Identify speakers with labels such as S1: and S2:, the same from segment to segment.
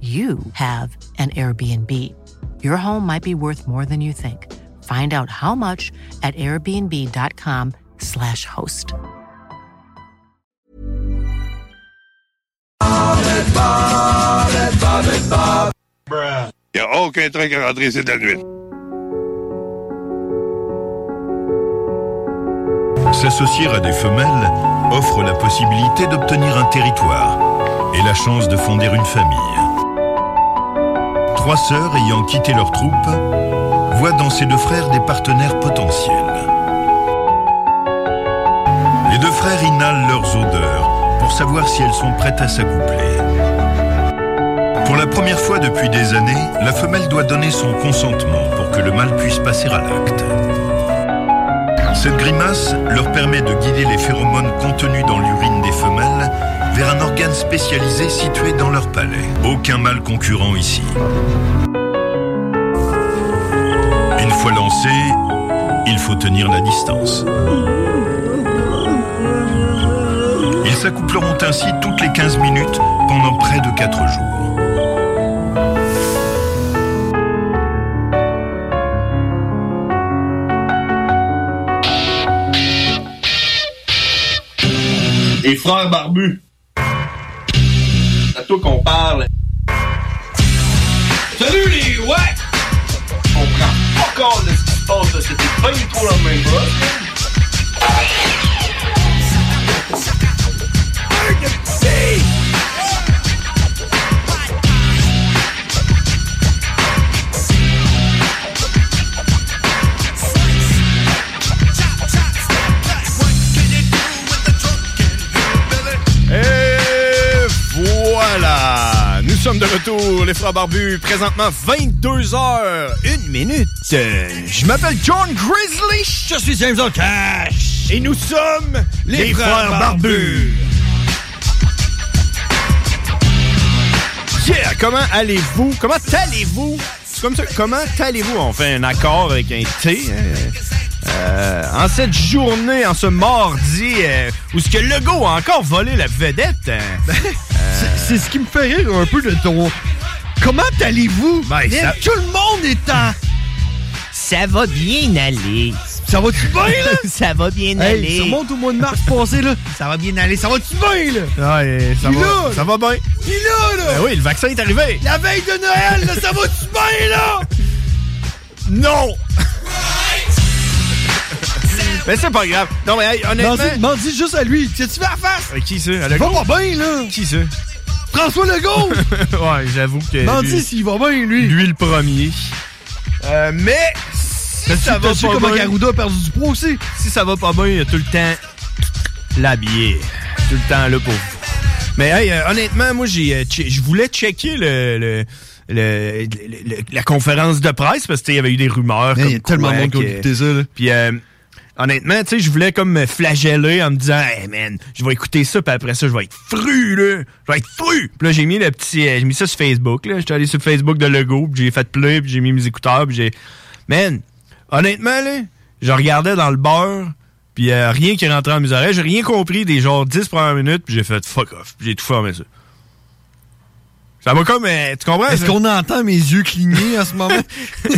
S1: you have an Airbnb. Your home might be worth more than you think. Find out how much at airbnb.com/slash host.
S2: Il n'y a aucun train qui est rentré ici de la nuit.
S3: S'associer à des femelles offre la possibilité d'obtenir un territoire et la chance de fonder une famille. Trois sœurs ayant quitté leur troupe voient dans ces deux frères des partenaires potentiels. Les deux frères inhalent leurs odeurs pour savoir si elles sont prêtes à s'accoupler. Pour la première fois depuis des années, la femelle doit donner son consentement pour que le mâle puisse passer à l'acte. Cette grimace leur permet de guider les phéromones contenus dans l'urine des femelles vers un organe spécialisé situé dans leur palais. Aucun mâle concurrent ici. Une fois lancé, il faut tenir la distance. Ils s'accoupleront ainsi toutes les 15 minutes pendant près de 4 jours.
S4: Les frères barbus. C'est à toi qu'on parle. Salut les ouais! On prend pas compte de ce qui se passe là, c'était pas du tout la même
S5: Et voilà! Nous sommes de retour, les frères barbus, présentement 22 h une minute. Euh, Je m'appelle John Grizzly, je suis James O'Cash. Et nous sommes les,
S6: Les
S5: frères,
S6: Frères
S5: barbus. Yeah! Comment allez-vous? Comment allez-vous? C'est comme ça. Comment allez-vous? On fait un accord avec un T. hein. Euh, en cette journée, en ce mardi, euh, où ce que Legault a encore volé la vedette. hein.
S7: C'est ce qui me fait rire un peu de ton. Comment allez-vous?
S5: Ben,
S7: Mais
S5: ça-
S7: Tout le monde est en.
S8: Ça va bien aller.
S7: Ça va-tu bien, là?
S8: ça va bien
S7: Hey,
S8: aller.
S7: ça remonte au mois de mars passé, là. Ça va bien aller. Ça va-tu bien, là?
S5: ça,
S7: Il
S5: va,
S7: l'a, là.
S5: ça va bien.
S7: Il est là, là!
S5: Ben oui, le vaccin est arrivé.
S7: La veille de Noël, là, ça va-tu bien, là?
S5: Non! mais c'est pas grave. Non, mais hey, honnêtement.
S7: M'en- M'en dis juste à lui. Tu tu vas la face?
S5: Euh, qui ça? À
S7: Ça
S5: Legault?
S7: va pas bien, là!
S5: Qui ça?
S7: François Legault!
S5: ouais, j'avoue que.
S7: M'en
S5: lui-
S7: dis s'il va bien, lui.
S5: Eh Lui le premier. Euh, mais si
S7: T'as-tu-
S5: ça va
S7: t'as-tu
S5: pas
S7: comment
S5: bien,
S7: Garuda a perdu du poids aussi?
S5: si ça va pas bien, il y a tout le temps la bière. Tout le temps là pour vous. Mais hey, euh, honnêtement, moi j'ai euh, che- je voulais checker le, le- le- le- le- la conférence de presse parce que tu sais, il y avait eu des rumeurs.
S7: Man,
S5: comme
S7: Il y a tellement de
S5: quoi
S7: monde qui ont
S5: que-
S7: écouté ça, là.
S5: Puis euh, honnêtement, tu sais, je voulais comme me flageller en me disant, hey man, je vais écouter ça, puis après ça, je vais être fru, là. Je vais être fru. Puis là, j'ai mis le petit. euh, j'ai mis ça sur Facebook, là. J'étais allé sur le Facebook de Lego, puis j'ai fait play, puis j'ai mis mes écouteurs, puis j'ai. Man, honnêtement, là, je regardais dans le beurre, puis euh, rien qui rentrait dans mes oreilles. J'ai rien compris des genre 10 premières minutes, puis j'ai fait fuck off. Puis j'ai tout fermé ça. Ça m'a comme. euh, tu comprends?
S7: Est-ce
S5: ça?
S7: qu'on entend mes yeux cligner en ce moment?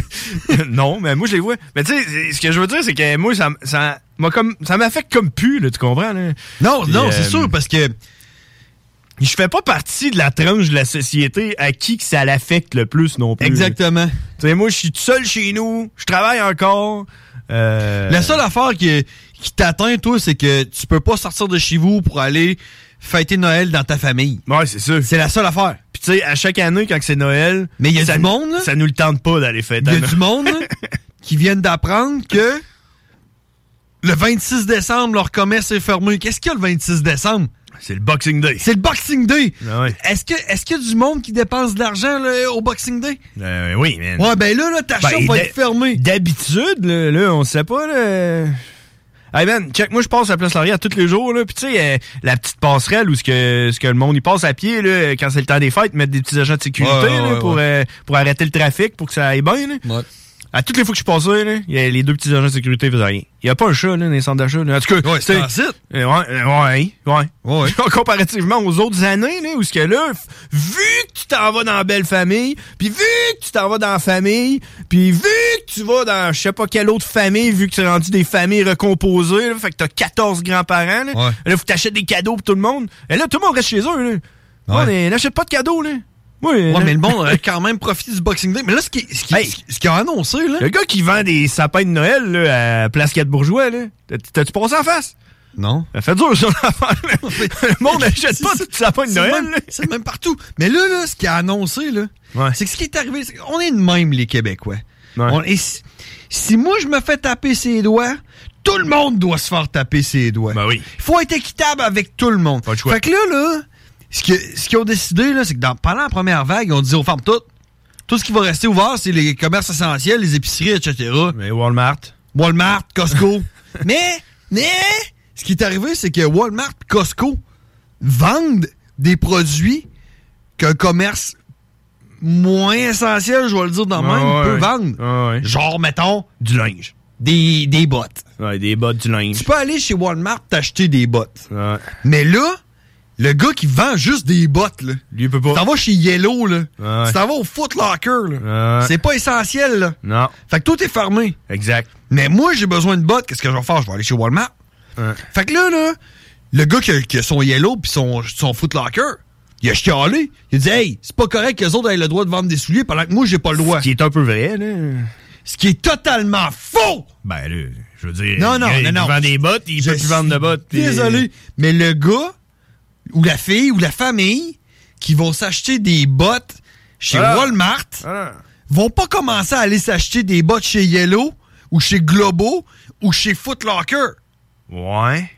S5: non, mais moi, je les vois. Mais tu sais, c'est- ce que je veux dire, c'est que moi, ça, m- ça, m'a comme, ça m'affecte comme pu, là, tu comprends? Là?
S7: Non,
S5: Puis,
S7: non,
S5: euh,
S7: c'est sûr, parce que
S5: Je fais pas partie de la tranche de la société à qui que ça l'affecte le plus non plus.
S7: Exactement.
S5: Tu sais, moi, je suis tout seul chez nous, je travaille encore. euh,
S7: La seule affaire qui, qui t'atteint, toi, c'est que tu peux pas sortir de chez vous pour aller fêter Noël dans ta famille.
S5: Ouais, c'est sûr.
S7: C'est la seule affaire.
S5: Puis tu sais, à chaque année, quand c'est Noël...
S7: Mais il y a
S5: ça
S7: du
S5: nous-
S7: monde, là.
S5: Ça nous le tente pas d'aller fêter.
S7: Il y a
S5: à
S7: du monde qui viennent d'apprendre que le 26 décembre, leur commerce est fermé. Qu'est-ce qu'il y a le 26 décembre?
S5: C'est le Boxing Day.
S7: C'est le Boxing Day!
S5: Ah ouais.
S7: Est-ce que est-ce qu'il y a du monde qui dépense de l'argent là, au Boxing Day?
S5: Euh, oui, man.
S7: Ouais, ben là, là ta
S5: Ben,
S7: shop va
S5: d'ha-
S7: être fermée.
S5: D'habitude, là, là, on sait pas, là. Hey man, check, moi je passe à Place Laurier à tous les jours, là. Puis tu sais, euh, la petite passerelle où ce que, ce que le monde y passe à pied, là, quand c'est le temps des fêtes, mettre des petits agents de sécurité,
S7: Ouais, ouais,
S5: là,
S7: ouais,
S5: pour,
S7: ouais.
S5: euh, pour arrêter le trafic, pour que ça aille bien, là. À toutes les fois que je passais, là, y a les deux petits agents de sécurité faisaient rien. Il y a pas un chat, là, dans les centres d'achat, là. En tout cas,
S7: Ouais, c'est
S5: tu sais,
S7: un site.
S5: euh, ouais, euh, ouais, ouais.
S7: Ouais, ouais.
S5: Comparativement aux autres années, là, où ce que là, f- vu que tu t'en vas dans la belle famille, puis vu que tu t'en vas dans la famille, puis vu que tu vas dans je sais pas quelle autre famille, vu que tu es rendu des familles recomposées, là, fait que t'as 14 grands-parents, là,
S7: Ouais.
S5: là, faut que t'achètes des cadeaux pour tout le monde. Et là, tout le monde reste chez eux, là.
S7: Ouais.
S5: Ouais, mais n'achète pas de cadeaux, là. Ouais,
S7: Ouais,
S5: là-
S7: mais le monde a quand même profité du Boxing Day. Mais là, ce qui, ce qui,
S5: Hey.
S7: ce qui a annoncé, là.
S5: Le gars qui vend des sapins de Noël, là, à Place 4 Bourgeois, là, t'as- t'as-tu passé en face?
S7: Non.
S5: Ça fait dur, son affaire, là. Le monde n'achète pas de sapins de
S7: C'est le
S5: Noël,
S7: même-
S5: là.
S7: C'est le même partout. Mais là, là, ce qui a annoncé, là,
S5: Ouais.
S7: c'est que ce qui est arrivé, c'est qu'on est de même, les Québécois.
S5: Ouais.
S7: On- et si, si moi, je me fais taper ses doigts, tout le monde doit se faire taper ses doigts.
S5: Ben oui.
S7: Il faut être équitable avec tout le monde.
S5: Pas le choix.
S7: Fait que là, là, ce que- ce qu'ils ont décidé, là, c'est que dans, pendant la première vague, ils ont dit, on ferme tout. Tout ce qui va rester ouvert, c'est les commerces essentiels, les épiceries, etc.
S5: Mais Walmart.
S7: Walmart, Costco. mais, mais, ce qui est arrivé, c'est que Walmart et Costco vendent des produits qu'un commerce moins essentiel, je vais le dire dans le
S5: Ouais,
S7: même,
S5: ouais,
S7: peut
S5: ouais.
S7: vendre.
S5: Ouais, ouais.
S7: Genre, mettons,
S5: Du linge.
S7: des, des bottes.
S5: Ouais, des bottes, du linge.
S7: Tu peux aller chez Walmart t'acheter des bottes.
S5: Ouais.
S7: Mais là, le gars qui vend juste des bottes, là,
S5: Lui, il peut
S7: tu
S5: pas.
S7: t'en vas chez Yellow, là.
S5: Ouais.
S7: tu t'en vas au Foot Locker, là.
S5: Ouais.
S7: c'est pas essentiel. Là.
S5: Euh, Non.
S7: Fait que tout est fermé.
S5: Exact.
S7: Mais moi, j'ai besoin de bottes. Qu'est-ce que je vais faire? Je vais aller chez Walmart.
S5: Ouais.
S7: Fait que là, là, le gars qui a, qui a son Yellow puis son, son Footlocker, il a chialé. Il a dit, hey, c'est pas correct que les autres aient le droit de vendre des souliers pendant que moi, j'ai pas le droit.
S5: Ce qui est un peu vrai, là.
S7: Ce qui est totalement faux!
S5: Ben, là, je veux dire.
S7: Non, non,
S5: le gars, il
S7: non, non.
S5: vend des bottes, il
S7: Je
S5: peut plus vendre de
S7: suis
S5: bottes. puis-
S7: Désolé. Mais le gars, ou la fille, ou la famille, qui vont s'acheter des bottes chez
S5: Voilà.
S7: Walmart,
S5: Ah,
S7: vont pas commencer à aller s'acheter des bottes chez Yellow, ou chez Globo, ou chez Footlocker.
S5: Ouais.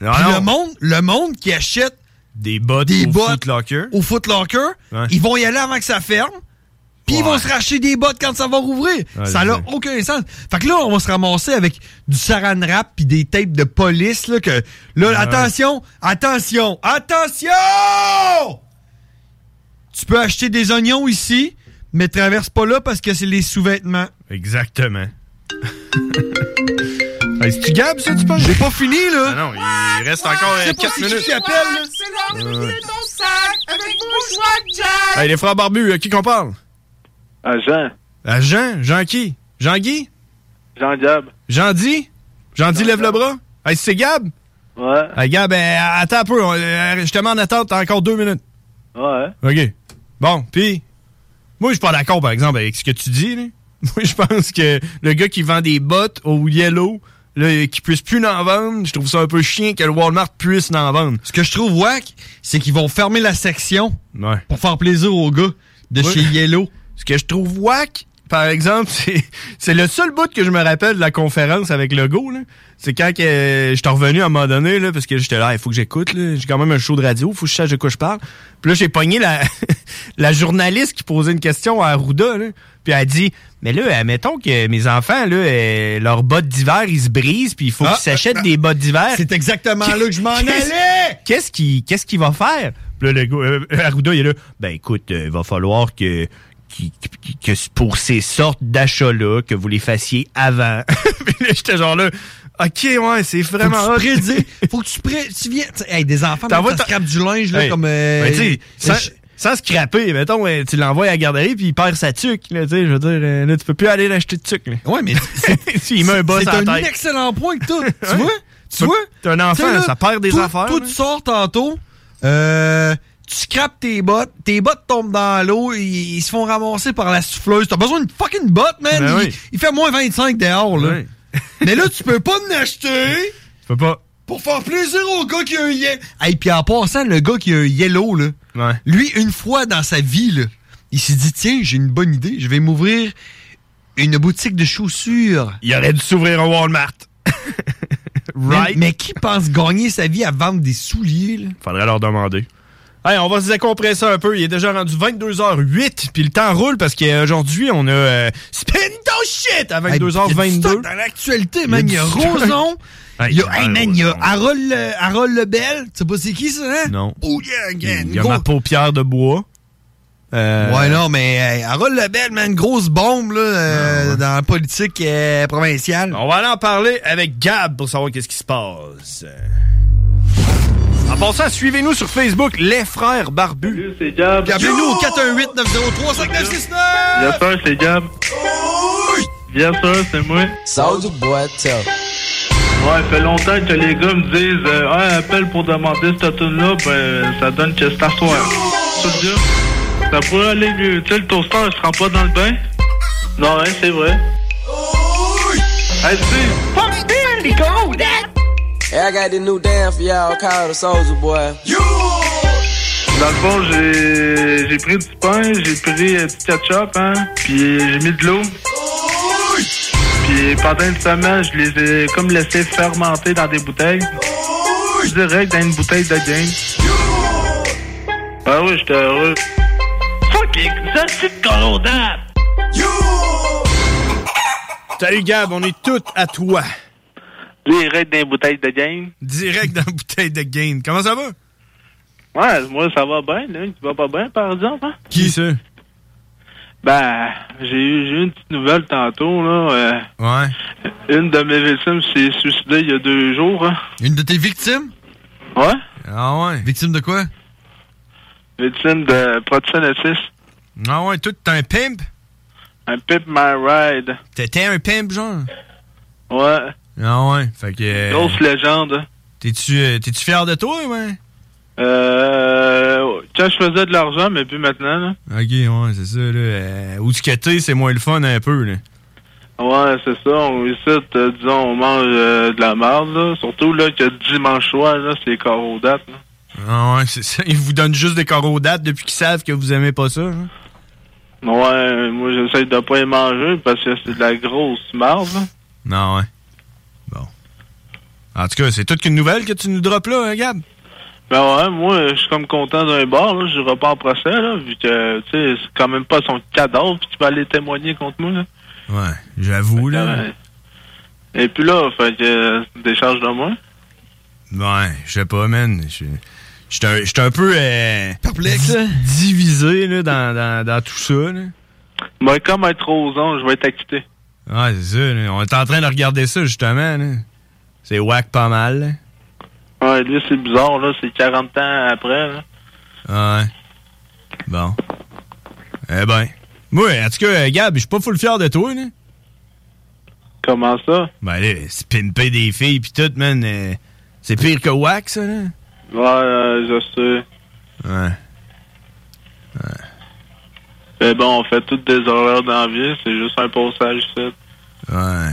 S5: Non,
S7: Puis
S5: non.
S7: le monde, le monde qui achète
S5: Des bottes
S7: des
S5: au
S7: bottes
S5: Foot Locker.
S7: au Foot Locker,
S5: Ouais.
S7: ils vont y aller avant que ça ferme. Puis ils
S5: Ouais.
S7: vont se racheter des bottes quand ça va rouvrir.
S5: Ouais,
S7: ça
S5: je
S7: n'a
S5: sais.
S7: aucun sens. Fait que là, on va se ramasser avec du saran wrap puis des tapes de police. Là, que, là attention, attention, attention! Tu peux acheter des oignons ici, mais traverse pas là parce que c'est les sous-vêtements.
S5: Exactement. Hey, C'est-tu Gab, ça, tu penses?
S7: J'ai pas fini,
S5: Ah
S7: là.
S5: non, il reste encore
S7: Je sais pas
S5: 4
S7: c'est qui
S5: minutes.
S7: qui appelle, là.
S5: Hey, les frères barbus, à qui qu'on parle?
S6: Jean,
S5: À Jean. Jean qui? Jean-Guy?
S6: Jean Gab.
S5: Jean-Di? Jean-Di lève le bras? Hey, c'est Gab?
S6: Ouais,
S5: Hey, Gab, ben, attends un peu. on- euh, Je te mets en attente, t'as encore deux minutes.
S6: ouais.
S5: OK. Bon, puis, moi, je suis pas d'accord, par exemple, avec ce que tu dis. Là. Moi, je pense que le gars qui vend des bottes au Yellow, là, qui puisse plus en vendre, je trouve ça un peu chien que le Walmart puisse en vendre.
S7: Ce que je trouve wack, c'est qu'ils vont fermer la section
S5: Ouais.
S7: pour faire plaisir aux gars de
S5: Ouais.
S7: chez Yellow.
S5: Ce que je trouve whack, par exemple, c'est, c'est le seul bout que je me rappelle de la conférence avec Legault. Là. C'est quand que, euh, je suis revenu à un moment donné, là, parce que j'étais là, il faut que j'écoute. Là. J'ai quand même un show de radio, faut que je sache de quoi je parle. Puis là, j'ai pogné la, la journaliste qui posait une question à Arruda. Là. Puis elle a dit, mais là, admettons que mes enfants, là, euh, leurs bottes d'hiver, ils se brisent, puis il faut
S7: Ah,
S5: qu'ils s'achètent des bottes d'hiver.
S7: C'est exactement là que je m'en
S5: Qu'est-ce-
S7: allais!
S5: Qu'est-ce qu'il qu'est-ce qu'il va faire? Puis là, le gars, euh, Arruda, il est là. Ben écoute, euh, il va falloir que, qui- qui- que c'est pour ces sortes d'achats-là, que vous les fassiez avant. Puis là, j'étais genre là, OK, ouais, c'est
S7: Faut
S5: vraiment
S7: que
S5: hot.
S7: tu prédis. Faut que tu pré... Tu viens... tu- Hey, des enfants,
S5: T'en
S7: man,
S5: vas-
S7: ça scrape du linge, là,
S5: Hey,
S7: comme... euh,
S5: ben, tu sais, sans,
S7: je-
S5: sans scraper, mettons, euh, tu l'envoies à la garderie, puis il perd sa tuque, là, tu sais, je veux dire, euh, là, tu peux plus aller l'acheter de tuque, là.
S7: Ouais, mais...
S5: il met un boss
S7: C'est
S5: à la
S7: un
S5: tête.
S7: excellent point que t'as. Tu vois? Tu
S5: Faut-
S7: vois?
S5: t'es un enfant,
S7: Tu sais, là,
S5: ça perd des
S7: toi-
S5: affaires,
S7: Toi,
S5: là.
S7: tu sors tantôt, Euh, tu scrapes tes bottes, tes bottes tombent dans l'eau, ils, ils se font ramasser par la souffleuse. T'as besoin d'une fucking botte, man!
S5: Ben
S7: il,
S5: oui.
S7: il fait moins 25 dehors, là. Mais là, tu peux pas en acheter! Tu
S5: peux pas.
S7: Pour faire plaisir au gars qui a un yellow. Hey, puis en passant, le gars qui a un yellow, là, lui, une fois dans sa vie, là, il s'est dit, tiens, j'ai une bonne idée, je vais m'ouvrir une boutique de chaussures.
S5: Il aurait dû s'ouvrir un Walmart.
S7: right? Mais, mais qui pense gagner sa vie à vendre des souliers, là?
S5: Faudrait leur demander. Hey, on va se décompresser un peu. Il est déjà rendu 22h08, puis le temps roule parce qu'aujourd'hui, on a euh, Spin ton shit à
S7: Hey, il y a du
S5: 22h22.
S7: stock dans l'actualité,
S5: Il y a
S7: man.
S5: du
S7: Il y a
S5: stock.
S7: Roson.
S5: Hey,
S7: Il y a,
S5: Carl
S7: hey, man, il y a Harold, Le- Harold Lebel. Tu sais pas c'est qui, ça, hein?
S5: Non.
S7: Oh, yeah, yeah.
S5: Il y a
S7: Gros-
S5: ma paupière de bois. Euh,
S7: Ouais, non, mais hey, Harold Lebel, man, grosse bombe, là, euh, dans la politique euh, provinciale.
S5: Ah, On va aller en parler avec Gab pour savoir qu'est-ce qui se passe. En passant, suivez-nous sur Facebook, Les Frères Barbus.
S6: c'est Gab.
S5: Puis appelez-nous au
S7: 418 903 5969
S6: Bien sûr, c'est Gab. Bien sûr, c'est moi. Sors du bois, Ouais, fait longtemps que les gars me disent euh, Ah, appelle pour demander cette tune-là, ben ça donne que c'est à soir. Tout le gars, Ça pourrait aller mieux. Tu sais, le toaster, il se rend pas dans le bain. Non, hein, c'est vrai. Hey, Steve.
S9: Fuck them, they go that. Hey, I got this new dance for y'all called the Soldier Boy.
S6: Dans le fond, j'ai j'ai pris du pain, j'ai pris euh, du ketchup, hein, puis j'ai mis de l'eau. Puis pendant une semaine, je les ai comme laissés fermenter dans des bouteilles. Je dirais que dans une bouteille de game. Ah oui, j'étais heureux. Fucking, ça c'est colonade!
S5: Salut Gab, on est toutes à toi.
S6: Direct dans une bouteille de game.
S5: Direct dans la bouteille de game. Comment ça va?
S6: Ouais, moi ça va bien, là. Tu vas pas bien, par exemple, hein?
S5: Qui ça?
S6: Ben, j'ai eu, j'ai eu une petite nouvelle tantôt, là. euh,
S5: Ouais.
S6: Une de mes victimes s'est suicidée il y a deux jours. hein.
S7: Une de tes victimes?
S6: Ouais.
S5: Ah ouais.
S7: Victime de quoi?
S6: Victime de proxénétisme.
S5: Ah ouais, toi, t'es un pimp?
S6: Un pimp my ride.
S5: T'étais un pimp, genre?
S6: Ouais.
S5: Ah ouais, fait que... euh,
S6: Grosse légende. hein.
S5: T'es-tu euh, t'es-tu fier de toi, ouais?
S6: Euh, quand je faisais de l'argent, mais plus maintenant, là.
S5: Ok, ouais, c'est ça, là. Euh, où tu que t'es, c'est moins le fun un peu, là.
S6: Ouais, c'est ça. On ici, euh, disons, on mange euh, de la merde, là. Surtout, là, que dimanche soir, là, c'est carreau date, là.
S5: Ah ouais, c'est ça. Ils vous donnent juste des coraux dates depuis qu'ils savent que vous aimez pas ça, hein?
S6: Ouais, moi, j'essaie de pas y manger parce que c'est de la grosse merde, là.
S5: Non, Ah ouais. Bon. En tout cas, c'est toute qu'une nouvelle que tu nous drops là, hein, Gab?
S6: Ben ouais, moi, je suis comme content d'un bar, là. Je repars en procès, là, vu que, tu sais, c'est quand même pas son cadavre, puis tu vas aller témoigner contre moi, là.
S5: Ouais, j'avoue,
S6: euh,
S5: là.
S6: Et puis là, fait que, euh, décharge de moi.
S5: Ouais, je sais pas, man. Je je suis un, je suis un peu. euh,
S7: Perplexe.
S5: Divisé, là, dans, dans, dans tout ça, là.
S6: Ben, comme être aux ans, je vais être acquitté.
S5: Ouais, c'est ça, là. On est en train de regarder ça, justement, là. C'est whack pas mal, là.
S6: Ouais, lui, c'est bizarre, là, c'est 40 ans après, là.
S5: Ouais. Bon. Eh ben. Moi, en tout cas, euh, Gab, je suis pas full fier de toi, là.
S6: Comment ça?
S5: Ben là, c'est pimper des filles pis tout, man. euh, c'est pire que whack, ça, là.
S6: Ouais, euh, je sais.
S5: Ouais.
S6: Mais bon, on fait toutes des horreurs dans la vie, c'est juste un passage, c'est.
S5: Ouais. euh,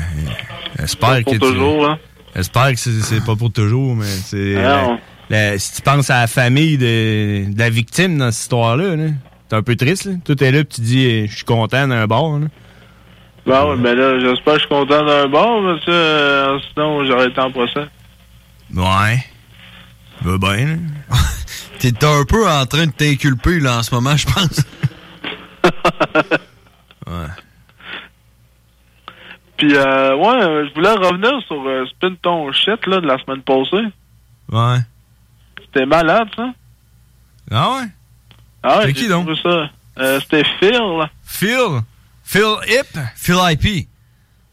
S5: J'espère que
S6: Pour
S5: tu-
S6: toujours, hein. Ah
S5: J'espère que c'est- c'est pas pour toujours, mais c'est. la-
S6: Non.
S5: la- si tu penses à la famille de, de la victime dans cette histoire-là, là, t'es un peu triste, là. Tout est là pis tu dis, euh, je suis content d'un bord, là.
S6: Ben ouais, mais là, j'espère que je suis content d'un bar, parce que, euh, sinon, j'aurais été en procès.
S5: Ouais. Va
S7: ben.
S5: bien, là.
S7: T'es t'es un peu en train de t'inculper, là, en ce moment, je pense.
S5: ouais.
S6: Puis, euh, ouais, euh, je voulais revenir sur euh, Spin Ton Shit, là, de la semaine passée.
S5: Ouais.
S6: C'était malade, ça.
S5: Ah ouais?
S6: Ah,
S5: C'est
S6: ouais,
S5: qui,
S6: j'ai
S5: donc?
S6: trouvé ça. Euh, c'était Phil, là.
S5: Phil? Phil Hip?
S7: Phil IP.
S5: Phil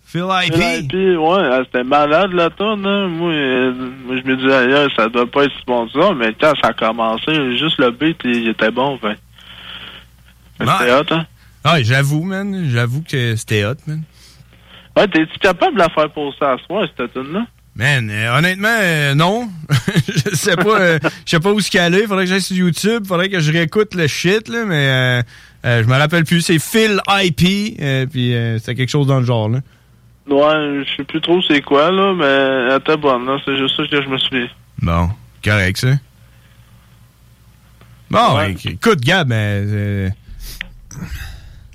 S6: Phil
S5: IP?
S6: IP, ouais, euh, c'était malade, la tonne, hein. Moi, euh, moi, je me disais, ailleurs, ça doit pas être si bon que ça, mais quand ça a commencé, juste le beat, il, il était bon, fait. Fait que C'était hot, hein.
S5: Ouais, Ah, j'avoue, man. J'avoue que c'était hot, man.
S6: Ah, Ouais, t'es-tu capable de la faire poster à soi, cette tune là
S5: Man, euh, honnêtement, euh, non. je sais pas, euh, je sais pas où se aller. Faudrait que j'aille sur YouTube. Faudrait que je réécoute le shit, là, mais euh, euh, je me rappelle plus. C'est Phil IP, euh, puis euh, c'est quelque chose dans le genre. Là.
S6: Ouais, je sais plus trop c'est quoi, là, mais attends, bon, non, hein. c'est juste ça que je me souviens.
S5: Bon, correct, ça. Bon, éc- écoute, Gab, mais euh,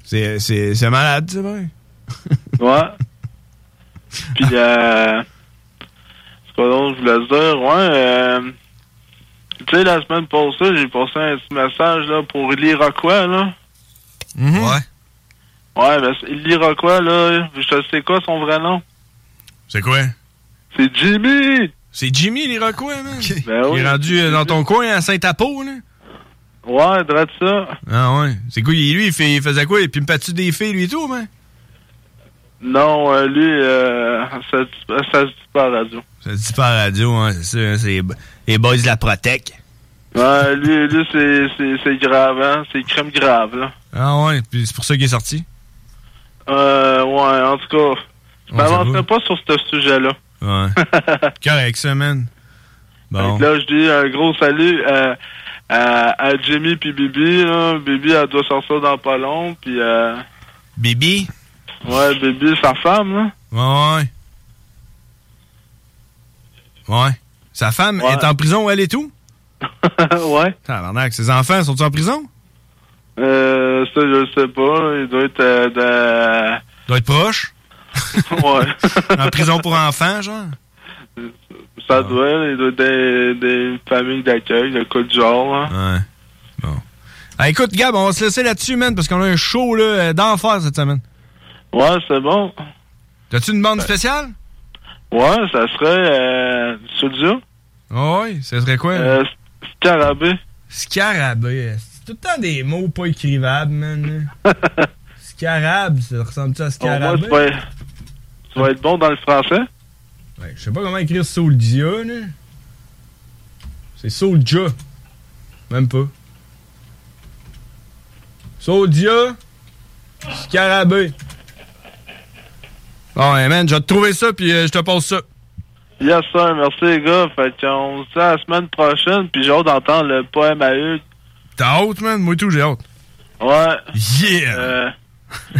S5: c'est c'est- c'est malade, ben. c'est vrai.
S6: Ouais. Puis, euh, c'est quoi d'autre, je voulais dire, ouais, euh, tu sais, la semaine passée, j'ai passé un petit message, là, pour l'Iroquois, là.
S10: Ouais.
S6: Ouais, mais c'est- l'Iroquois, là, je sais quoi son vrai nom?
S5: C'est quoi?
S6: C'est Jimmy!
S5: C'est Jimmy l'Iroquois, man.
S6: Ben oui.
S5: Il est rendu euh, dans ton coin à Saint-Apo, là.
S6: Ouais, drette ça.
S5: Ah ouais. C'est quoi, lui, il, fait- il faisait quoi? Il pimpait-tu des filles, lui et tout, man?
S6: Non, euh, lui, euh, ça, se- ça se dit pas à la radio.
S5: Ça se dit pas à la radio, hein, c'est ça. hein, c'est les bo- les boys de la Protec.
S6: Ouais, lui, lui c'est- c'est c'est grave, hein? C'est crème grave, là.
S5: Ah ouais, puis c'est pour ça qu'il est sorti.
S6: Euh, ouais, en tout cas, je
S5: On sait
S6: m'avancerai pas sur ce sujet-là.
S5: Ouais. Correct, ça, man. Bon.
S6: Fait que là, je dis un gros salut euh, à, à Jimmy puis Bibi. Là. Bibi, elle doit sortir dans pas long. Puis, euh,
S5: Bibi?
S6: Ouais, Bibi, sa femme. Là.
S5: Ouais, ouais. Ouais. Sa femme
S6: Ouais.
S5: est en prison, elle et tout?
S6: ouais.
S5: Tabarnak, ses enfants sont-ils en prison?
S6: Euh, ça, je le sais pas. Il doit être... Euh, dans-
S5: Doit être proche?
S6: ouais.
S5: En prison pour enfants, genre? Ah.
S6: Ça doit, là, il doit être des, des familles d'accueil, de coup de genre. Là.
S5: Ouais. Ah, écoute, Gab, on va se laisser là-dessus, man, parce qu'on a un show là, euh, d'enfer cette semaine.
S6: Ouais, c'est bon.
S5: T'as-tu une bande spéciale?
S6: Ouais, ça serait... Euh, Studio.
S5: Ah ouais, ça serait quoi?
S6: Euh, Scarabée.
S5: Scarabée. C'est tout le temps des mots pas écrivables, man. là. Scarab, ça ressemble-tu à
S6: Au moins, Oh,
S5: scarabée?
S6: tu vas, tu vas être bon dans le français.
S5: Ouais, je sais pas comment écrire Souldia, là. C'est Soulja. Même pas. Souldia, scarabée. Bon, ouais, man, je vais te trouver ça, puis euh, je te passe ça.
S6: Yes, sir. Merci, les gars. Fait qu'on se dit à la semaine prochaine, puis j'ai hâte d'entendre le poème à Hugues.
S5: T'as hâte, man? Moi, tout, j'ai hâte.
S6: Ouais. Euh,
S5: Yeah!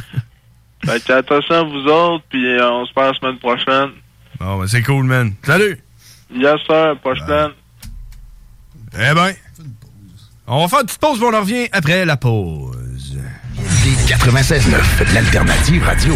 S6: fait que attention à vous autres, puis euh, on se parle la semaine prochaine.
S5: Bon, ben, c'est cool, man. Salut!
S6: Yes, sir. Prochaine.
S5: Eh ben, on va faire une petite pause, puis on en revient après la pause.
S11: 96.9, l'alternative radio.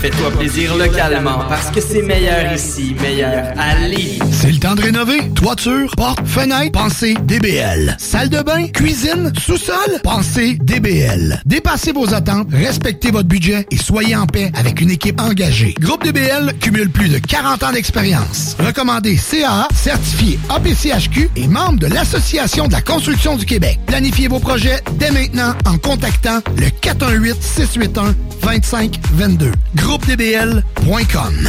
S12: Fais-toi plaisir localement parce que c'est meilleur ici, meilleur à Lévis.
S13: C'est le temps de rénover. Toiture, porte, fenêtre, pensez DBL. Salle de bain, cuisine, sous-sol, pensez DBL. Dépassez vos attentes, respectez votre budget et soyez en paix avec une équipe engagée. Groupe DBL cumule plus de 40 ans d'expérience. Recommandé CAA, certifié APCHQ et membre de l'Association de la construction du Québec. Planifiez vos projets dès maintenant en contactant le 418-681-2522. GroupeDBL.com.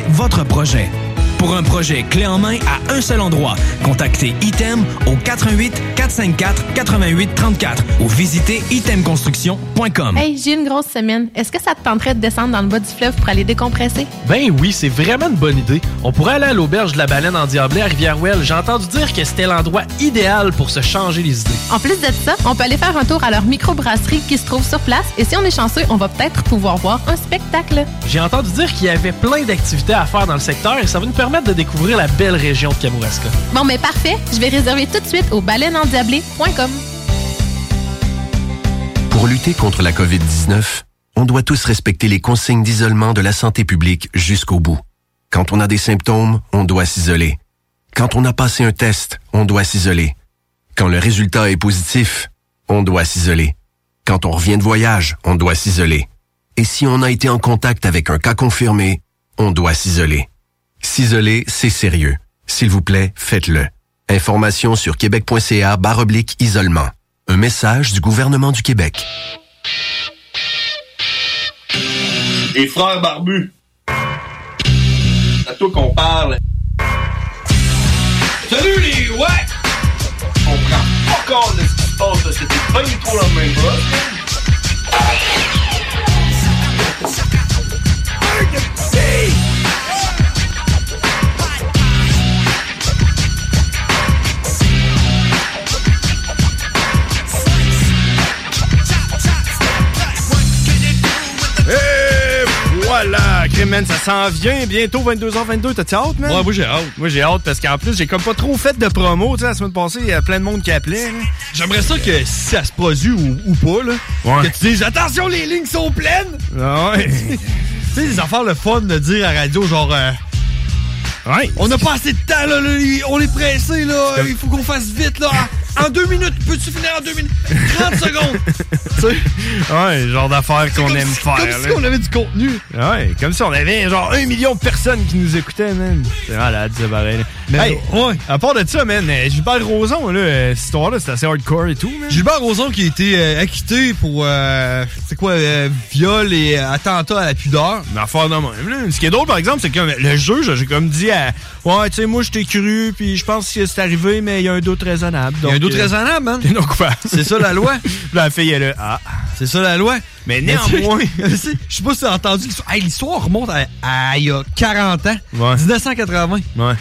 S14: votre projet.
S15: Pour un projet clé en main à un seul endroit, contactez Item au 88 454 88 34 ou visitez itemconstruction.com.
S16: Hey, j'ai une grosse semaine. Est-ce que ça te tenterait de descendre dans le bas du fleuve pour aller décompresser?
S17: Ben oui, c'est vraiment une bonne idée. On pourrait aller à l'auberge de la baleine en Diablé à Rivière-Ouelle. J'ai entendu dire que c'était l'endroit idéal pour se changer les idées.
S16: En plus de ça, on peut aller faire un tour à leur microbrasserie qui se trouve sur place et si on est chanceux, on va peut-être pouvoir voir un spectacle.
S17: J'ai entendu dire qu'il y avait plein d'activités à faire dans le secteur et ça va nous permettre de découvrir la belle région de Kamouraska.
S16: Bon, mais parfait. Je vais réserver tout de suite au baleineendiablé.com.
S18: Pour lutter contre la COVID-19, on doit tous respecter les consignes d'isolement de la santé publique jusqu'au bout. Quand on a des symptômes, on doit s'isoler. Quand on a passé un test, on doit s'isoler. Quand le résultat est positif, on doit s'isoler. Quand on revient de voyage, on doit s'isoler. Et si on a été en contact avec un cas confirmé, on doit s'isoler. S'isoler, c'est sérieux. S'il vous plaît, faites-le. Information sur québec.ca baroblique isolement. Un message du gouvernement du Québec.
S4: Les frères barbus. C'est à toi qu'on parle. Salut les ouais! On prend pas compte de ce qui se passe, là. c'était pas du tout la même
S5: Et voilà! Crime, man, ça s'en vient bientôt, 22h22. T'as-tu hâte, man?
S7: Ouais, moi, j'ai hâte.
S5: Moi, j'ai hâte parce qu'en plus, j'ai comme pas trop fait de promo. Tu sais, la semaine passée, il y a plein de monde qui appelait. là.
S7: J'aimerais ça que si ça se produit ou, ou pas, là,
S5: Ouais.
S7: que tu dises attention, les lignes sont pleines!
S5: Ah Ouais.
S7: tu sais, les affaires le fun de dire à radio, genre. euh, On n'a pas assez de temps, là, là, on est pressé, là, il faut qu'on fasse vite, là. En deux minutes, peux-tu finir en deux minutes? 30 secondes!
S5: Ouais, le genre d'affaires qu'on aime faire.
S7: Comme si
S5: là.
S7: on avait du contenu.
S5: Ah Ouais, comme si on avait genre un million de personnes qui nous écoutaient, man. C'est malade, c'est pareil. là. Hey, ouais. oh, À part de ça, man, euh, Gilbert Rozon, là, euh, cette histoire-là, c'est assez hardcore et tout, man.
S7: Gilbert Rozon qui a été euh, acquitté pour, euh, c'est quoi, euh, viol et euh, attentat à la pudeur.
S5: Une affaire de même, là. Ce qui est drôle, par exemple, c'est que le juge, j'ai comme dit à. Ouais, tu sais, moi, je t'ai cru, puis je pense que c'est arrivé, mais il y a un doute raisonnable. euh,
S7: Il y a un doute raisonnable, man. T'es
S5: non coupable.
S7: C'est ça, la loi.
S5: la fille, elle a. Ah.
S7: C'est ça, la loi.
S5: Mais néanmoins.
S7: tu sais, tu sais, Je sais pas si t'as entendu l'histoire. Hey, l'histoire remonte à, à il y a 40 ans. 1980.
S5: Ouais.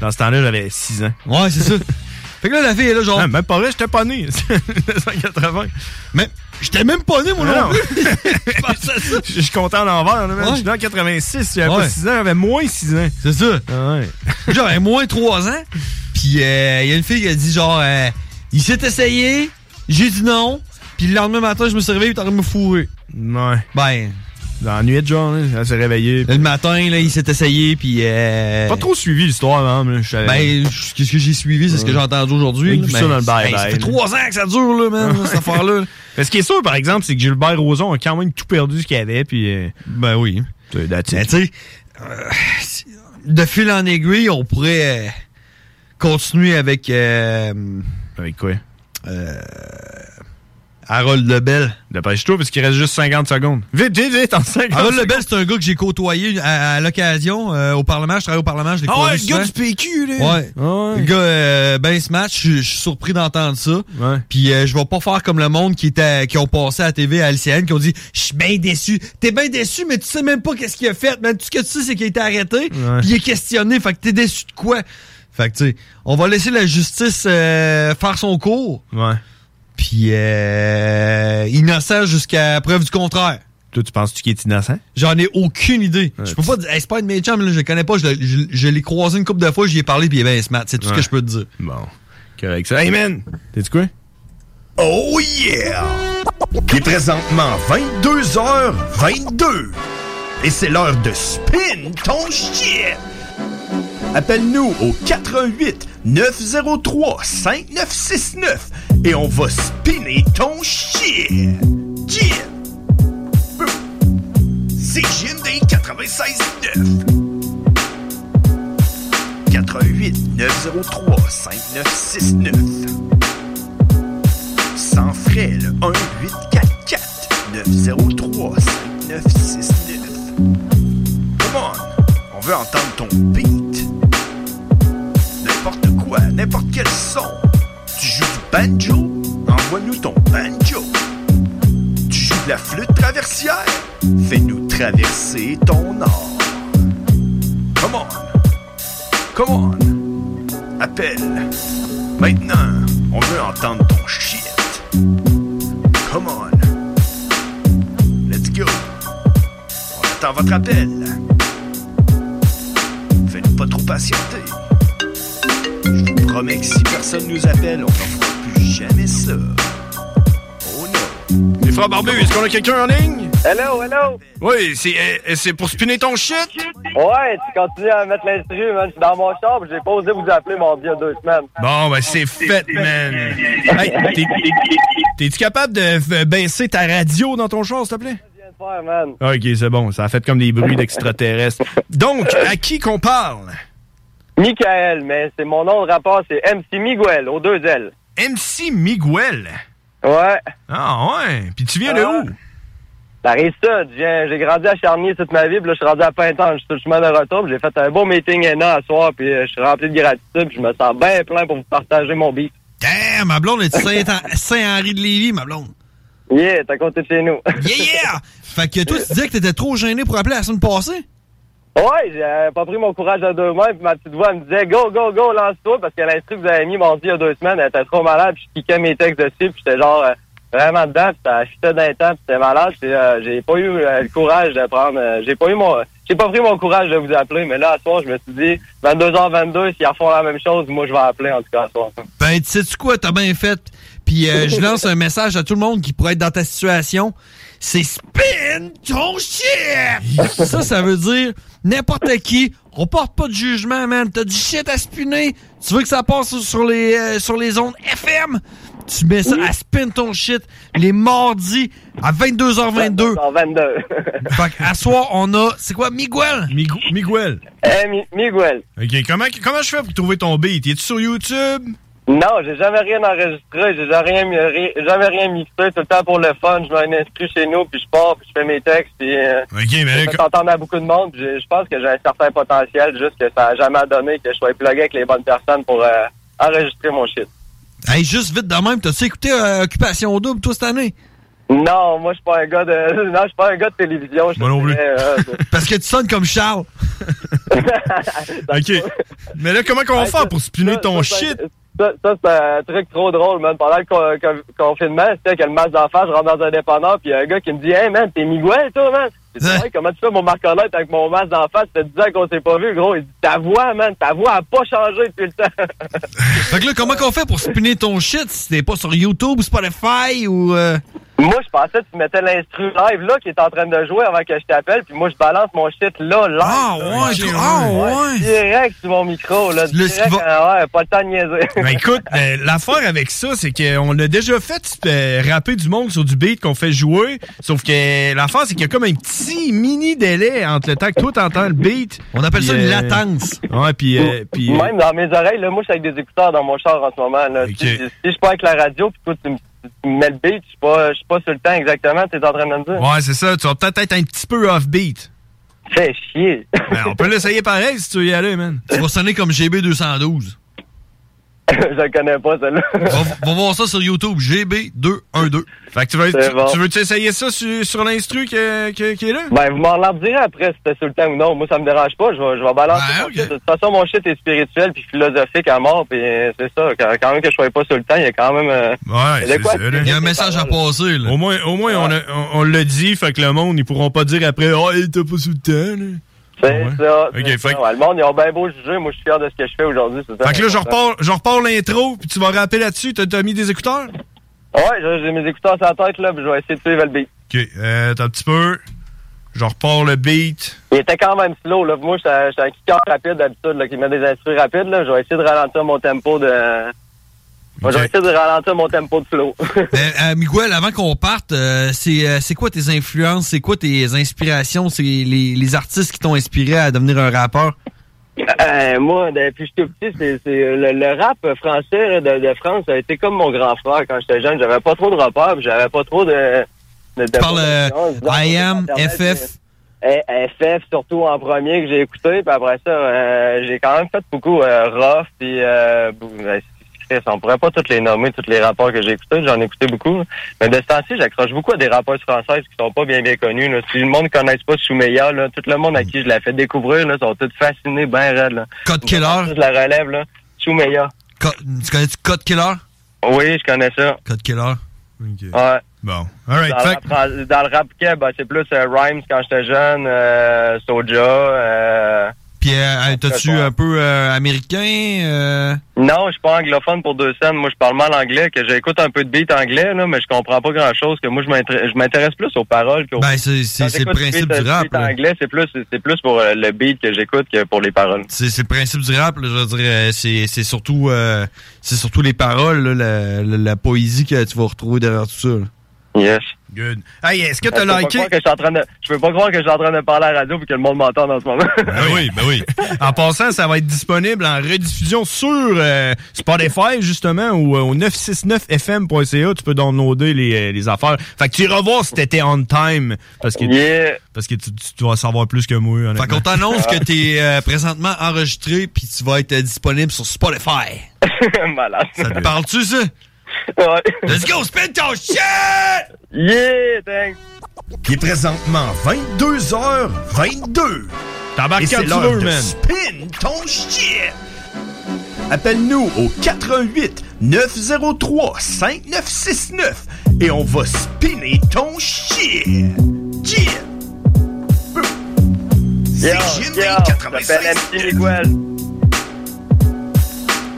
S5: Dans ce temps-là, j'avais 6 ans. Ah,
S7: Ouais, c'est ça. Fait que là, la fille est là, genre.
S5: même pas vrai, j'étais pas né. 1980.
S7: Mais j'étais même pas né, moi non, plus.
S5: Je suis content à l'envers, là, man.
S7: Ouais.
S5: Je suis né en 86, j'avais
S7: Ouais.
S5: pas 6 ans, j'avais moins 6 ans. Ah
S7: C'est ça.
S5: Ouais.
S7: J'avais moins 3 ans. Puis euh, il y a une fille qui a dit, genre, euh, il s'est essayé, j'ai dit non. Puis le lendemain matin, je me suis réveillé, il est en train de me fourrer.
S5: Ouais.
S7: Ben.
S5: Dans la nuit, genre, là, elle s'est réveillée.
S7: Le matin, là, il s'est essayé, puis. euh,
S5: Pas trop suivi l'histoire, man. là, je savais-
S7: Ben, je- qu'est-ce que j'ai suivi, c'est ce que j'ai entendu aujourd'hui.
S5: J'ai vu
S7: là,
S5: ça
S7: mais-
S5: dans le bye-bye,
S7: Hey, Ça
S5: là.
S7: fait 3 ans que ça dure, là, man, cette affaire-là.
S5: Mais ce qui est sûr, par exemple, c'est que Gilbert Rozon a quand même tout perdu ce qu'il avait, puis. euh,
S7: Ben oui.
S5: t'sais, that's it.
S7: Mais tu sais, euh, si- de fil en aiguille, on pourrait euh, continuer avec euh,
S5: Avec quoi?
S7: Harold Lebel.
S5: Dépêche-toi, parce qu'il reste juste 50 secondes. Vite, vite, vite, en 50
S7: Harold
S5: secondes.
S7: Ah, Lebel, c'est un gars que j'ai côtoyé à, à l'occasion euh, au Parlement. Je travaille au Parlement, je l'ai
S5: Ah ouais,
S7: croisé
S5: le gars
S7: souvent.
S5: du PQ, là.
S7: Ouais.
S5: Ah
S7: Le
S5: ouais.
S7: gars, euh, ben ce match, je je suis surpris d'entendre ça. Puis euh, je vais pas faire comme le monde qui était qui ont passé à la TV à LCN qui ont dit "Je suis bien déçu. T'es bien déçu mais tu sais même pas qu'est-ce qu'il a fait. Mais tout ce que tu sais c'est qu'il a été arrêté, puis il est questionné, fait que t'es déçu de quoi Fait que tu sais, on va laisser la justice euh, faire son cours.
S5: Ouais.
S7: Puis euh, innocent jusqu'à preuve du contraire.
S5: Toi, tu penses-tu qu'il est innocent?
S7: J'en ai aucune idée. Je peux pas dire, hey, c'est pas un de mes chums, là, je le connais pas, je, l'ai- je- je l'ai croisé une couple de fois, j'y ai parlé, puis il est bien smart, c'est tout ce
S5: Ouais.
S7: que je peux te dire.
S5: Bon. Correct. ça. Hey, man! T'es-tu quoi?
S3: Oh yeah! Il est présentement 22h22. Et c'est l'heure de spin ton shit! Appelle-nous au 88 903 5969 et on va spinner ton shit! Yeah! C'est JMD 96.9 88 903 5969 sans frais, le 1-844-903-5969. Come on, on veut entendre ton beat.
S19: joue à n'importe quel son. Tu joues du banjo, envoie-nous ton banjo. Tu joues de la flûte traversière, fais-nous traverser ton or. Come on, come on, appelle. Maintenant, on veut entendre ton shit. Come on, let's go. On attend votre appel. Faites pas trop patienter. Je vous promets que si personne nous appelle, on ne fera plus jamais ça. Oh non.
S5: Les frères barbus, est-ce qu'on a quelqu'un en ligne?
S20: Hello, hello!
S5: Oui, c'est euh, c'est pour spinner ton shit?
S20: Ouais, tu continues à mettre l'instru, man. Je suis dans mon char, puis j'ai pas osé vous appeler, mon vieux, deux semaines.
S5: Bon, ben c'est fait, man. Hey, t'es- t'es-tu capable de euh, baisser ta radio dans ton char, s'il te plaît?
S20: Je viens de faire, man.
S5: Ok, c'est bon, ça a fait comme des bruits d'extraterrestres. Donc, à qui qu'on parle?
S20: Michael, mais c'est mon nom de rapport, c'est MC Miguel, aux deux L.
S5: MC Miguel?
S20: Ouais.
S5: Ah ouais? Puis tu viens de où?
S20: La rive sud, Je viens- j'ai grandi à Charnier toute ma vie, puis là, je suis rendu à Pintan, je suis sur le chemin de retour, puis j'ai fait un beau meeting ENA à soir, puis euh, je suis rempli de gratitude, puis je me sens bien plein pour vous partager mon beat.
S7: Damn, ma blonde est Saint- Saint-Henri-de-Lévis, ma blonde.
S20: Yeah, t'as compté de chez nous.
S7: Yeah, yeah! Fait que toi, tu disais que t'étais trop gêné pour appeler la semaine passée?
S20: Ouais, j'ai euh, pas pris mon courage à deux mains, puis ma petite voix elle me disait go, go, go, lance-toi, parce que l'instru que vous avez mis mardi il y a deux semaines, elle était trop malade, puis je piquais mes textes dessus, puis j'étais genre euh, vraiment dedans, puis ça chutait d'un temps, puis c'était malade, puis euh, j'ai pas eu euh, le courage de prendre, euh, j'ai pas eu mon, j'ai pas pris mon courage de vous appeler, mais là, à soir, je me suis dit, 22h22, s'ils refont la même chose, moi, je vais appeler, en tout cas, à soir.
S7: Ben, tu sais-tu quoi, t'as bien fait. Puis euh, je lance un message à tout le monde qui pourrait être dans ta situation. C'est spin ton shit! ça, ça veut dire n'importe qui. On porte pas de jugement, man. T'as du shit à spinner. Tu veux que ça passe sur les, euh, sur les ondes FM? Tu mets ça à spin ton shit les mardis à 22h22.
S20: 22.
S7: fait qu'à soir, on a. C'est quoi, Miguel?
S5: Miguel.
S20: Eh, Miguel.
S5: Ok, comment, comment je fais pour trouver ton beat? Es-tu sur YouTube?
S20: Non, j'ai jamais rien enregistré, j'ai jamais rien, mi- ri- jamais rien mixé, tout le temps pour le fun, je m'en inscris chez nous, puis je pars, puis je fais mes textes, puis euh,
S5: je
S20: fais entendre à beaucoup de monde, puis je je pense que j'ai un certain potentiel, juste que ça a jamais donné que je sois plugué avec les bonnes personnes pour euh, enregistrer mon shit.
S7: Hey, juste vite de même, t'as-tu écouté euh, Occupation Double, toi, cette année?
S20: Non, moi je suis pas un gars de non, je suis pas un gars de télévision, je euh, non plus.
S7: Parce que tu sonnes comme Charles.
S5: ok. Mais là, comment qu'on va faire pour spinner ton shit?
S20: Ça, ça, c'est un truc trop drôle, man. Pendant le co- co- confinement, c'était que le masque d'en face, je rentre dans un dépanneur, puis il y a un gars qui me dit Hey, man, t'es Miguel, toi, man. J'ai dit, Ouais, comment tu fais mon reconnaître avec mon masque d'en face? Ça fait 10 ans qu'on s'est pas vu, gros. Il dit Ta voix, man, ta voix a pas changé depuis le temps.
S7: Fait que là, comment qu'on fait pour spinner ton shit si t'es pas sur YouTube, Spotify ou... euh,
S20: moi, je pensais que tu mettais l'instru live, là, qui est en train de jouer avant que je t'appelle, puis moi, je balance mon shit, là, live. Ah,
S7: ouais, ah, ouais.
S20: Direct sur mon micro, là. direct, ah, ouais, pas le temps de niaiser.
S5: Ben écoute, euh, l'affaire avec ça, c'est qu'on l'a déjà fait euh, rapper du monde sur du beat qu'on fait jouer. Sauf que l'affaire, c'est qu'il y a comme un petit mini délai entre le temps que toi t'entends le beat.
S7: On appelle ça une
S5: latence. Ouais, puis. euh, puis euh,
S20: Même dans mes oreilles, là, moi, je suis avec des écouteurs dans mon char en ce moment. Là. Si, si je suis pas avec la radio, puis toi, tu me tu me mets le beat, je suis pas, je suis pas sur le temps exactement, t'es en train de me dire.
S5: Ouais, c'est ça. Tu vas peut-être être un petit peu off-beat.
S20: Fais chier.
S5: Ben, on peut l'essayer pareil si tu veux y aller, man.
S7: Tu vas sonner comme GB212.
S20: je le connais pas, celle-là.
S7: va, va voir ça sur YouTube, GB212.
S5: Fait que tu veux, tu, tu veux-tu essayer ça sur, sur l'instru que- que- qui est là?
S20: Ben, vous m'en direz après si c'était sur le temps ou non. Moi, ça me dérange pas, je vais, je vais balancer mon shit. De toute façon, mon shit est spirituel puis philosophique à mort, puis euh, c'est ça. Quand, quand même que je sois pas sur le temps, il y a quand même... euh, il y a de quoi expliquer tes paroles.
S7: passer.
S5: hein. Au moins, au moins on, a- on- on l'a dit, fait que le monde, ils pourront pas dire après, oh, il t'a pas sous le temps. là.
S20: C'est ça.
S5: Ok,
S20: c'est
S5: fait
S20: ça. Ouais, le monde, ils ont bien beau juger. Moi, je suis fier de ce que je fais aujourd'hui. c'est ça.
S5: Fait que là, je repars, je repars l'intro, puis tu vas rapper là-dessus. T'as- T'as mis des écouteurs?
S20: Ouais, j'ai- j'ai mes écouteurs sur la tête, là, puis je vais essayer de suivre le beat.
S5: Ok, euh, t'as un petit peu. Je repars le beat.
S20: Il était quand même slow, là. Moi, je suis un- je suis un kicker rapide d'habitude, là, qui met des instruments rapides, là. Je vais essayer de ralentir mon tempo de... Moi, je vais essayer de ralentir mon tempo de flow.
S7: Euh, euh, Miguel, avant qu'on parte, euh, c'est euh, c'est quoi tes influences, c'est quoi tes inspirations, c'est les, les artistes qui t'ont inspiré à devenir un rappeur?
S20: Euh, moi, depuis que je suis tout petit, c'est, c'est, euh, le, le rap français là, de, de France ça a été comme mon grand frère quand j'étais jeune. J'avais
S5: euh,
S20: pas trop de repères, puis j'avais pas trop de... de, de-
S7: Par le
S20: Non, disons,
S7: I am
S20: Internet,
S7: FF
S20: eh, FF surtout en premier que j'ai écouté. Puis après ça, euh, j'ai quand même fait beaucoup euh, Rough. Puis euh, bou- ben, Chris, on pourrait pas toutes les nommer, tous les rappeurs que j'ai écoutés. J'en ai écouté beaucoup. Mais de ce temps-ci, j'accroche beaucoup à des rappeurs françaises qui sont pas bien bien connus. là. Si le monde ne connaît pas Soumeya, là, tout le monde à qui je l'ai fait découvrir, là, sont tous fascinés, ben raides. là.
S7: Code Killer.
S20: Je la relève, là. Soumeya.
S7: Co- tu connais-tu Code Killer?
S20: Oui, je connais ça.
S7: Code Killer.
S20: Ouais.
S7: Bon. All right.
S20: Dans,
S7: Fait
S20: le rap, fran- dans le rap québécois, ben, c'est plus euh, Rhymes quand j'étais jeune, euh, Soja. euh,
S7: Puis, euh, euh, t'as-tu un peu euh, américain? euh,
S20: Non, je suis pas anglophone pour deux scènes. Moi, je parle mal anglais, que j'écoute un peu de beat anglais, là, mais je comprends pas grand-chose. Que moi, je m'intér- je m'intéresse plus aux paroles qu'aux
S7: Ben, c'est- c'est-
S20: Quand
S7: c'est le
S20: j'écoute
S7: principe
S20: beat-
S7: du rap,
S20: beat
S7: là.
S20: anglais, c'est plus, c'est plus pour euh, le beat que j'écoute que pour les paroles.
S7: C'est c'est le principe du rap, là, je veux dire, euh, c'est c'est surtout, euh, c'est surtout les paroles, là, la, la- la poésie que tu vas retrouver derrière tout ça.
S20: Yes.
S7: Good. Hey, est-ce que t'as
S20: Je peux pas
S7: liké-
S20: croire que je suis en train de- Je peux pas croire que je suis en train de parler à la radio et que le monde m'entende en ce moment.
S5: Ben oui, ben oui. En passant, ça va être disponible en rediffusion sur euh, Spotify, justement, ou euh, au 969fm.ca. Tu peux downloader les, euh, les affaires. Fait que tu iras voir si t'étais on time. Parce que,
S20: Yeah.
S5: parce que tu, tu- tu vas savoir plus que moi, honnêtement.
S7: Fait qu'on t'annonce
S20: Ah.
S7: que t'es euh, présentement enregistré puis tu vas être euh, disponible sur Spotify.
S20: Malade.
S7: Ça te parle-tu, ça?
S20: Ouais.
S7: Let's go, spin ton shit!
S20: Yeah, thanks.
S3: Il est présentement 22h22.
S5: T'embarques
S3: Et
S5: Bah, quand
S3: c'est
S5: tu
S3: l'heure
S5: veux,
S3: de
S5: man.
S3: Spin ton shit! Appelle-nous au 88 903 5969 et on va spinner ton shit! Yeah!
S20: Yo,
S3: CGMD
S20: yo,
S3: 96.
S20: j'appelle MC Miguel.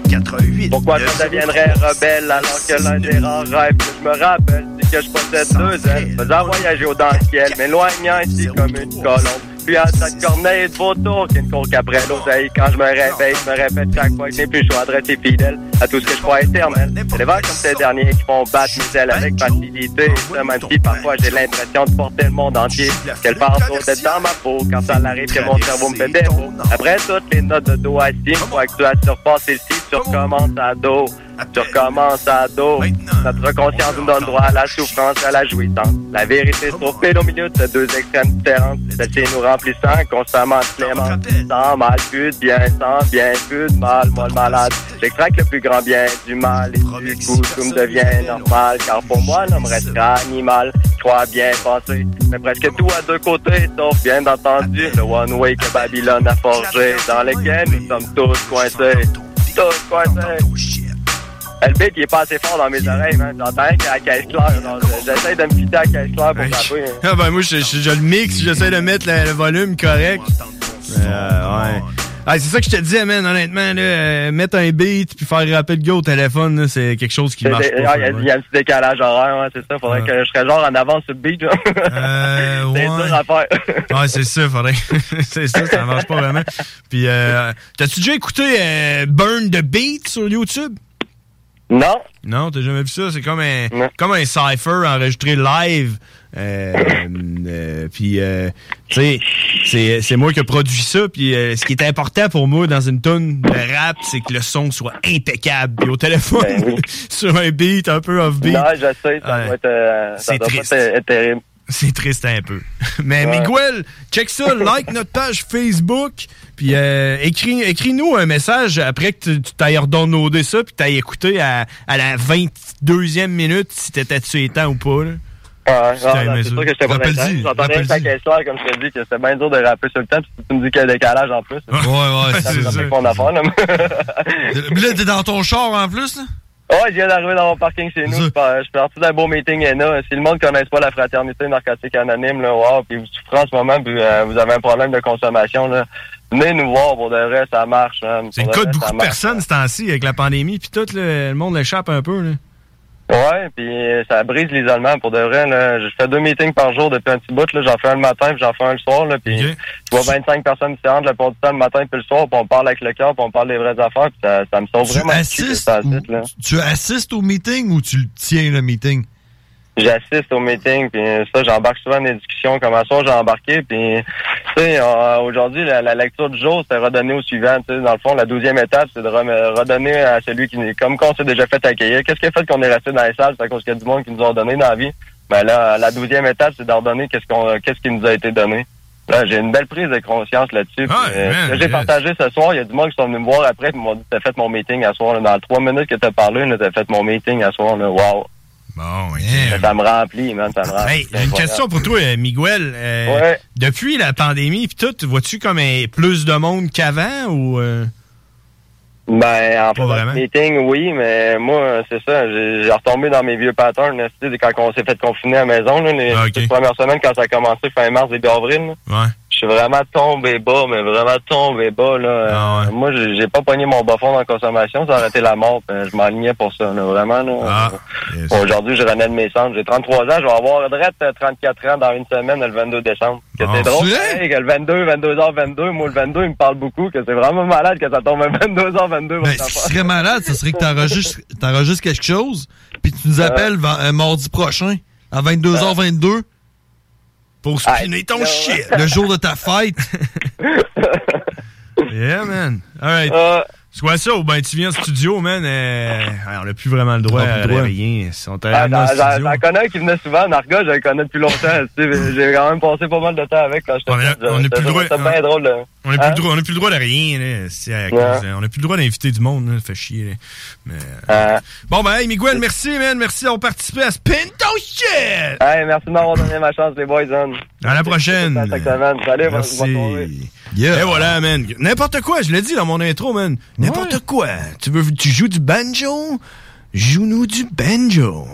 S3: 88.
S20: Pourquoi je deviendrais rebelle alors que l'un des rares rêves que je me rappelle, c'est que je possède deux ailes, faisant voyager au dentiel, m'éloignant ici comme une colombe. Puis à chaque corneille de vautour qui ne court qu'après l'oseille. Quand je me réveille, je me répète chaque fois que je n'ai plus le choix d'être si fidèle à tout ce que je crois éternel. C'est les vagues comme ces derniers qui font battre mes ailes avec facilité. Et ce, Même si parfois j'ai l'impression de porter le monde entier. Qu'elle part d'être dans ma peau quand ça arrive que mon cerveau me fait défaut. Après toutes les notes de do à si, une fois que tu as surpassé le si, tu recommences à dos. Tu recommences à dos. Notre conscience nous donne droit à la souffrance, à la jouissance. La vérité se trouve pile au milieu de ces deux extrêmes différentes. Celle-ci nous remplissant constamment de clémence. Sans mal, plus de bien, sans bien, plus de mal, moi le malade. J'extracte le plus grand bien du mal et du coup tout me devient normal. Car pour moi, l'homme restera animal. Je Crois bien penser, mais presque tout à deux côtés, sauf bien entendu le one-way que Babylone a forgé, dans lequel nous sommes tous coincés. Tous coincés. Le beat, il est pas assez fort dans mes oreilles, man. J'entends rien qu'à la caisse claire. genre, je- J'essaie de me fitter à la caisse claire pour taper. hein.
S5: Ah ben moi, je, je- je le mixe, j'essaie de mettre le, le volume correct. Mais, euh, ouais. Ah, c'est ça que je te disais, man, honnêtement, là, euh, mettre un beat puis faire rapper le go au téléphone, là, c'est quelque chose qui
S20: C'est-
S5: marche
S20: c'est-
S5: pas.
S20: ah, Il y, a- il y a un petit décalage horaire, ouais, c'est ça. Faudrait que je serais genre en avance sur le beat. là. c'est
S5: Ah. Euh, ouais.
S20: dur à faire.
S5: Ouais, c'est ça, faudrait. c'est ça, ça marche pas vraiment. Puis, euh, t'as-tu déjà écouté euh, Burn the Beat sur YouTube?
S20: Non.
S5: Non, t'as jamais vu ça? C'est comme un, comme un cipher enregistré live. Euh, euh, puis, euh, tu sais, c'est, c'est moi qui ai produit ça. Puis, euh, ce qui est important pour moi dans une tonne de rap, c'est que le son soit impeccable. Puis, au téléphone, sur un beat un peu off-beat.
S20: Ben Non, je sais, ça doit être, euh, ça
S5: C'est
S20: doit pas
S5: triste.
S20: être, euh, terrible. Ah,
S5: C'est triste un peu. Mais
S20: Ouais.
S5: Miguel, check ça, like notre page Facebook, puis euh, écris, écris-nous un message après que tu, tu t'ailles redownloader ça, puis t'ailles écouter à, à la 22e minute si t'étais-tu éteint ou pas. là.
S20: Ah,
S5: Si
S20: ah,
S5: t'as
S20: non,
S5: aimé
S20: c'est
S5: ça.
S20: sûr que j'étais pas
S5: Rappelle-y,
S20: là-dedans. J'entends rien
S5: rappelle-y.
S20: que la caisse claire, comme je te dis, que c'est bien dur de rapper sur le temps. Puis tu me dis qu'il y a un décalage en plus.
S7: Ouais, ouais,
S20: ça.
S7: c'est
S20: me
S7: ça.
S20: fait mon affaire, là.
S7: euh, Là, t'es dans ton char en plus, là?
S20: Ouais, je viens d'arriver dans mon parking chez nous. Je suis par- je suis parti d'un beau meeting ENA. Si le monde ne connaisse pas la fraternité narcotique anonyme, là, wow, puis vous souffrez en ce moment, puis euh, vous avez un problème de consommation, là, venez nous voir. Pour de vrai, ça marche.
S5: C'est le cas de beaucoup de personnes ce temps-ci avec la pandémie, puis tout là, le monde l'échappe un peu. là.
S20: Ouais, puis euh, ça brise l'isolement. Pour de vrai, là, je fais deux meetings par jour depuis un petit bout. là. J'en fais un le matin, puis j'en fais un le soir. Là, puis je vois 25 personnes différentes le du temps le matin puis le soir, puis on parle avec le cœur, puis on parle des vraies affaires, puis ça, ça me sauve
S7: Tu
S20: vraiment. le cul,
S7: assistes
S20: ça, assiste, là.
S7: Tu assistes au meeting ou tu le tiens le meeting?
S20: J'assiste au meeting, puis euh, ça, j'embarque souvent dans des discussions. Comme à soir, j'ai embarqué, puis tu sais, euh, aujourd'hui, la, la lecture du jour, c'est redonner au suivant. tu sais. Dans le fond, la douzième étape, c'est de rem- redonner à celui qui, n'est- comme qu'on s'est déjà fait accueillir. Qu'est-ce qui a fait qu'on est resté dans les salles? C'est à cause qu'il y a du monde qui nous a donné dans la vie. Ben là, la douzième étape, c'est d'ordonner qu'est-ce qu'on, qu'est-ce qui nous a été donné. Là, j'ai une belle prise de conscience là-dessus. puis,
S21: Ah,
S20: euh,
S21: man,
S20: ce que j'ai
S21: yes.
S20: partagé ce soir, il y a du monde qui sont venus me voir après et m'ont dit T'as fait mon meeting à soir. là. Dans trois minutes que t'as parlé, là, t'as fait mon meeting à soir. Là. Wow.
S5: Bon,
S20: Ça, ça me remplit, man. Ça me remplit.
S5: Hey, j'ai une question pour toi, euh, Miguel. Euh,
S20: Ouais.
S5: Depuis la pandémie, pis tout, vois-tu comme euh, plus de monde qu'avant ou. euh,
S20: Ben, en
S5: Pas vraiment.
S20: fait, meeting, oui, mais moi, c'est ça. J'ai j'ai retombé dans mes vieux patterns. là, tu sais, quand on s'est fait confiner à la maison, là, les
S5: Ah, ok.
S20: les premières semaines, quand ça a commencé fin mars, début avril, là,
S5: Ouais.
S20: je suis vraiment tombé bas, mais vraiment tombé bas. Là. Euh,
S5: Ah,
S20: Moi, j'ai j'ai pas pogné mon bas fond en consommation, ça aurait été la mort. puis je m'alignais pour ça, là, vraiment. là.
S5: Ah,
S20: Euh, Aujourd'hui, je renais de mes cendres. J'ai 33 ans, je vais avoir drette, euh, 34 ans dans une semaine, le 22 décembre. Que
S21: Ah,
S20: c'est drôle,
S21: c'est
S20: pareil, que le 22, 22h22, moi, le 22, il me parle beaucoup, que c'est vraiment malade que ça tombe à 22h22.
S7: Ben, ce qui serait malade, ce serait que t'enregistres t'enregistres quelque chose, puis tu nous appelles ven- euh, mardi prochain, à 22h22, pour spinner ton shit. Le jour de ta fête.
S5: Yeah, man. All right.
S20: Euh,
S5: Soit ça, ou ben tu viens en studio, man. euh, on n'a plus vraiment le droit
S20: On a plus
S5: à
S20: le droit.
S5: rien. Si on t'a
S20: Ah,
S5: amené en
S20: J'en j'en-
S5: studio.
S20: j'en connais un qui venait souvent, Narga, je le connais depuis longtemps. tu sais, J'ai quand même passé pas mal de temps avec quand j'étais jeune.
S5: on a plus le droit-
S20: C'était bien drôle. là.
S5: On n'a plus,
S20: Hein?
S5: le droit- on a plus le droit de rien. Là, C'est à cause,
S20: Ouais.
S5: euh, on n'a plus le droit d'inviter du monde. Là, ça fait chier. là. Mais, euh, Bon, ben, hey, Miguel, merci, man. Merci d'avoir participé à Spin Ton Shit.
S20: Hey, merci de m'avoir donné ma chance, les boys. hein.
S5: À la prochaine.
S20: Cette semaine. Salut, bonne-
S5: Merci.
S20: bonne soirée.
S5: Et voilà, man. N'importe quoi, je l'ai dit dans mon intro, man. N'importe quoi. Tu veux, tu joues du banjo? Joue-nous du banjo.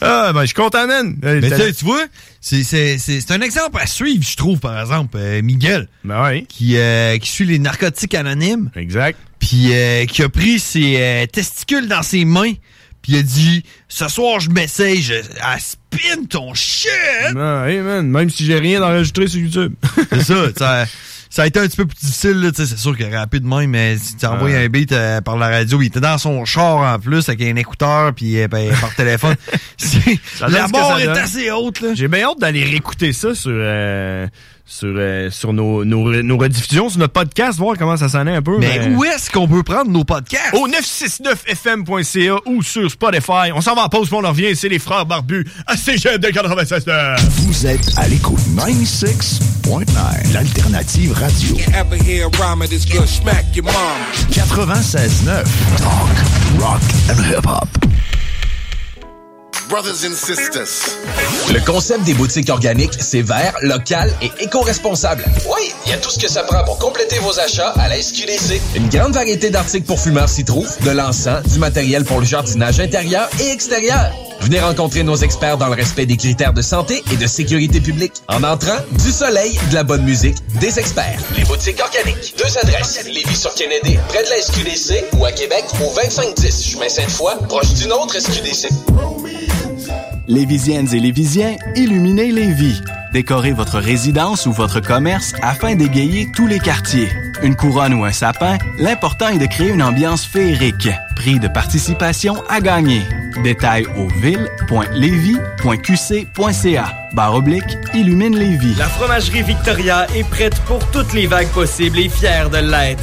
S5: ah, ben, je suis content, man. Euh,
S7: Mais
S5: t'as-
S7: tu sais, tu vois, c'est- c'est c'est- c'est un exemple à suivre, je trouve, par exemple, euh, Miguel. Qui, euh, qui suit les narcotiques anonymes.
S5: Ben Exact.
S7: Puis euh, qui a pris ses euh, testicules dans ses mains. Puis il a dit Ce soir, je m'essaye, je à spin ton shit.
S5: Non, hey, Ben man, même si j'ai rien d'enregistré sur YouTube.
S7: c'est ça, ça. Ça a été un petit peu plus difficile, là, tu sais, c'est sûr que rapidement, mais si tu envoies
S5: Ouais.
S7: un beat euh, par la radio, il était dans son char en plus avec un écouteur puis euh, ben, par téléphone. C'est-
S5: Ça donne
S7: la
S5: ce que
S7: barre
S5: ça
S7: est
S5: donne.
S7: assez haute là.
S5: J'ai bien hâte d'aller réécouter ça sur, euh, sur, euh, sur nos, nos, re- nos rediffusions, sur notre podcast, voir comment ça sonnait un peu.
S7: Mais où est-ce qu'on peut prendre nos podcasts?
S5: Au 969fm.ca ou sur Spotify. On s'en va en pause, puis on en revient. C'est les frères barbus à CGM de 96.
S14: Vous êtes à l'écoute 96.9, l'alternative radio.
S21: Ever hear a rhyme of this girl smack your mom?
S14: 96.9, talk, rock and hip-hop.
S22: Brothers and sisters.
S23: Le concept des boutiques organiques, c'est vert, local et éco-responsable. Oui, il y a tout ce que ça prend pour compléter vos achats à la SQDC. Une grande variété d'articles pour fumeurs s'y trouve, de l'encens, du matériel pour le jardinage intérieur et extérieur. Venez rencontrer nos experts dans le respect des critères de santé et de sécurité publique. En entrant, du soleil, de la bonne musique, des experts. Les boutiques organiques. Deux adresses. Lévis-sur-Kennedy, près de la SQDC ou à Québec au 2510 chemin Sainte-Foy, proche d'une autre SQDC.
S24: Lévisiennes et Lévisiens, illuminez Lévis. Décorez votre résidence ou votre commerce afin d'égayer tous les quartiers. Une couronne ou un sapin, l'important est de créer une ambiance féerique. Prix de participation à gagner. Détails au ville.lévis.qc.ca. Barre oblique, illumine Lévis.
S12: La fromagerie Victoria est prête pour toutes les vagues possibles et fière de l'être.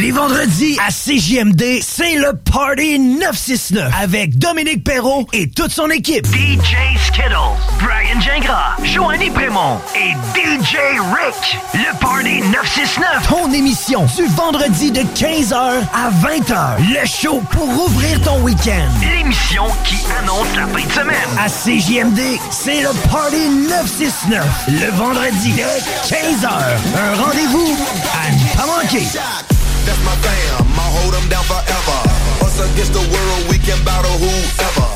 S24: Les vendredis à CJMD, c'est le Party 969 avec Dominique Perrault et toute son équipe.
S25: DJ Skittles, Brian Gingras, Joanny Prémont et DJ Rick. Le Party 969.
S24: Ton émission du vendredi de 15h à 20h. Le show pour ouvrir ton week-end.
S25: L'émission qui annonce la fin de semaine.
S24: À CJMD, c'est le Party 969. Le vendredi de 15h. Un rendez-vous à ne pas manquer.
S22: That's my fam. I'll hold them down forever. Us against the world, we can battle whoever.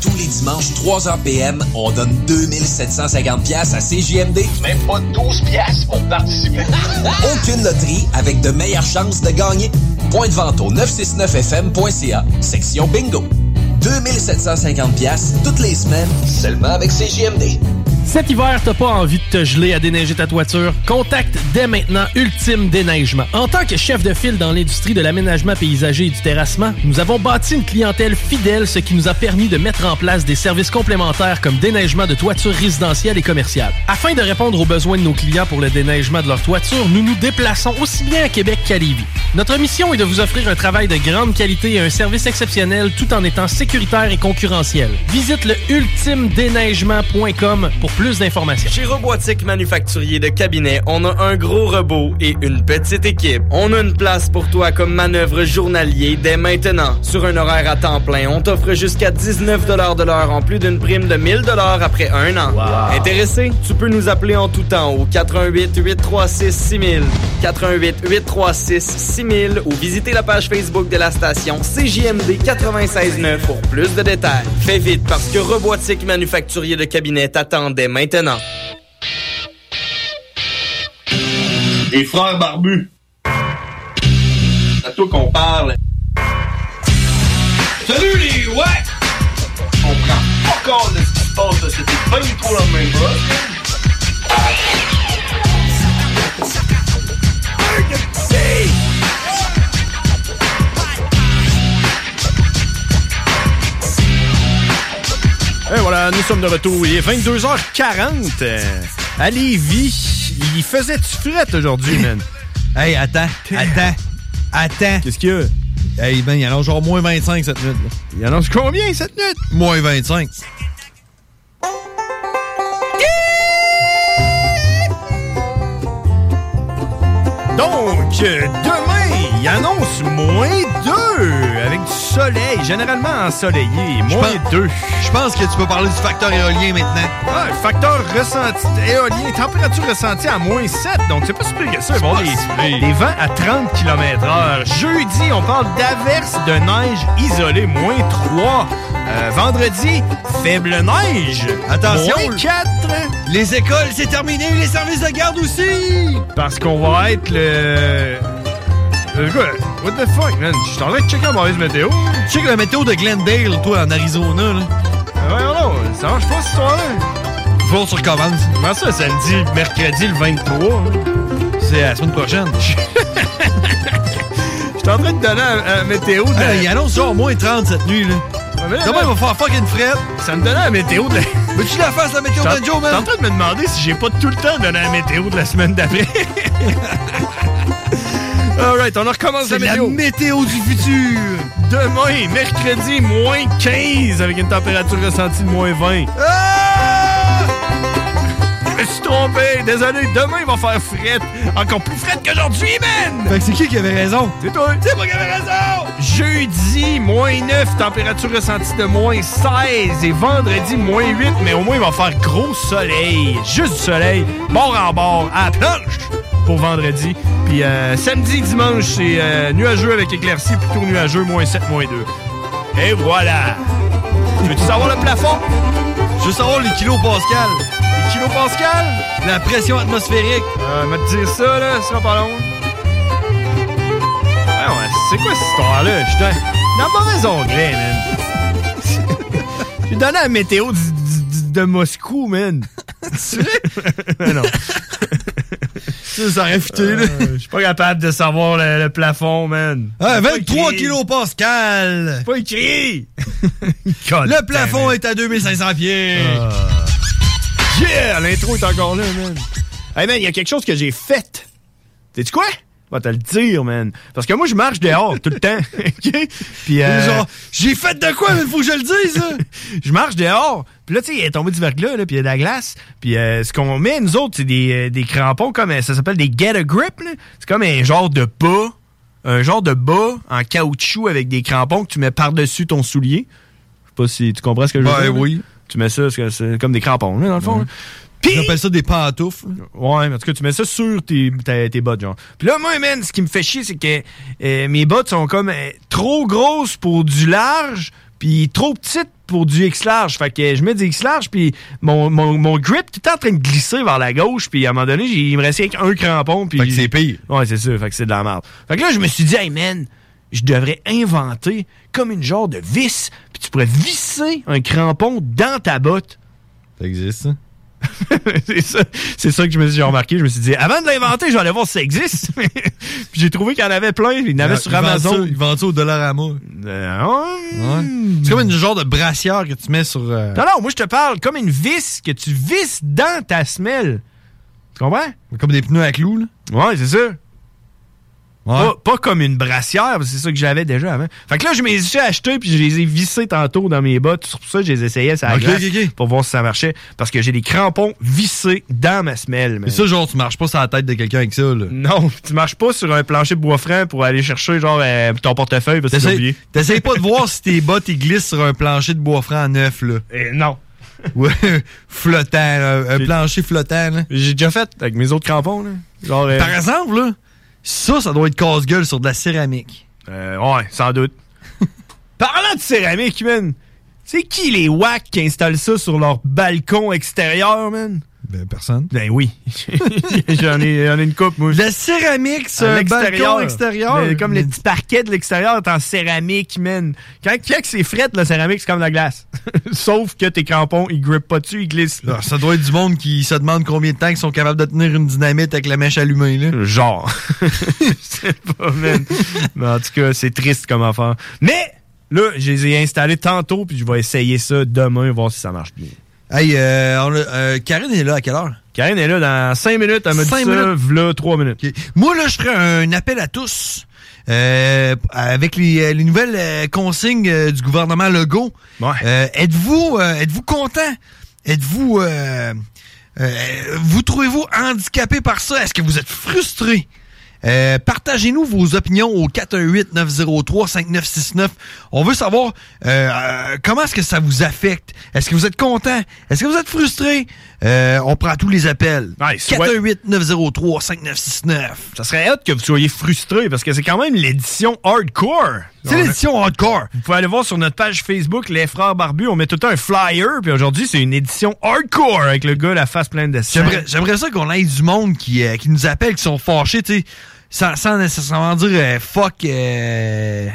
S23: Tous les dimanches, 3h PM, on donne 2750 pièces à CJMD. Même pas 12 pièces pour participer. Aucune loterie avec de meilleures chances de gagner. Point de vente au 969fm.ca, section bingo. 2750 pièces toutes les semaines, seulement avec CJMD.
S17: Cet hiver, t'as pas envie de te geler à déneiger ta toiture? Contacte dès maintenant Ultime Déneigement. En tant que chef de file dans l'industrie de l'aménagement paysager et du terrassement, nous avons bâti une clientèle fidèle, ce qui nous a permis de mettre en place des services complémentaires comme déneigement de toitures résidentielles et commerciales. Afin de répondre aux besoins de nos clients pour le déneigement de leur toiture, nous nous déplaçons aussi bien à Québec qu'à Lévis. Notre mission est de vous offrir un travail de grande qualité et un service exceptionnel tout en étant sécuritaire et concurrentiel. Visite le ultimedéneigement.com pour plus d'informations.
S12: Chez Robotique Manufacturier de Cabinet, on a un gros robot et une petite équipe. On a une place pour toi comme manœuvre journalier dès maintenant. Sur un horaire à temps plein, on t'offre jusqu'à 19 de l'heure en plus d'une prime de 1000 après un an. Intéressé? Tu peux nous appeler en tout temps au 88 836 6000, 88 836 6000 ou visiter la page Facebook de la station CJMD 96.9 pour plus de détails. Fais vite parce que Robotique Manufacturier de Cabinet t'attend dès maintenant.
S4: Les frères barbus. C'est à toi qu'on parle. Salut les ouais! On prend pas compte de ce qui se passe, là. c'était pas du tout la même chose.
S5: Et voilà, nous sommes de retour. Il est 22h40 euh, à Lévis. Il faisait du fret aujourd'hui, man.
S7: Hey, attends, attends, attends.
S5: Qu'est-ce qu'il y a?
S7: Hey, man, il annonce genre moins 25 cette nuit. là.
S5: Il annonce combien cette nuit?
S7: Moins 25.
S5: Donc, euh, demain, il annonce moins 2 avec du soleil, généralement ensoleillé, moins 2. Je pense que tu peux parler du facteur éolien maintenant. Ah, le facteur ressenti, éolien, température ressentie à moins 7, donc c'est pas si pire que ça. Il va y avoir des, des vents à 30 km/h. Jeudi, on parle d'averses de neige isolée, moins 3. Euh, vendredi, faible neige.
S7: Attention,
S5: Moins 4.
S7: Les écoles, c'est terminé, les services de garde aussi!
S5: Parce qu'on va être le. Le gars, What the fuck, man? Je suis en train de checker la mauvaise météo.
S7: Check la météo de Glendale, toi, en Arizona, là.
S5: Ouais, non, ça marche pas cette histoire-là.
S7: Faut qu'on se recommence.
S5: Comment ça, samedi, mercredi, le 23?
S7: C'est la semaine prochaine.
S5: Je suis en train de donner la la météo de.
S7: Hey, Euh, il annonce genre moins 30 cette nuit, là.
S5: Ah,
S7: Demain, il va faire fucking frette.
S5: Ça me donnait la météo de la.
S7: Veux-tu la face, la météo
S5: J'suis en-
S7: de Joe,
S5: j'suis en
S7: man?
S5: train de me demander si j'ai pas tout le temps donné la météo de la semaine d'après. Alright, on recommence la
S7: C'est la
S5: météo.
S7: météo du futur.
S5: Demain, mercredi, moins 15 avec une température ressentie de moins 20. Je me suis trompé, désolé. Demain, il va faire frette. Encore plus frette qu'aujourd'hui, man!
S7: Fait que c'est qui qui avait raison?
S5: C'est toi! C'est moi qui avais raison! Jeudi, moins 9, température ressentie de moins 16. Et vendredi, moins 8, mais au moins, il va faire gros soleil. Juste du soleil, bord en bord, à la planche pour vendredi. Puis euh, samedi, dimanche, c'est euh, nuageux avec éclaircie, plutôt nuageux, moins 7, moins 2. Et voilà! Veux-tu savoir le plafond?
S7: Je veux savoir les kilos Pascal.
S5: Les kilos Pascal?
S7: La pression atmosphérique.
S5: Euh, me dire ça, là, c'est pas long. Ouais, ouais, c'est quoi cette histoire-là? Je suis dans- dans le mauvais onglet, man. Je suis donné la météo du- du- du- de Moscou, man. tu Non. Euh,
S7: Ça, ça aurait futé, là.
S5: Je suis pas capable de savoir le, le plafond, man.
S7: Ah,
S5: C'est pas
S7: 23
S5: écrit.
S7: kilos Pascal.
S5: Pas écrit. Oh,
S7: Le plafond est à 2500 pieds.
S5: Ah. Yeah! L'intro est encore là, man. Hey, man, il y a quelque chose que j'ai fait. Sais-tu quoi? Je vais te le dire, man. Parce que moi, je marche dehors tout le temps. OK? Puis, euh,
S7: Genre, j'ai fait de quoi, mais faut que je le dise, là.
S5: je marche dehors. Puis là, tu sais, il est tombé du verglas, là, puis il y a de la glace. Puis euh, ce qu'on met, nous autres, c'est des, euh, des crampons comme... euh, Ça s'appelle des get a grip, là. C'est comme un genre de bas. Un genre de bas en caoutchouc avec des crampons que tu mets par-dessus ton soulier. Je sais pas si tu comprends ce que je veux
S7: Ben
S5: dire. là.
S7: oui.
S5: Tu mets ça, parce que c'est comme des crampons, là, dans le fond. là. Puis...
S7: J'appelle ça des pantoufles.
S5: Ouais, mais en tout cas, tu mets ça sur tes, tes, tes bottes, genre. Puis là, moi, man, ce qui me fait chier, c'est que euh, mes bottes sont comme euh, trop grosses pour du large, puis trop petites pour du X large. Fait que je mets du X large, puis mon, mon, mon grip tout le temps en train de glisser vers la gauche, puis à un moment donné, j'ai- il me restait qu'un crampon. Puis fait que c'est
S7: pire.
S5: Ouais, c'est sûr, fait que c'est de la merde. Fait que là, je me suis dit, hey, man, je devrais inventer comme une genre de vis, puis tu pourrais visser un crampon dans ta botte.
S7: Ça existe, hein? ça?
S5: c'est ça, c'est ça que je me suis j'ai remarqué. Je me suis dit, avant de l'inventer, je vais aller voir si ça existe. Puis j'ai trouvé qu'il y en avait plein. Il y en
S7: Ah,
S5: avait sur Amazon. Euh,
S7: Ils vendent ça Euh, au dollar à moi. C'est comme une genre de brassière que tu mets sur. euh,
S5: Non, non, moi je te parle comme une vis que tu visses dans ta semelle. Tu comprends?
S7: Comme des pneus à clous, là.
S5: Ouais, c'est ça. Pas, pas comme une brassière, parce que c'est ça que j'avais déjà avant. Fait que là, je me les ai achetés puis je les ai vissés tantôt dans mes bottes. C'est pour ça que je les essayais ça la
S7: Ok,
S5: glace
S7: ok,
S5: pour voir si ça marchait. Parce que j'ai des crampons vissés dans ma semelle.
S7: Mais ça, genre, tu marches pas sur la tête de quelqu'un avec ça, là.
S5: Non, tu marches pas sur un plancher de bois franc pour aller chercher genre euh, ton portefeuille parce que tu l'as
S7: T'essayes
S5: oublié.
S7: t'essayes pas de voir si tes bottes ils glissent sur un plancher de bois franc neuf, là.
S5: Eh, non.
S7: Ouais, flottant, là, un plancher flottant, là.
S5: J'ai déjà fait avec mes autres crampons, là. euh,
S7: Par exemple, là, ça, ça doit être casse-gueule sur de la céramique.
S5: Euh, ouais, sans doute. Parlant de céramique, man, c'est qui les wacks qui installent ça sur leur balcon extérieur, man?
S7: Ben, personne.
S5: Ben oui. j'en, ai, j'en ai une coupe, moi.
S7: La céramique sur
S5: À
S7: un
S5: l'extérieur.
S7: balcon extérieur.
S5: Mais comme les petits parquets de l'extérieur est en céramique, man. Quand, quand c'est fret, la céramique, c'est comme de la glace. Sauf que tes crampons, ils grippent pas dessus, ils glissent.
S7: Alors, Ah, ça doit être du monde qui se demande combien de temps ils sont capables de tenir une dynamite avec la mèche allumée, là.
S5: Euh, Genre. pas, man. Mais en tout cas, c'est triste comme affaire. Mais là, je les ai installés tantôt, puis je vais essayer ça demain, voir si ça marche bien.
S7: Hey, euh, on a- euh, Karine est là à quelle heure?
S5: Karine est là dans 5 minutes. Elle m'a dit ça,
S7: Cinq minutes.
S5: v'là 3 minutes.
S7: Moi, là, je ferais un appel à tous. euh, avec les, euh, les nouvelles euh, consignes euh, du gouvernement Legault, Euh, êtes-vous euh, êtes-vous content? Êtes-vous euh, euh, vous trouvez-vous handicapé par ça? Est-ce que vous êtes frustré? Euh, Partagez-nous vos opinions au 418-903-5969. On veut savoir euh, euh, comment est-ce que ça vous affecte. Est-ce que vous êtes content? Est-ce que vous êtes frustré? Euh, on prend tous les appels.
S5: ouais.
S7: 418-903-5969.
S5: Ça serait hâte que vous soyez frustrés parce que c'est quand même l'édition hardcore.
S7: C'est l'édition hardcore.
S5: Vous pouvez aller voir sur notre page Facebook, Les Frères Barbus. On met tout le temps un flyer. Puis aujourd'hui, c'est une édition hardcore avec le gars, la face pleine de sang.
S7: J'aimerais, j'aimerais ça qu'on ait du monde qui, euh, qui nous appelle, qui sont fâchés, tu sais, sans, sans nécessairement dire euh, fuck euh,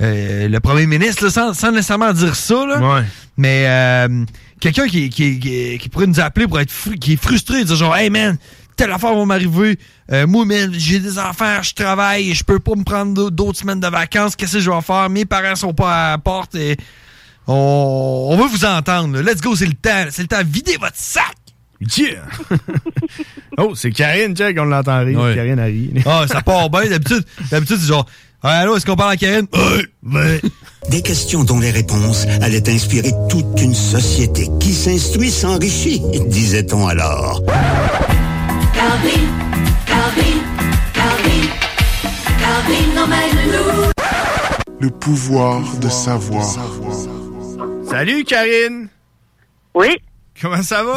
S7: euh, le premier ministre, là, sans, sans nécessairement dire ça, là. Mais euh, quelqu'un qui, qui, qui, qui pourrait nous appeler pour être fru- qui est frustré, dire genre Hey man, telle affaire va m'arriver, Euh, moi man, j'ai des affaires, je travaille, je peux pas me prendre d'au- d'autres semaines de vacances, qu'est-ce que je vais faire? Mes parents sont pas à la porte et on, on veut vous entendre. là. Let's go, c'est le temps, c'est le temps, videz votre sac!
S5: Yeah! oh, c'est Karine, check, on l'entend rire. Karine a ri.
S7: Ah, ça part bien. D'habitude, d'habitude, c'est genre, Ah, allô, est-ce qu'on parle à Karine? Ouais, ouais.
S26: Des questions dont les réponses allaient inspirer toute une société qui s'instruit s'enrichit, disait-on alors.
S1: Calvin, Calvin, Calvin, Calvin emmène nous.
S2: Le pouvoir de savoir.
S5: Salut, Karine!
S8: Oui?
S5: Comment ça va?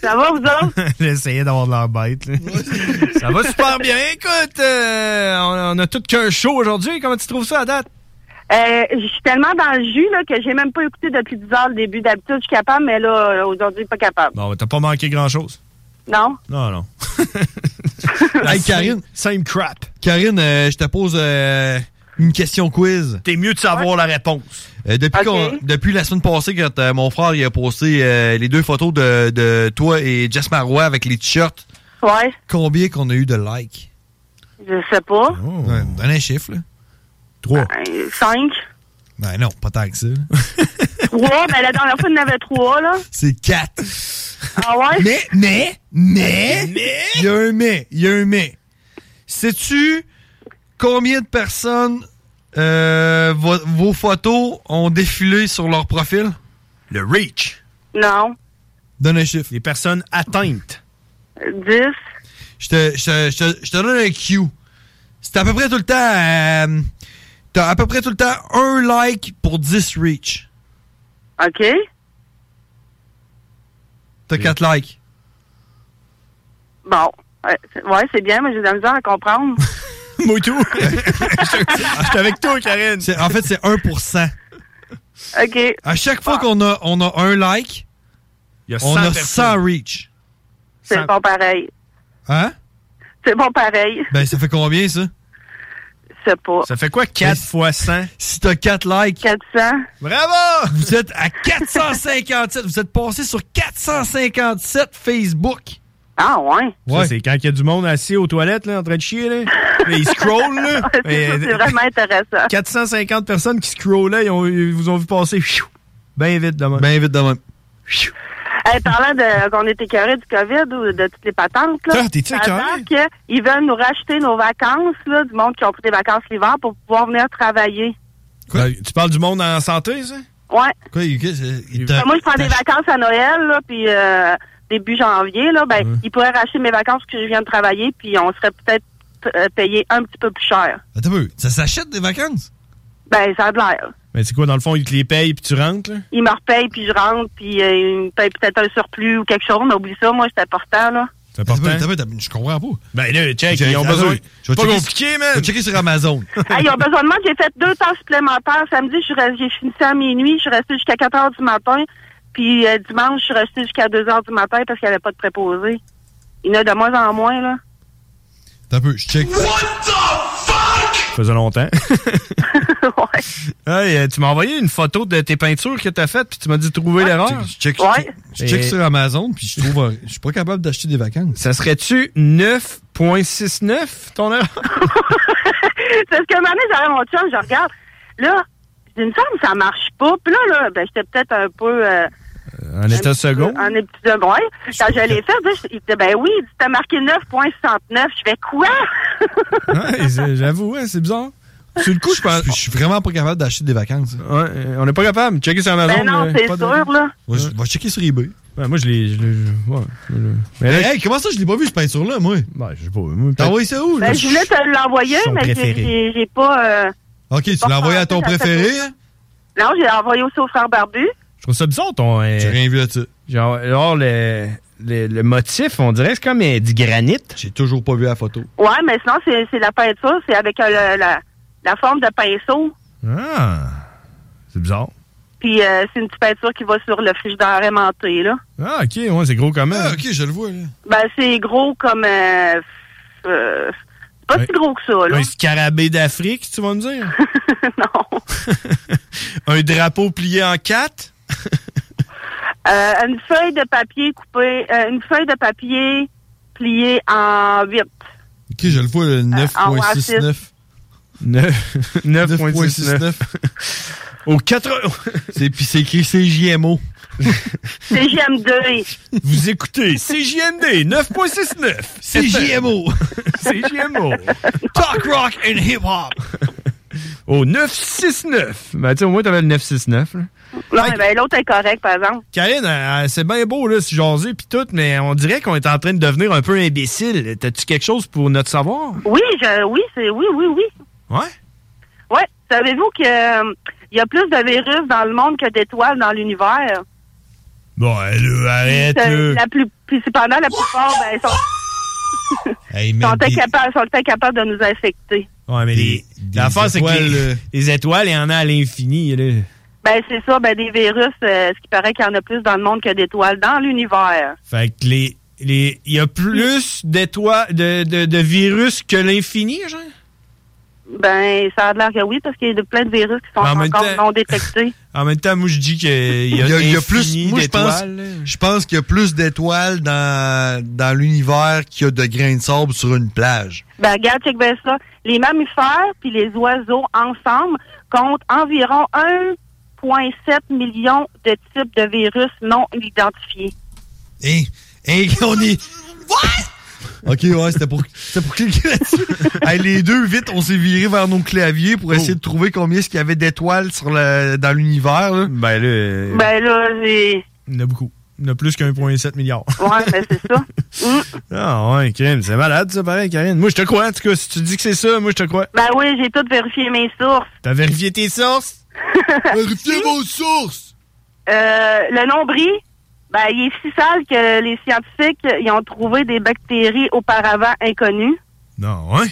S8: Ça va, vous autres?
S5: J'essayais d'avoir de l'air bête. là. ça va super bien. Écoute, euh, on, on a tout qu'un show aujourd'hui. Comment tu trouves ça à date?
S8: Euh, je suis tellement dans le jus là, que j'ai même pas écouté depuis 10 heures le début. D'habitude, je suis capable, mais là, euh, aujourd'hui, pas capable.
S5: Bon, t'as pas manqué grand-chose.
S8: Non?
S5: Non, non.
S7: hey, Karine.
S5: Same crap.
S7: Karine, euh, je te pose euh, une question quiz.
S5: T'es mieux de savoir la réponse.
S7: Euh, depuis, qu'on- depuis la semaine passée, quand euh, mon frère il a posté euh, les deux photos de, de toi et Jess Marois avec les t-shirts,
S8: Ouais,
S7: combien qu'on a eu de likes?
S8: je sais pas.
S5: Oh.
S7: Ouais, donne un chiffre, là. Trois.
S8: euh, 5?
S7: Ben non, pas tant que ça.
S8: 3? ben la dernière fois, il y en avait 3, là.
S7: C'est quatre.
S8: Ah ouais?
S7: Mais, mais, mais, il y a un mais, il y a un mais. Sais-tu combien de personnes euh, vo- vos photos ont défilé sur leur profil?
S5: Le reach.
S8: Non.
S7: Donne un chiffre.
S5: Les personnes atteintes.
S8: 10?
S7: Je te, je te- je te- je te donne un Q. C'est à peu près tout le temps... euh, T'as à peu près tout le temps un like pour 10 reach.
S8: OK.
S7: T'as 4 likes.
S8: Bon. Ouais, c'est- Ouais, c'est bien, mais j'ai de la misère à comprendre.
S5: Moi tout. J'étais avec toi, Karine.
S7: En fait, c'est 1%.
S8: OK.
S7: À chaque fois qu'on a, on a un like,
S5: Il y a 100
S7: on a
S5: personnes.
S7: 100 reach.
S8: C'est pas pareil.
S7: Hein?
S8: C'est pas pareil.
S7: Ben, ça fait combien, ça?
S8: sais pas.
S5: Ça fait quoi 4 fois 100?
S7: Ben, Si t'as 4 likes.
S8: 400.
S5: Bravo!
S7: Vous êtes à 457. Vous êtes passé sur 457 Facebook.
S8: Ah ouais?
S5: Ça, c'est quand il y a du monde assis aux toilettes, là, en train de chier, là. Mais ils scrollent, là.
S8: C'est
S5: Mais,
S8: ça, c'est
S5: euh,
S8: vraiment intéressant.
S5: 450 personnes qui scrollaient, ils, ont- ils vous ont vu passer. pfiou, Ben vite demain.
S7: Ben vite demain.
S8: Hey, parlant de qu'on est écœuré du COVID ou de toutes les patentes, là,
S5: Ah, t'es-tu
S8: ça
S5: écœuré?
S8: a l'air qu'ils veulent nous racheter nos vacances, là, du monde qui ont pris des vacances l'hiver pour pouvoir venir travailler.
S5: Ben, tu parles du monde en santé, ça?
S8: Ouais.
S7: Quoi, il- qu'est-ce- il
S5: Euh,
S7: t'a-
S8: moi, je prends des
S7: t'as-
S8: vacances à Noël, là, puis euh, début janvier, là, ben, ils pourraient racheter mes vacances que je viens de travailler, puis on serait peut-être euh, payé un petit peu plus cher.
S7: Attends un peu. Ça s'achète des vacances?
S8: Ben, ça a de l'air.
S5: Mais c'est quoi, dans le fond, ils te les payent puis tu rentres, là?
S8: Ils me repayent, puis je rentre, puis euh, ils me payent peut-être un surplus ou quelque chose. On oublie ça, moi, c'est important, là.
S5: C'est important.
S7: Attends un peu, attends un peu, Je comprends pas.
S5: Ben là, check,
S7: J'ai-
S5: ils ont
S7: attends,
S5: besoin.
S7: je vais
S5: Pas
S7: checker-
S5: compliqué, man.
S7: Je vais checker sur Amazon.
S8: Ah, ils ont besoin de moi. J'ai fait deux temps supplémentaires. Samedi, je suis restée- j'ai fini ça à minuit. Je suis restée jusqu'à 4 heures du matin. Puis euh, dimanche, je suis restée jusqu'à 2 heures du matin parce qu'il n'y avait pas de préposé. Il y en a de moins en moins, là.
S7: Attends un peu, je check.
S5: Ça faisait longtemps. ouais. Hey, euh, tu m'as envoyé une photo de tes peintures que t'as faites, puis tu m'as dit de trouver l'erreur.
S7: Je check, je check- je check sur Amazon, puis je trouve. euh, Je suis pas capable d'acheter des vacances.
S5: Ça serait-tu 9.69, ton erreur?
S8: Parce que un moment donné, j'avais mon chum, je regarde. Là, j'ai une femme, ça marche pas. Puis là, là, ben, j'étais peut-être un peu. euh,
S5: En état second?
S8: Un petit de ouais. Quand je l'ai fait, là, je- il disait, ben oui, il dit, t'as marqué 9.69. Je fais quoi?
S5: Ouais, c'est- J'avoue, ouais, c'est bizarre. Sur le coup, je pense. Je
S7: suis vraiment pas capable d'acheter des vacances. hein. euh,
S5: on n'est pas capable. Checker sur Amazon.
S8: Ben non,
S5: euh,
S8: c'est
S5: pas de-
S8: sûr, là.
S7: Ouais, je vais checker sur eBay.
S5: Ouais, Ben, moi, je l'ai. je l'ai- ouais, je l'ai- Mais
S7: Hey, hey, comment ça, je l'ai pas vu, cette peinture-là, moi?
S5: Ben, je sais pas. moi,
S7: T'as envoyé ça où? là?
S8: Ben, je voulais te l'envoyer,
S7: Son
S8: mais j'ai-
S7: préféré.
S8: j'ai j'ai pas. euh,
S7: Ok, tu l'as envoyé à ton préféré? hein?
S8: Non, j'ai envoyé aussi au frère Barbu.
S5: Je trouve ça bizarre, ton. J'ai
S7: rien vu là-dessus.
S5: Genre, genre, le, le, le motif, on dirait, c'est comme euh, du granit.
S7: J'ai toujours pas vu la photo.
S8: Ouais, mais sinon, c'est c'est la peinture, c'est avec euh, la, la, la forme de pinceau.
S5: Ah! C'est bizarre.
S8: Puis euh, c'est une petite peinture qui va sur le frigidaire aimanté, là.
S5: Ah, ok, ouais, c'est gros comme
S7: Ah, ok, je le vois, là.
S8: Ben, c'est gros comme... euh, euh, c'est pas si gros que ça, là.
S5: Un scarabée d'Afrique, tu vas me dire? non. un drapeau plié en quatre?
S8: Euh, une feuille de papier coupée... euh, une feuille de papier pliée en huit.
S7: Ok, je le vois, le
S8: Euh, en
S7: 9.69.
S5: 9.69. Au 4...
S7: C'est puis c'est écrit CJMO.
S8: C'est GM2.
S5: Vous écoutez CJMD 9.69.
S7: CJMO.
S5: CJMO.
S7: Talk rock and hip hop.
S5: Au 969. Ben, tu sais, au moins, t'avais le 969. là.
S8: Non, mais ben, l'autre est correct, par exemple.
S5: Karine, euh, euh, c'est bien beau, là, se jaser pis tout, mais on dirait qu'on est en train de devenir un peu imbécile. T'as-tu quelque chose pour notre savoir?
S8: Oui, je, oui, c'est... Oui, oui, oui.
S5: Ouais?
S8: Ouais. Savez-vous que... euh, Il y a plus de virus dans le monde que d'étoiles dans l'univers.
S5: Bon, là, arrête,
S8: C'est
S5: là.
S8: La plus, puis cependant, la plupart, ben, sont,
S7: Hey,
S8: sont,
S5: man, des-
S8: incapables, sont incapables de nous infecter.
S5: Ouais, mais les, l'affaire, c'est que
S7: étoiles,
S5: les, les étoiles, il y en a à l'infini, là.
S8: Ben, c'est ça, ben, des virus, euh, ce qui paraît qu'il y en a plus dans le monde que d'étoiles dans l'univers.
S5: Fait que les. les- Il y a plus d'étoiles, de, de, de virus que l'infini, genre?
S8: Ben, ça a l'air que oui, parce qu'il y a de- plein de virus qui sont
S5: Ben, En
S8: encore
S5: même temps-
S8: non détectés.
S5: En même temps, moi, je dis qu'il
S7: Il
S5: y a,
S7: il y a plus.
S5: infini
S7: Moi, je pense,
S5: d'étoiles, là.
S7: je pense qu'il y a plus d'étoiles dans, dans l'univers qu'il y a de grains de sable sur une plage.
S8: Ben, regarde, check bien ça. Les mammifères puis les oiseaux ensemble comptent environ 1,7 million de types de virus non identifiés.
S7: Hein? Hein, on est. Ok, ouais, c'était pour, c'était pour cliquer là-dessus. Hey, les deux, vite, on s'est viré vers nos claviers pour
S5: Oh.
S7: essayer de trouver combien est-ce qu'il y avait d'étoiles sur le, dans l'univers. là.
S5: Ben là, euh,
S8: Ben là, j'ai...
S5: il y en a beaucoup. Il y en a plus qu'un 1,7 milliard.
S8: Ouais, ben c'est ça.
S5: Ah ouais, crime, c'est malade ça, pareil, Karine. Moi, je te crois, en tout cas, si tu dis que c'est ça, moi, je te crois.
S8: Ben oui, j'ai tout vérifié mes sources.
S5: T'as vérifié tes sources?
S7: Vérifiez vos sources!
S8: Euh, le nombril, ben, il est si sale que les scientifiques ils ont trouvé des bactéries auparavant inconnues.
S5: Non, ouais.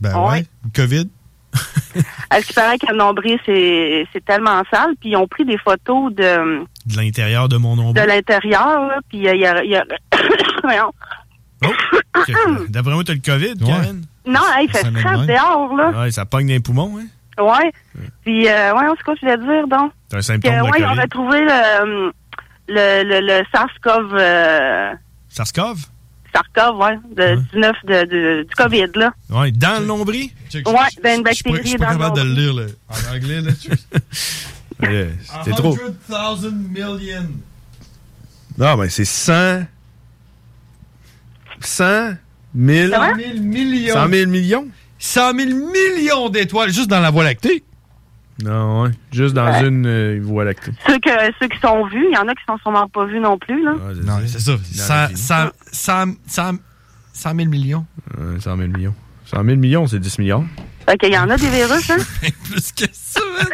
S7: Ben ouais. COVID.
S8: À ce qui paraît que le nombril, c'est c'est tellement sale. Puis ils ont pris des photos de,
S5: De l'intérieur de mon
S8: de
S5: nombril.
S8: l'intérieur. là, Puis euh, il y a... il y a- Voyons.
S5: Ok. D'après moi, t'as le COVID, Karine.
S8: Non, hey, il fait
S5: Ça met de
S8: frais
S5: même.
S8: dehors, là.
S5: Ouais, ça pogne dans les poumons, hein?
S8: Ouais. Puis, euh, ouais, on sait quoi que je voulais dire, donc.
S5: C'est un symptôme
S8: Puis, euh,
S5: de la
S8: ouais,
S5: COVID.
S8: on a trouvé le, le, le, le SARS-CoV, euh,
S5: Sarskov?
S8: SARS-CoV, ouais, de 19 de, de- du COVID, là.
S5: Ouais, dans le nombril?
S8: Ouais, ben, une bactérie dans le
S7: de le
S8: nombril.
S7: lire, là. En anglais, là.
S5: Ouais, C'était trop.
S7: 100,000 million.
S5: Non, mais c'est 100... 100 000...
S7: 100 000 millions.
S5: 100 000 millions?
S7: 100 000 millions d'étoiles juste dans la Voie lactée.
S5: Non, ouais. Juste dans
S8: Ouais.
S5: une euh, voie lactée.
S8: Ceux, que, ceux qui sont vus, il y en a qui sont sûrement pas vus non plus, là.
S7: Non, c'est ça. 100, 100, 100, 100, 000 millions.
S5: Ouais, 100 000 millions. 100 000 millions, c'est 10 millions.
S8: Fait qu'il y en a des virus, hein.
S7: Plus que ça, man.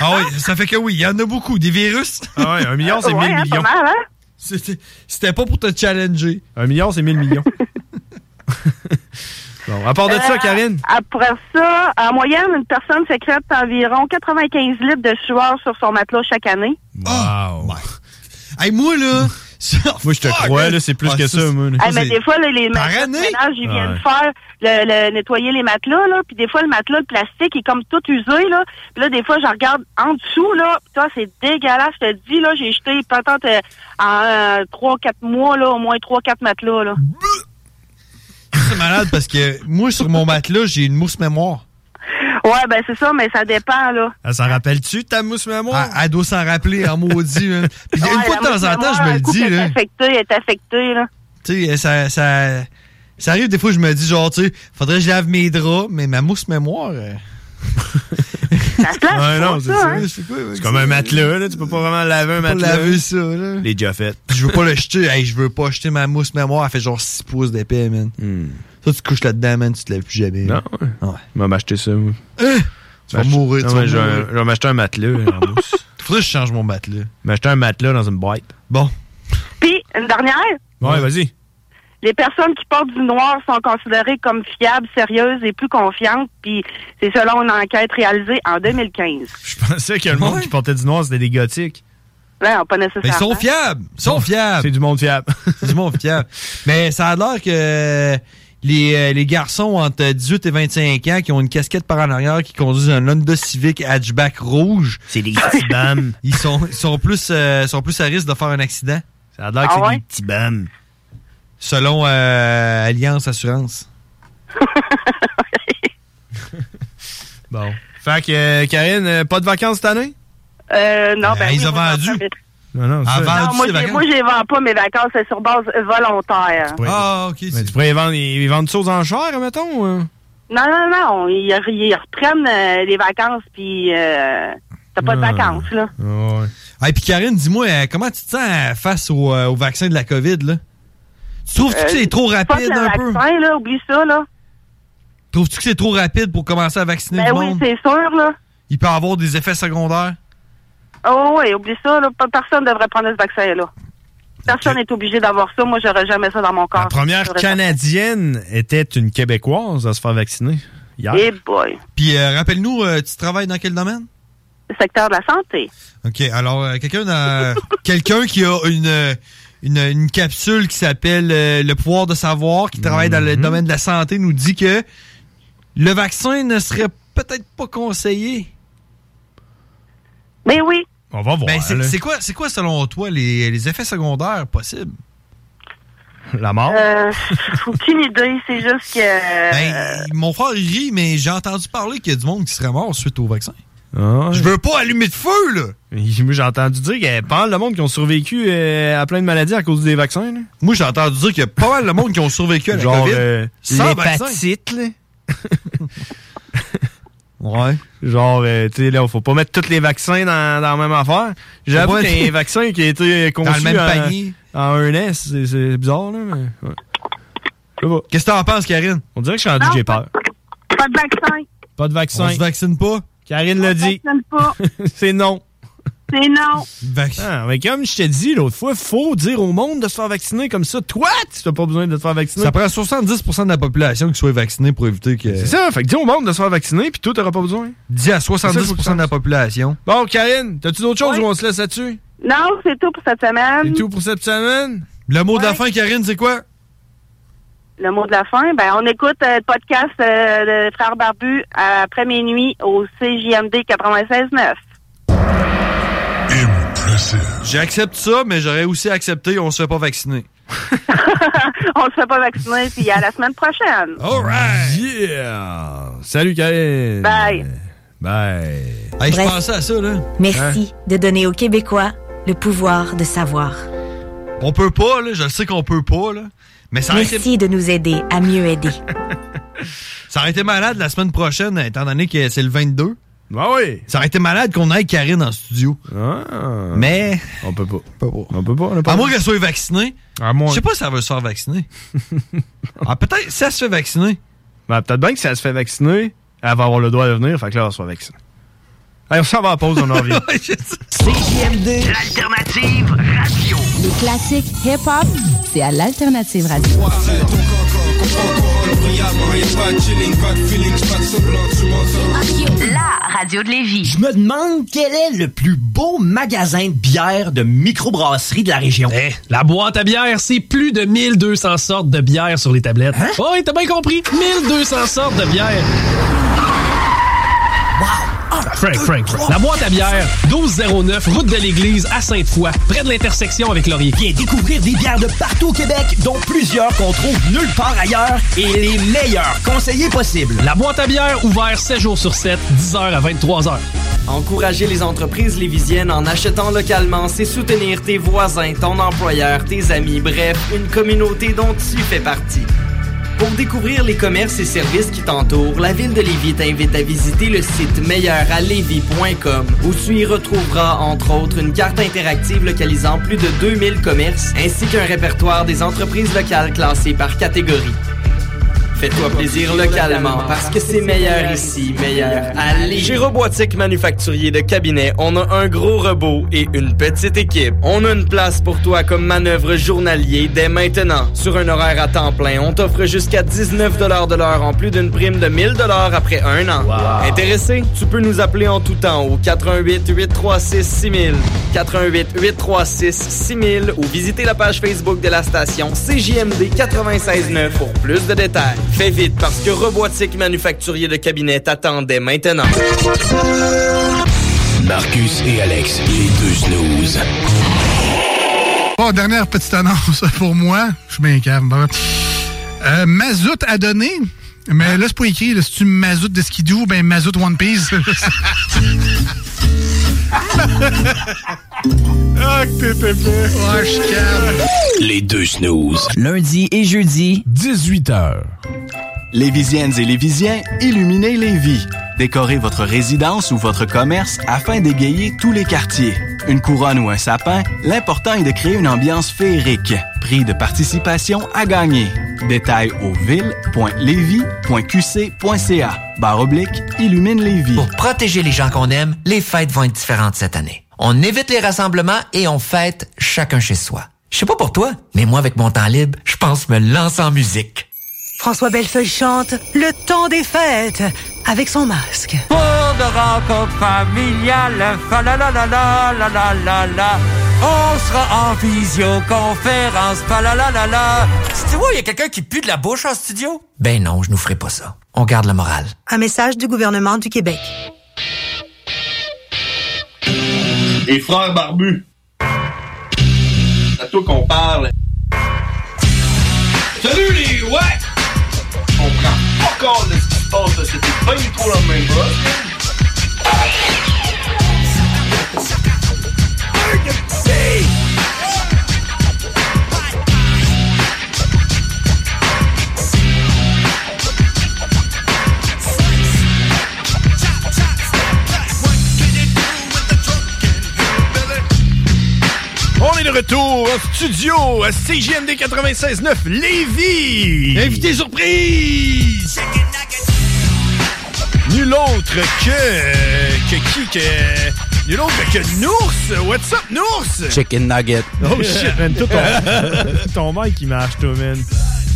S7: Ah oui, ça fait que oui, il y en a beaucoup. Des virus.
S5: Ah ouais, un million,
S8: c'est Ouais, 1000 hein, millions. pas mal, hein?
S7: C'était c'était pas pour te challenger.
S5: Un million, c'est 1000 millions. Bon, à part de
S8: Euh,
S5: ça, Karine?
S8: Après ça, en moyenne, une personne sécrète environ 95 litres de sueur sur son matelas chaque année.
S7: Wow. Oh Hey, moi, là. hein. moi, je te
S5: crois, là, c'est plus que ça, moi.
S8: Ah, mais des fois, là, les ménages de ménage, ils viennent faire le, le- nettoyer les matelas, là, puis des fois, le matelas, le plastique, est comme tout usé, là. Puis là, des fois, je regarde en dessous, là, toi, c'est dégueulasse, je te dis, là, j'ai jeté peut-être euh, en 3-4 mois, là, au moins 3-4 matelas, là.
S7: Bah! C'est malade parce que moi, sur mon matelas, j'ai une mousse mémoire.
S8: Ouais, ben c'est ça, mais ça dépend, là.
S7: Elle s'en rappelle-tu, ta mousse mémoire? Elle, doit s'en rappeler, en maudit. hein. Puis une
S8: Ouais,
S7: fois de
S8: la
S7: temps en
S8: mousse
S7: temps, je
S8: mémoire,
S7: me
S8: un
S7: le
S8: coup
S7: dis,
S8: qu'elle est
S7: là.
S8: affectée, elle est affectée, là.
S7: Tu sais, ça, ça, ça arrive des fois, je me dis, genre, tu sais, faudrait que je lave mes draps, mais ma mousse mémoire. euh,
S5: Ouais, non, Ah, c'est ça.
S7: hein?
S5: C'est comme un matelas, là. Tu peux pas vraiment laver un
S7: Pas
S5: matelas.
S7: laver ça, là.
S5: Les déjà faites.
S7: Je veux pas le jeter. Hey, je veux pas jeter ma mousse mémoire. Elle fait genre 6 pouces d'épais, man. Ça, tu te couches là-dedans, man. Tu te lèves plus jamais. Ah
S5: Non, ouais. M'a m'acheter ça, moi.
S7: Hein? Tu vas mourir, tu
S5: Non,
S7: vas
S5: mais je vais-
S7: mourir.
S5: je vais m'acheter un matelas en mousse.
S7: Faudrait que je change mon matelas.
S5: M'acheter un matelas dans une boîte.
S7: Bon.
S8: Puis, une dernière,
S5: Ouais, vas-y.
S8: les personnes qui portent du noir sont considérées comme fiables, sérieuses et plus confiantes, puis c'est selon une enquête réalisée en 2015.
S5: Je pensais que le monde qui portait du noir, c'était des gothiques.
S8: Là, Hein, on pas nécessairement.
S7: Mais Ben, ils sont fiables. Ils sont fiables. C'est
S5: du monde fiable.
S7: C'est du monde fiable. Mais ça a l'air que les, euh, les garçons entre 18 et 25 ans qui ont une casquette par en arrière qui conduisent un Honda Civic hatchback rouge.
S5: C'est des petits bums.
S7: Ils sont, ils sont, plus, euh, sont plus à risque de faire un accident.
S5: Ça a l'air
S8: que Ah c'est ouais? des
S5: petits bums.
S7: Selon euh, Alliance Assurance.
S5: Bon. Fait que, euh, Karine, euh, pas de vacances cette année?
S8: Euh, non, ben,
S5: ils
S8: oui,
S5: ont
S8: moi,
S5: vendu.
S8: j'en fais-
S5: Non, non,
S7: Ah,
S5: c'est
S8: Non,
S5: ça.
S8: moi, j'ai- moi, je les vends pas, mes vacances, c'est sur base volontaire.
S7: Ah, ok.
S5: tu pourrais les vendre, ils vendent ça aux enchères, mettons? ou, euh?
S8: Non, non, non, ils, ils reprennent euh, les vacances, puis euh, t'as pas de
S7: Ah.
S8: vacances, là.
S5: Ouais.
S7: Hey, puis Karine, dis-moi, euh, comment tu te sens euh, face au, euh, au vaccin de la COVID, là? Tu trouves-tu
S8: Euh,
S7: que c'est trop
S8: fuck
S7: rapide
S8: le
S7: un peu?
S8: vaccin, là, oublie ça, là.
S7: Trouves-tu que c'est trop rapide pour commencer à vacciner
S8: Ben
S7: le
S8: oui,
S7: monde?
S8: c'est sûr, là.
S7: Il peut avoir des effets secondaires?
S8: Oh oui, oublie ça, là. Pas- Personne ne devrait prendre ce vaccin-là. Personne n'est obligé d'avoir ça. Moi, j'aurais jamais ça dans mon corps.
S5: La première
S8: J'aurais-
S5: Canadienne était une Québécoise à se faire vacciner hier.
S8: Eh boy.
S7: Puis euh, rappelle-nous, euh, tu travailles dans quel domaine?
S8: Le secteur de la santé.
S7: OK, alors euh, quelqu'un dans- quelqu'un qui a une, euh, une, une capsule qui s'appelle euh, Le pouvoir de savoir, qui travaille dans le domaine de la santé, nous dit que le vaccin ne serait peut-être pas conseillé.
S8: Mais oui.
S5: On va voir.
S7: Ben, c'est
S5: là.
S7: c'est quoi, c'est quoi, selon toi, les, les effets secondaires possibles?
S5: La mort?
S8: Euh, aucune idée. C'est juste que. euh,
S7: Ben, mon frère il rit, mais j'ai entendu parler qu'il y a du monde qui serait mort suite au vaccin.
S5: Je
S7: veux pas allumer de feu, là!
S5: Moi, j'ai entendu dire qu'il y a pas mal de monde qui ont survécu euh, à plein de maladies à cause des vaccins. Là.
S7: Moi, j'ai entendu dire qu'il y a pas mal de monde qui ont survécu à la
S5: Genre,
S7: COVID
S5: euh,
S27: ben,
S7: sans
S5: l'hépatite,
S7: vaccin.
S5: Ouais. Genre, euh, tu sais, là, faut pas mettre tous les vaccins dans, dans la même affaire. J'avoue
S7: pas-
S5: qu'il y a un vaccin qui a été
S7: Dans
S5: conçu
S7: le même
S5: en,
S7: panier.
S5: en un S. C'est c'est bizarre, là, mais... ouais. Je sais pas.
S7: Qu'est-ce que t'en penses, Karine?
S5: On dirait que je suis rendu,
S8: Non,
S5: j'ai peur.
S8: Pas de vaccin.
S5: Pas de vaccin.
S7: On se vaccine pas?
S5: Karine l'a dit.
S8: Vaccine pas.
S5: C'est non.
S8: C'est non.
S5: Ah, mais comme je t'ai dit l'autre fois, faut dire au monde de se faire vacciner comme ça. Toi, tu n'as pas besoin de te faire vacciner.
S7: Ça prend 70% de la population qui soit vaccinée pour éviter que.
S5: C'est ça, fait que dis au monde de se faire vacciner, puis toi, t'auras pas besoin.
S7: Dis à
S5: C'est ça, faut que
S7: 70% de la population.
S5: Bon, Karine, t'as-tu d'autres choses ou on se laisse là-dessus?
S8: Non, c'est tout pour cette semaine.
S5: C'est tout pour cette semaine.
S7: Le mot de la fin, Karine, c'est quoi?
S8: le mot de la fin, ben on écoute euh, le podcast euh, de Frères Barbu à- après minuit au CJMD 96.9.
S7: J'accepte ça, mais j'aurais aussi accepté on se fait pas vacciner.
S8: on se fait pas vacciner, puis à la semaine prochaine.
S7: All right.
S5: Yeah! Salut, Karine!
S8: Bye.
S5: Bye!
S7: Hey, je
S6: Bref.
S7: pensais à ça, là.
S6: Merci
S11: Hein?
S6: de donner aux Québécois le pouvoir de savoir.
S7: Hein? On peut pas, là. Je le sais qu'on peut pas, là. Mais ça aurait, été,
S6: Merci de nous aider à mieux aider.
S7: ça aurait été malade la semaine prochaine, étant donné que c'est le 22.
S5: Ah
S7: Bah oui. Ça aurait été malade qu'on aille Karine en studio. Mais. On peut pas. On peut pas.
S5: Ah. pas
S7: à
S5: le
S7: moins
S5: droit.
S7: qu'elle soit vaccinée. Je sais pas si elle veut se faire vacciner. ah, peut-être ça se fait vacciner.
S5: Ben, peut-être bien que si elle se fait vacciner, elle va avoir le droit de venir, fait que là, elle sera vaccinée. Allez, on s'en va en pause, on en revient.
S25: CJMD. L'alternative radio.
S9: Les classiques hip-hop, c'est à l'Alternative Radio.
S13: La radio de Lévis. Je me demande quel est le plus beau magasin de bière de microbrasserie de la région.
S11: Eh.
S17: La boîte à bière, c'est plus de 1200 sortes de bières sur les tablettes.
S13: Hein?
S17: Oh, Oui, t'as bien compris. 1200 sortes de bières. Frank, Frank, Frank. La boîte à bière, 1209, route de l'église à Sainte-Foy, près de l'intersection avec Laurier.
S13: Viens découvrir des bières de partout au Québec, dont plusieurs qu'on trouve nulle part ailleurs et les meilleurs conseillers possibles.
S17: La boîte à bière, ouvert 7 jours sur 7, 10h à 23h.
S12: Encourager les entreprises lévisiennes en achetant localement, c'est soutenir tes voisins, ton employeur, tes amis, bref, une communauté dont tu fais partie. Pour découvrir les commerces et services qui t'entourent, la ville de Lévis t'invite à visiter le site meilleuralevis.com où tu y retrouveras entre autres une carte interactive localisant plus de 2000 commerces ainsi qu'un répertoire des entreprises locales classées par catégorie. Fais-toi plaisir localement parce que c'est meilleur ici, meilleur à Lévis. Chez Robotique Manufacturier de Cabinet, on a un gros robot et une petite équipe. On a une place pour toi comme manœuvre journalier dès maintenant. Sur un horaire à temps plein, on t'offre jusqu'à 19 de l'heure en plus d'une prime de 1000 après un an. Intéressé? Tu peux nous appeler en tout temps au 88 836 6000, 88 836 6000 ou visiter la page Facebook de la station CJMD 969 pour plus de détails. Fais vite parce que Robotique Manufacturier de Cabinet attendait maintenant.
S15: Marcus et Alex, les deux snooze.
S27: Bon, Oh, dernière petite annonce pour moi. Je suis bien calme. bon. Euh, mazout à donner. Mais là, c'est pas écrit. là. C'est-tu mazout de skidoo? Ben, mazout One Piece.
S2: Ah, que t'étais bête. Ouais, je suis calme.
S15: Les deux snooze.
S14: Lundi et jeudi, 18h.
S24: Les Visiennes et les Visiens, illuminez Lévis. Décorez votre résidence ou votre commerce afin d'égayer tous les quartiers. Une couronne ou un sapin, l'important est de créer une ambiance féerique. Prix de participation à gagner. Détails au ville.levy.qc.ca. Barre oblique, illumine Lévis.
S11: Pour protéger les gens qu'on aime, les fêtes vont être différentes cette année. On évite les rassemblements et on fête chacun chez soi. Je sais pas pour toi, mais moi, avec mon temps libre, je pense me lancer en musique.
S28: François Bellefeuille chante Le temps des fêtes avec son masque.
S29: Pour de rencontres familiales, fa la la la la la la la la. On sera en visioconférence, fa la la la la.
S11: Tu vois, il y a quelqu'un qui pue de la bouche en studio? Ben non, je nous ferai pas ça. On garde la morale.
S28: Un message du gouvernement du Québec.
S4: Les frères barbus. C'est à toi qu'on parle. Salut les ouais! On prend pas compte de ce qui se passe, là. c'était pas du tout la même chose.
S5: On est de retour en studio à CGMD 96.9 Lévis! Invité surprise! Nul autre que... euh, que qui que... Nul autre que Nours! What's up, Nours?
S30: Chicken nugget.
S5: Oh shit, man, tout ton, ton mic qui marche, toi, man.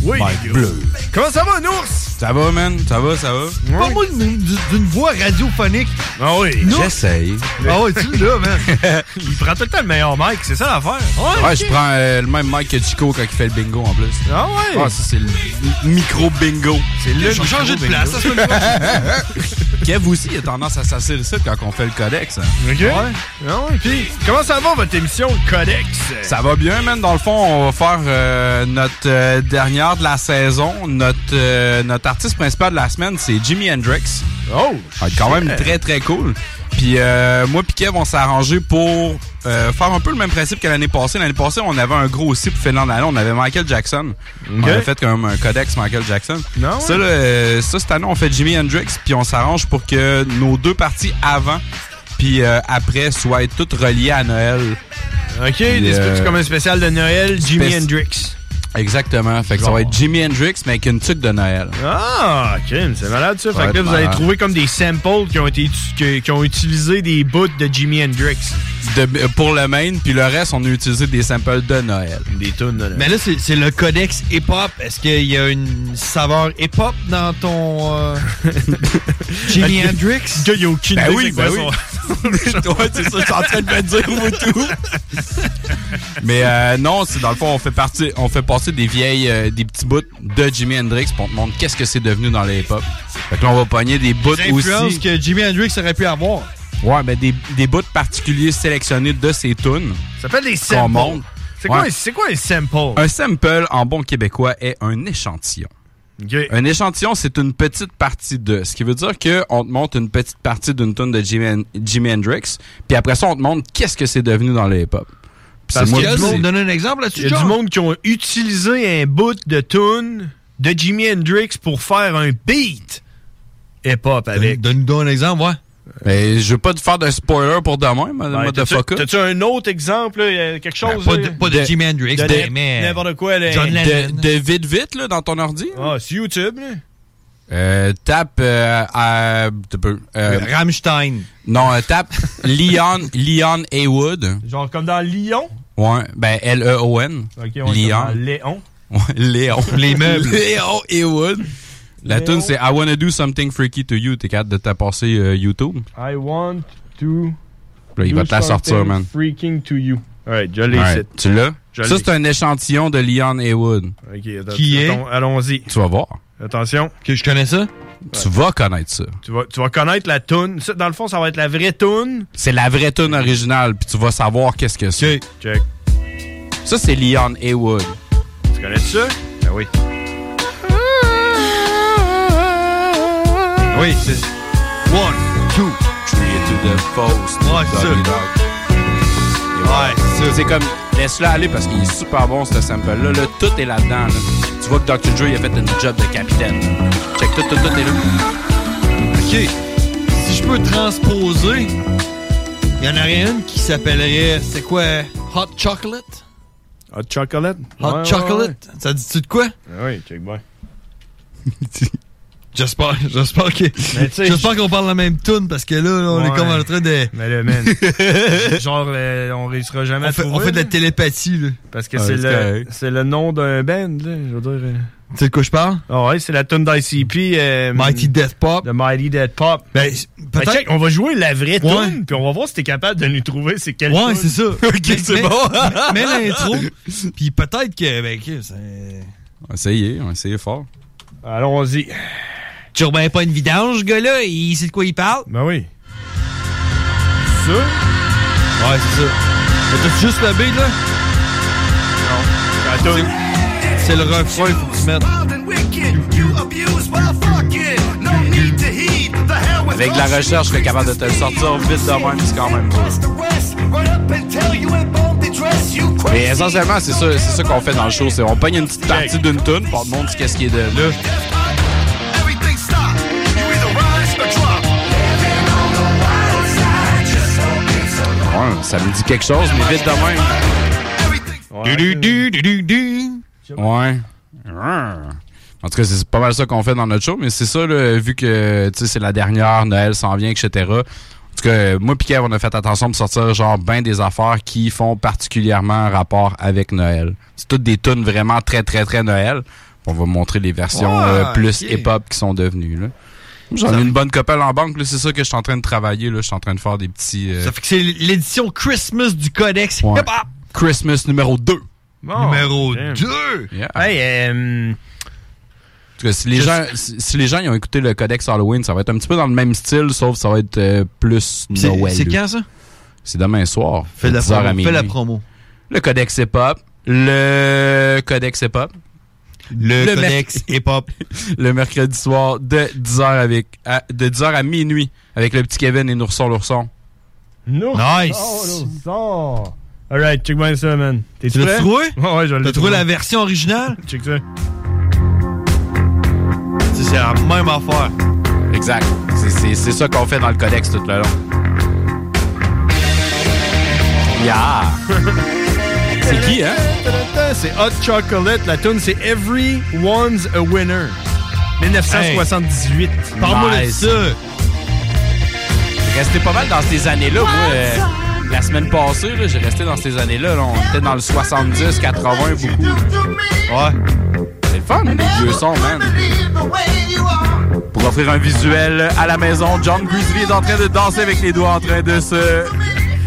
S5: Oui,
S30: Mic
S5: les gars.
S30: bleu.
S5: Comment ça va, Nours?
S30: Ça va, man? Ça va, ça va?
S7: Parle-moi d'une d'une voix radiophonique.
S5: Ah oui.
S7: Nous-
S30: J'essaye.
S7: Ah oui, tu l'as, man.
S5: Il prend tout le temps le meilleur mic, c'est ça l'affaire.
S30: Ouais, je prends euh, le même mic que Chico quand il fait le bingo en plus.
S5: Ah ouais?
S30: Ah, ça, c'est le le micro-bingo.
S5: C'est le
S30: J'ai changé de
S5: micro-bingo.
S30: place, ça se euh, fait Kev aussi, il a tendance à s'assurer ça quand on fait le codex. hein.
S5: OK. Ah ouais. Puis, comment ça va votre émission Codex?
S30: Ça va bien, man. Dans le fond, on va faire euh, notre euh, dernière de la saison. Notre, euh, notre artiste principal de la semaine, c'est Jimi Hendrix.
S5: Oh!
S30: quand même
S5: shit.
S30: très, très cool. Puis euh, moi et Kev, on s'est arrangé pour euh, faire un peu le même principe que l'année passée. L'année passée, on avait un gros aussi pour Finlande Alley. On avait Michael Jackson.
S5: Ok.
S30: On avait fait comme un codex Michael Jackson.
S5: Non,
S30: Ça,
S5: ouais.
S30: là, euh, ça, cette année, on fait Jimi Hendrix, puis on s'arrange pour que nos deux parties avant puis euh, après soient toutes reliées à Noël.
S5: OK, des
S30: euh,
S5: trucs comme un spécial de Noël, Jimi
S30: Spéc-
S5: Hendrix.
S30: Exactement. Fait que ça va être Jimi Hendrix, mais avec une tuque de Noël.
S5: Ah, ok, mais c'est malade ça.
S30: Ouais,
S5: fait que là, vous allez
S30: malade.
S5: trouver comme des samples qui ont été utu- qui, qui ont utilisé des bouts de Jimi Hendrix.
S30: De- euh, pour le main, puis le reste, on a utilisé des samples de Noël.
S5: Des tunes de Noël.
S7: Mais là, c'est c'est le codex hip-hop. Est-ce qu'il y a une saveur hip-hop dans ton. euh, Jimi Hendrix?
S5: Il y a aucune
S7: Ben
S5: idée
S7: oui,
S5: c'est quoi
S7: ben oui.
S30: ouais, c'est ça, je suis en train de me dire où tout. Mais euh, non, c'est dans le fond, on fait partie, on fait passer des vieilles, euh, des petits bouts de Jimi Hendrix, pour on te montre qu'est-ce que c'est devenu dans les hip-hop. Fait que là, on va pogner des bouts
S7: Les influences
S30: aussi.
S7: que Jimi Hendrix aurait pu avoir.
S30: Ouais, ben des, des bouts particuliers sélectionnés de ces tunes.
S5: Ça fait des
S30: Qu'on
S5: samples.
S30: monte.
S5: C'est quoi,
S30: Ouais.
S5: un- c'est quoi un sample?
S30: Un sample, en bon québécois, est un échantillon.
S5: Ok.
S30: Un échantillon, c'est une petite partie de. Ce qui veut dire qu'on te montre une petite partie d'une tonne de Jimi, Hen- Jimi Hendrix, puis après ça, on te montre qu'est-ce que c'est devenu dans le hip-hop. Puis
S7: Parce
S30: c'est moi
S7: qu'il y a
S30: qui
S7: du monde.
S30: dis.
S7: Donne un exemple là-dessus.
S5: Il y a du
S7: Jean.
S5: monde qui ont utilisé un bout de tune de Jimi Hendrix pour faire un beat hip-hop avec.
S7: Donne-nous un exemple, ouais.
S30: Mais je veux pas te faire de spoiler pour demain, madame
S5: Ouais, Ben, t'as-tu-
S30: motherfucker.
S5: T'as-tu un autre exemple, là, euh, quelque
S30: Ben,
S5: chose?
S30: pas de-
S5: là?
S30: pas de Jimi Hendrix,
S5: de- ben,
S30: mais- mais-
S5: N'importe quoi, là.
S30: John Lennon. De, de vite, vite, là, dans ton ordi.
S5: Ah, c'est YouTube, là.
S30: Euh, tape. Euh, euh, t'as peu, euh,
S7: Rammstein.
S30: Non, euh, tape Leon, Leon Haywood.
S5: Genre comme dans Lyon.
S30: Ouais, ben L-E-O-N.
S5: Ok, on est
S30: Leon.
S5: dans Léon.
S30: Ouais, Léon.
S7: Les meubles.
S30: Léon Haywood. La
S5: Léon.
S30: tune c'est I wanna do something freaky to you. T'es capable de t'apporter euh, YouTube.
S5: I want to.
S30: Là, il
S5: do
S30: va te la sortir,
S5: something
S30: man.
S5: Freaking to you. Alright, je l'ai
S30: Ouais,
S5: ici.
S30: tu l'as?
S5: Je
S30: Ça,
S5: l'ai.
S30: c'est un échantillon de Leon Haywood.
S5: Ok, attends,
S30: Qui est?
S5: attends, Allons-y.
S30: Tu vas voir.
S5: Attention.
S7: Que je connais ça?
S30: Tu vas connaître ça.
S5: Tu vas, tu vas connaître la toune. Ça, dans le fond, ça va être la vraie toune.
S30: C'est la vraie tune originale, puis tu vas savoir qu'est-ce que c'est.
S5: Check.
S30: Ça, c'est Leon Haywood.
S5: Tu connais ça? Ben oui.
S7: Oui, c'est. One, two,
S30: three to the post.
S7: Ouais, c'est ça.
S30: Ouais, c'est comme, laisse-le aller parce qu'il est super bon, ce sample-là. Là, tout est là-dedans. là. Tu vois que Dr. Dre, il a fait une job de capitaine. Check, tout, tout, tout est là.
S7: OK. Si je peux transposer, il y en aurait une qui s'appellerait, c'est quoi? Hot Chocolate?
S5: Hot chocolate.
S7: Hot
S5: Ouais, ouais, ouais.
S7: Chocolate? Ça dit-tu de quoi?
S5: Ah oui, check bien.
S7: J'espère, j'espère que,
S5: Mais tu sais,
S7: j'espère qu'on parle la même tune parce que là, là, on
S5: Ouais.
S7: est comme en train de,
S5: Mais le man. Genre, euh, on réussira jamais
S7: on
S5: à
S7: fait,
S5: trouver.
S7: on fait de la
S5: là.
S7: télépathie, là.
S5: Parce que Ah, c'est le, c'est le nom d'un band, là, je veux dire. euh.
S7: Tu sais de quoi je parle?
S5: Ah ouais, c'est la tune d'ICP.
S7: Mighty Death Pop.
S5: The euh, Mighty Death Pop.
S7: Ben, peut-être-
S5: check, on va jouer la vraie
S7: Ouais.
S5: tune, puis on va voir si t'es capable de nous trouver c'est quelle
S7: Ouais,
S5: tune.
S7: c'est ça. Mais- mais- mais- mais l'intro, puis peut-être que, ben, que ça-
S30: Essayez, essayez fort.
S5: Allons-y.
S7: Tu remets pas une vidange, ce gars-là? Il sait de quoi il parle?
S5: Ben oui. Ça? Ouais,
S7: c'est ça. Mais t'as juste la beat, là?
S5: Non.
S7: C'est le refrain qu'il faut que tu mettes.
S30: Avec la recherche, je serais capable de te le sortir vite de même, c'est quand même cool. Mais essentiellement, c'est ça, c'est ça qu'on fait dans le show. C'est on pogne une petite partie d'une tune, puis on te montre qu'est-ce qui est de là. Ouais, ça me dit quelque chose, mais vite de même. Du, du, du, du, du, du. Ouais. En tout cas, c'est pas mal ça qu'on fait dans notre show, mais c'est ça, là, vu que tu sais, c'est la dernière, Noël s'en vient, etc. En tout cas, moi et Kev, on a fait attention de sortir genre ben des affaires qui font particulièrement rapport avec Noël. C'est toutes des tunes vraiment très, très, très Noël. On va montrer les versions
S7: Ouais,
S30: euh, plus
S7: ok.
S30: hip-hop qui sont devenues. là. J'en ai une bonne copelle en banque, là, c'est ça que je suis en train de travailler. là. Je suis en train de faire des petits... euh,
S7: Ça fait que c'est l'édition Christmas du Codex
S30: Ouais.
S7: Hip-Hop.
S30: Christmas numéro 2.
S7: Numéro
S30: damn.
S7: 2.
S30: Yeah.
S7: Hey, euh,
S30: En tout cas, si les,
S7: Juste-
S30: gens, si, si les gens ils ont écouté le Codex Halloween, ça va être un petit peu dans le même style, sauf que ça va être euh, plus
S7: c'est-
S30: Noël.
S7: c'est quand ça?
S30: C'est demain soir.
S7: Fais la
S30: 10 heures à
S7: promo. Fais la
S30: minuit.
S7: promo.
S30: Le Codex Hip-Hop. Le Codex Hip-Hop.
S7: Le
S30: merc-
S7: Codex Hip-Hop.
S30: le mercredi soir de 10h avec à, de 10h à minuit avec le petit Kevin et Nourson l'ourson.
S5: Nice! Alright, check bien ça, man. T'es
S7: Tu l'as trouvé?
S5: Ouais, je l'ai
S7: T'as trouvé la version originale?
S5: Check ça.
S30: C'est la même affaire. Exact. C'est- C'est c'est ça qu'on fait dans le Codex tout le long. Yeah!
S5: C'est
S30: qui, hein?
S5: C'est Hot Chocolate. La tune, c'est Everyone's a Winner. 1978.
S30: Parle-moi de Nice. ça. Resté pas mal dans ces années-là, moi. euh, la semaine passée, là, j'ai resté dans ces années-là. là. on était dans le 70, 80 beaucoup. Ouais. C'est le fun, hein, les vieux sons, man. Pour offrir un visuel à la maison, John Grizzly est en train de danser avec les doigts, en train de se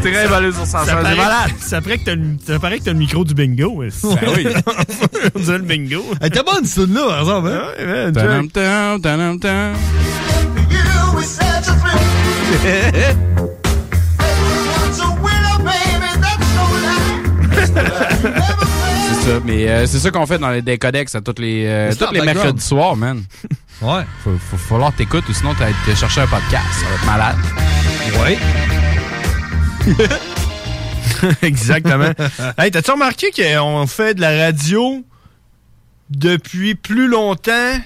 S30: trimballer sur sa
S5: Ça
S30: chaise.
S5: paraît,
S30: C'est malade.
S5: ça paraît que t'as le- ça paraît que t'as le micro du bingo. Ben
S30: oui.
S5: On dirait le bingo.
S7: Elle était bonne, celle là par exemple. hein?
S5: Ouais, man,
S30: Tadam,
S5: Jack.
S30: tadam, tadam, tadam. C'est ça, mais euh, c'est ça qu'on fait dans les des codex à tous les, euh,
S7: Mais c'est
S30: tous
S7: en
S30: les
S7: background.
S30: mercredis soirs, man. Ouais. Faut, faut falloir t'écoutes ou sinon t'as te chercher un podcast. Ça va être malade. Ouais.
S5: Exactement. hey, t'as-tu remarqué qu'on fait de la radio depuis plus longtemps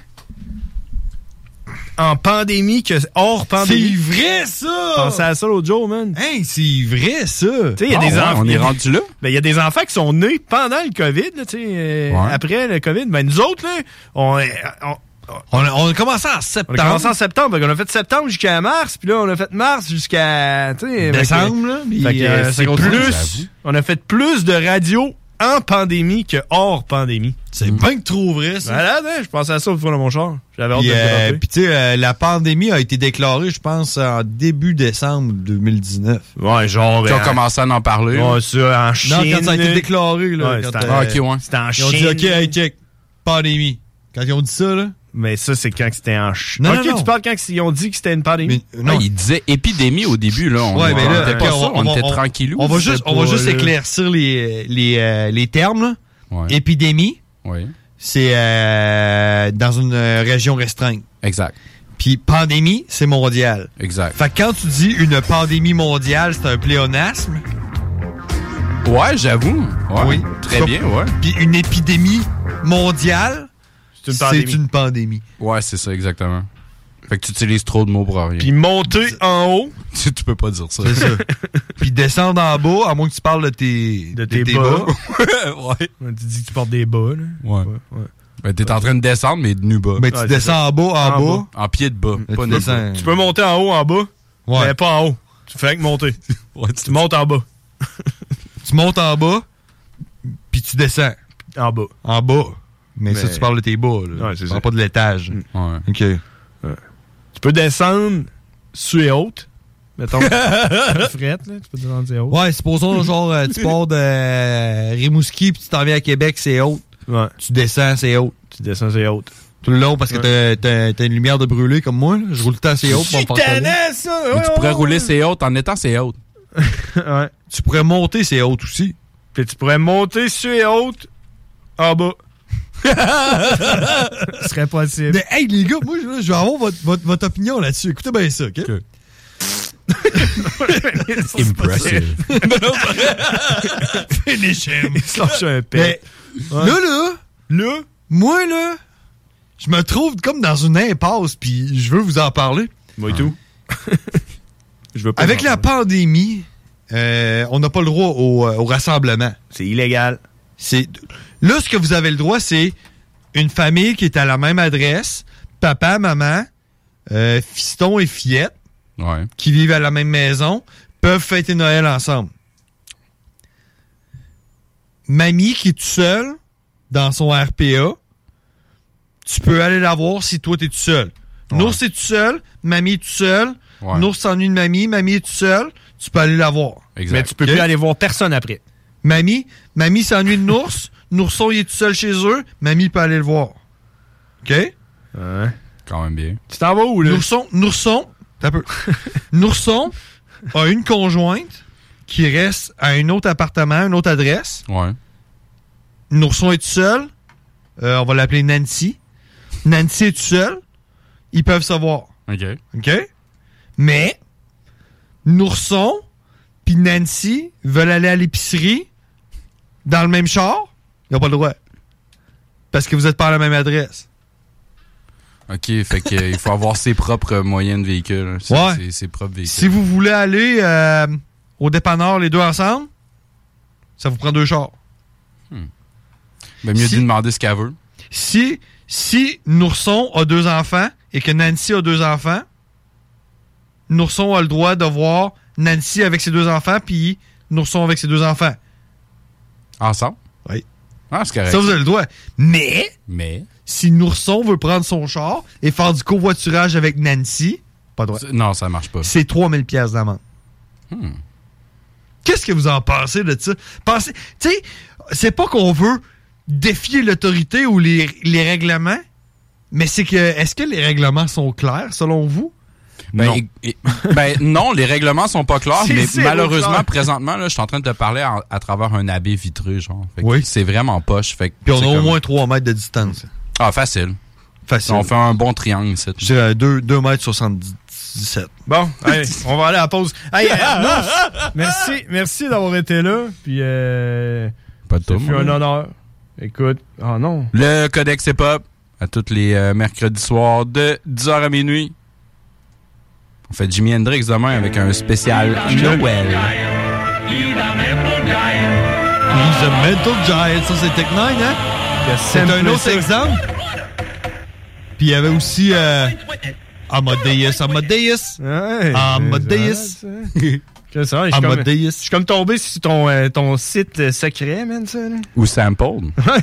S5: en pandémie que hors pandémie?
S7: C'est vrai, ça!
S5: Pensez à ça l'autre jour, man.
S7: Hey, c'est vrai, ça!
S5: Tu sais, il y a
S7: Ah
S5: des
S7: ouais,
S5: enfants.
S7: on est
S5: il y a-
S7: rendu
S30: là?
S5: Ben, il y a des enfants qui sont nés pendant le COVID, là, tu sais, euh,
S7: Ouais.
S5: après le COVID. Ben, nous autres, là, on, euh, on,
S7: On a, on a commencé en septembre.
S5: on a commencé en septembre. On a fait septembre jusqu'à mars, puis là, on a fait mars jusqu'à. tu sais,
S7: Décembre,
S5: fait que-
S7: là, puis,
S5: fait que,
S7: euh,
S5: c'est
S7: c'est
S5: plus-
S7: plus.
S5: On a fait plus de radio en pandémie que hors pandémie. Mm.
S7: C'est bien que trop vrai, ça.
S5: Malade, hein? Je pensais à ça au fond de mon char. J'avais hâte
S7: Puis,
S5: de le
S7: euh,
S5: présenter.
S7: puis tu sais, euh, la pandémie a été déclarée, je pense, en début décembre 2019.
S5: Ouais, genre. euh,
S30: Ils ont commencé à en parler.
S7: Ouais,
S5: ça, en
S7: Non,
S5: Chine,
S7: quand ça a
S5: là.
S7: été déclaré, là.
S5: Ouais,
S7: quand,
S5: c'était en-
S7: euh,
S5: Ah, ok, ouais. C'était en
S7: Ils ont dit,
S5: Chine.
S7: OK, hey, check, pandémie. Quand ils ont dit ça, là.
S5: Mais ça, c'est quand c'était en Chine.
S7: Non,
S5: ok,
S7: non, non.
S5: tu parles quand ils ont dit que c'était une pandémie.
S30: Non, Ah, il disait épidémie au début, là. On
S7: Ouais, mais là,
S30: était
S7: ok,
S30: pas ça, on,
S7: va-
S30: était tranquillou.
S7: On va juste, on va juste
S30: éclairer.
S7: éclaircir les, les, euh, les termes, là. Épidémie,
S30: Oui.
S7: c'est euh, dans une euh, région restreinte.
S30: Exact.
S7: Puis pandémie, c'est mondial.
S30: Exact.
S7: Fait que quand tu dis une pandémie mondiale, c'est un pléonasme.
S30: Ouais, j'avoue. Ouais, Très
S7: Ça-
S30: bien, ouais.
S7: Puis une épidémie mondiale,
S5: une
S7: c'est
S5: pandémie.
S7: une pandémie.
S30: Ouais, c'est ça, exactement. Fait que tu utilises trop de mots pour rien.
S5: Puis monter en haut.
S30: Tu, tu peux pas dire ça.
S7: C'est ça. Puis descendre en bas, à moins que tu parles de tes, de
S5: tes bas.
S30: ouais.
S5: Tu dis que tu portes des bas, là.
S30: Ouais. Ben, t'es en train de descendre, mais de nu bas.
S7: Mais tu Ouais, c'est descends ça. en bas, en En bas.
S30: En pied de bas. Pas nu bas.
S5: Euh, Tu peux monter en haut, en bas. Mais pas en haut. Tu fais que monter.
S30: tu,
S5: montes en bas.
S7: tu montes en bas, puis tu descends.
S5: En bas.
S7: En bas. Mais, ça,
S5: Mais-
S7: tu parles de tes bas. Là.
S5: Ouais, c'est ça.
S7: tu
S5: Mm.
S7: parles pas de l'étage.
S30: Ouais.
S7: OK.
S5: Tu peux descendre sur et haute. Mettons. Frette, là. Tu peux descendre sur et haute.
S7: Ouais, supposons, genre, euh, tu pars de euh, Rimouski, puis tu t'en viens à Québec, c'est haut. Tu descends, c'est haut.
S5: Tu descends, c'est haut.
S7: Tout le long, parce que t'as- t'as t'as une lumière de brûlé comme moi. là. Je roule le temps, c'est haut.
S5: Chut, tannant, ça!
S30: Mais tu pourrais rouler ses hautes en étant ses hautes.
S7: Tu pourrais monter, c'est haut aussi.
S5: Puis tu pourrais monter sur et haute en bas. Ce serait possible.
S7: Mais hey, les gars, moi, je je vais avoir votre, votre, votre opinion là-dessus. Écoutez bien ça, OK?
S30: Impressive.
S7: Finish him.
S5: Il se lâche un
S7: Mais
S5: pet. Ouais.
S7: là, là, là, moi, là, je me trouve comme dans une impasse, puis je veux vous en parler.
S5: Moi et tout. Je veux pas
S7: Avec
S5: en
S7: la pandémie, euh, on n'a pas le droit au, euh, au rassemblement.
S5: C'est illégal.
S7: C'est Là, ce que vous avez le droit, c'est une famille qui est à la même adresse, papa, maman, euh, fiston et fillette,
S30: Ouais.
S7: qui vivent à la même maison, peuvent fêter Noël ensemble. Mamie qui est toute seule dans son RPA tu peux aller la voir si toi, t'es tout seul. Nours, t'es tout seul. Mamie est tout seul.
S30: Ouais.
S7: Nours s'ennuie de mamie. Mamie est tout seul. Tu peux aller la voir.
S30: Exact.
S7: Mais tu peux plus aller voir personne après. Mamie, mamie s'ennuie de Nours. Nourson, il est tout seul chez eux. Mamie peut aller le voir. OK?
S30: Quand même bien.
S7: Tu t'en vas où, là? Nourson, Nourson, t'as peu. Nourson a une conjointe qui reste à un autre appartement, une autre adresse.
S30: Ouais.
S7: Nourson est tout seul. Euh, on va l'appeler Nancy. Nancy est tout seul. Ils peuvent savoir.
S30: OK.
S7: OK? Mais, Nourson puis Nancy veulent aller à l'épicerie dans le même char. Ils n'ont pas le droit. Parce que vous êtes pas à la même adresse.
S30: OK, fait que, euh, il faut avoir ses propres moyens de véhicule. hein. C'est-
S7: Ouais.
S30: c'est- Ses propres véhicules.
S7: Si vous voulez aller euh, au dépanneur les deux ensemble, ça vous prend deux chars.
S30: Ben, mieux
S7: si-
S30: d'y demander ce qu'elle veut.
S7: Si, si Nourson a deux enfants et que Nancy a deux enfants, Nourson a le droit de voir Nancy avec ses deux enfants puis Nourson avec ses deux enfants.
S30: Ensemble?
S7: Oui.
S30: Ah, c'est correct.
S7: Ça, vous avez le droit. Mais,
S30: Mais.
S7: si Nourson veut prendre son char et faire du covoiturage avec Nancy, pas droit.
S30: C'est- Non, ça marche pas. Hmm.
S7: C'est 3000 pièces d'amende. Qu'est-ce que vous en pensez de ça? Pensez, tu sais, c'est pas qu'on veut défier l'autorité ou les, les règlements, mais c'est que, est-ce que les règlements sont clairs selon vous?
S30: Ben,
S7: Non.
S30: et- et- ben, non, les règlements sont pas clairs,
S7: C'est
S30: mais
S7: zéro
S30: malheureusement,
S7: clair.
S30: présentement, là, je suis en train de te parler en- à travers un abbé vitré, genre. Fait que C'est vraiment poche. Fait que
S7: Puis on
S30: c'est
S7: a au
S30: comme-
S7: moins 3 mètres de distance.
S30: Ah, facile.
S7: Facile.
S30: On fait un bon triangle, ici.
S7: Je dirais 2, 2 mètres 77.
S5: Bon, hey, on va aller à la pause. Hey, euh, Nours, merci, merci d'avoir été là. Puis, euh,
S30: Pas de
S5: ça
S30: tout,
S5: fut
S30: moi.
S5: un honneur. Écoute, oh non.
S30: Le Codex Hip Hop, à tous les euh, mercredis soirs de 10h à minuit. On fait Jimi Hendrix demain avec un spécial Noël.
S7: He's a mental giant, ça c'est Tech Nine, hein? C'est un autre exemple. Puis il y avait aussi euh, Amadeus, Amadeus, Amadeus.
S5: Que ça, je suis comme-
S7: Amadeus.
S5: je suis comme, tombé sur ton, euh, ton site euh, secret, man, ça. là.
S30: Ou sample.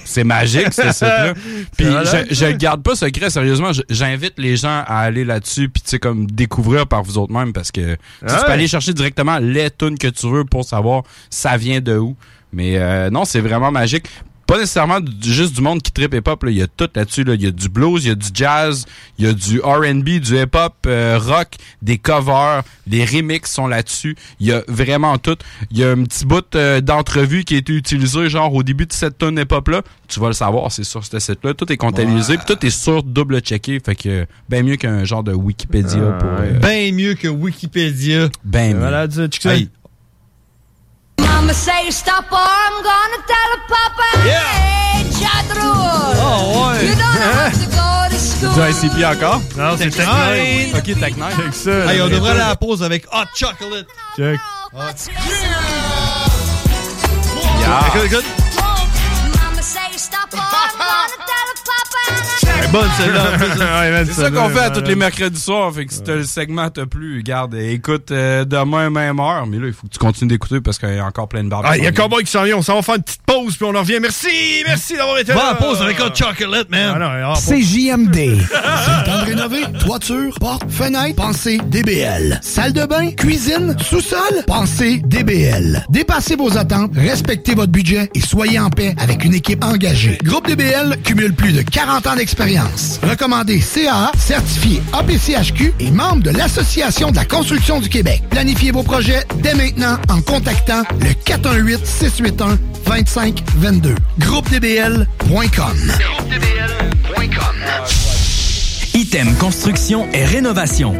S30: C'est magique, ce site-là. Puis
S5: Ça a l'air,
S30: je, je le garde pas secret, sérieusement. Je- J'invite les gens à aller là-dessus, puis tu sais, comme découvrir par vous autres même, parce que tu sais, tu
S5: Ouais.
S30: peux aller chercher directement les tunes que tu veux pour savoir ça vient de où. Mais euh, non, c'est vraiment magique. Pas nécessairement du- juste du monde qui tripe hip-hop. là. Il y a tout là-dessus. là. Il y a du blues, il y a du jazz, il y a du R&B, du hip-hop, euh, rock, des covers, des remixes sont là-dessus. Il y a vraiment tout. Il y a un petit bout euh, d'entrevue qui a été utilisé genre au début de cette tonne hip-hop-là. Tu vas le savoir, c'est sur cette site-là. Tout est comptabilisé, puis tout est sur double-checké. Fait que ben mieux qu'un genre de Wikipédia
S7: Ah,
S30: pour... euh,
S7: Ben mieux que Wikipédia.
S30: Ben mieux.
S5: Voilà, tu tu-
S30: Hey.
S9: Mama say stop or I'm gonna tell Papa. Yeah.
S5: Oh, ouais.
S9: You don't have to go to school.
S30: Du ICP encore?
S5: Non, c'est Tech Nine.
S30: Ok, Tech Nine.
S5: Check ça.
S7: Hey, on
S5: la
S7: devrait aller
S5: vraie
S7: à la pause avec Hot oh, Chocolate.
S5: Check.
S7: Écoute, écoute.
S9: Mama say stop or I'm gonna tell Papa.
S7: Elle est bonne, celle-là, en plus, là.
S5: man,
S30: C'est ça
S5: celle-là,
S30: qu'on fait à
S5: ouais,
S30: tous
S5: ouais.
S30: les mercredis soirs. Fait que si t'as le segment t'a plu, garde, écoute euh, demain, même heure. Mais là, il faut que tu continues d'écouter parce qu'il y a encore plein de barbes.
S5: Ah, il y a Cowboy qui s'en vient. On s'en va faire une petite pause, puis on en revient. Merci, merci d'avoir été
S7: Va
S5: là.
S7: en pause avec Hot Chocolate, man.
S5: Ah, non, ah, pause.
S13: C'est JMD. C'est le temps de rénover. Toiture, porte, fenêtre, pensez DBL. Salle de bain, cuisine, sous-sol, pensez DBL. Dépassez vos attentes, respectez votre budget et soyez en paix avec une équipe engagée. Groupe DBL cumule plus de 40 ans d'expérience. Recommandé CAA, certifié APCHQ et membre de l'Association de la construction du Québec. Planifiez vos projets dès maintenant en contactant le 418-681-2522. GroupeDBL.com.
S14: Item Construction et Rénovation.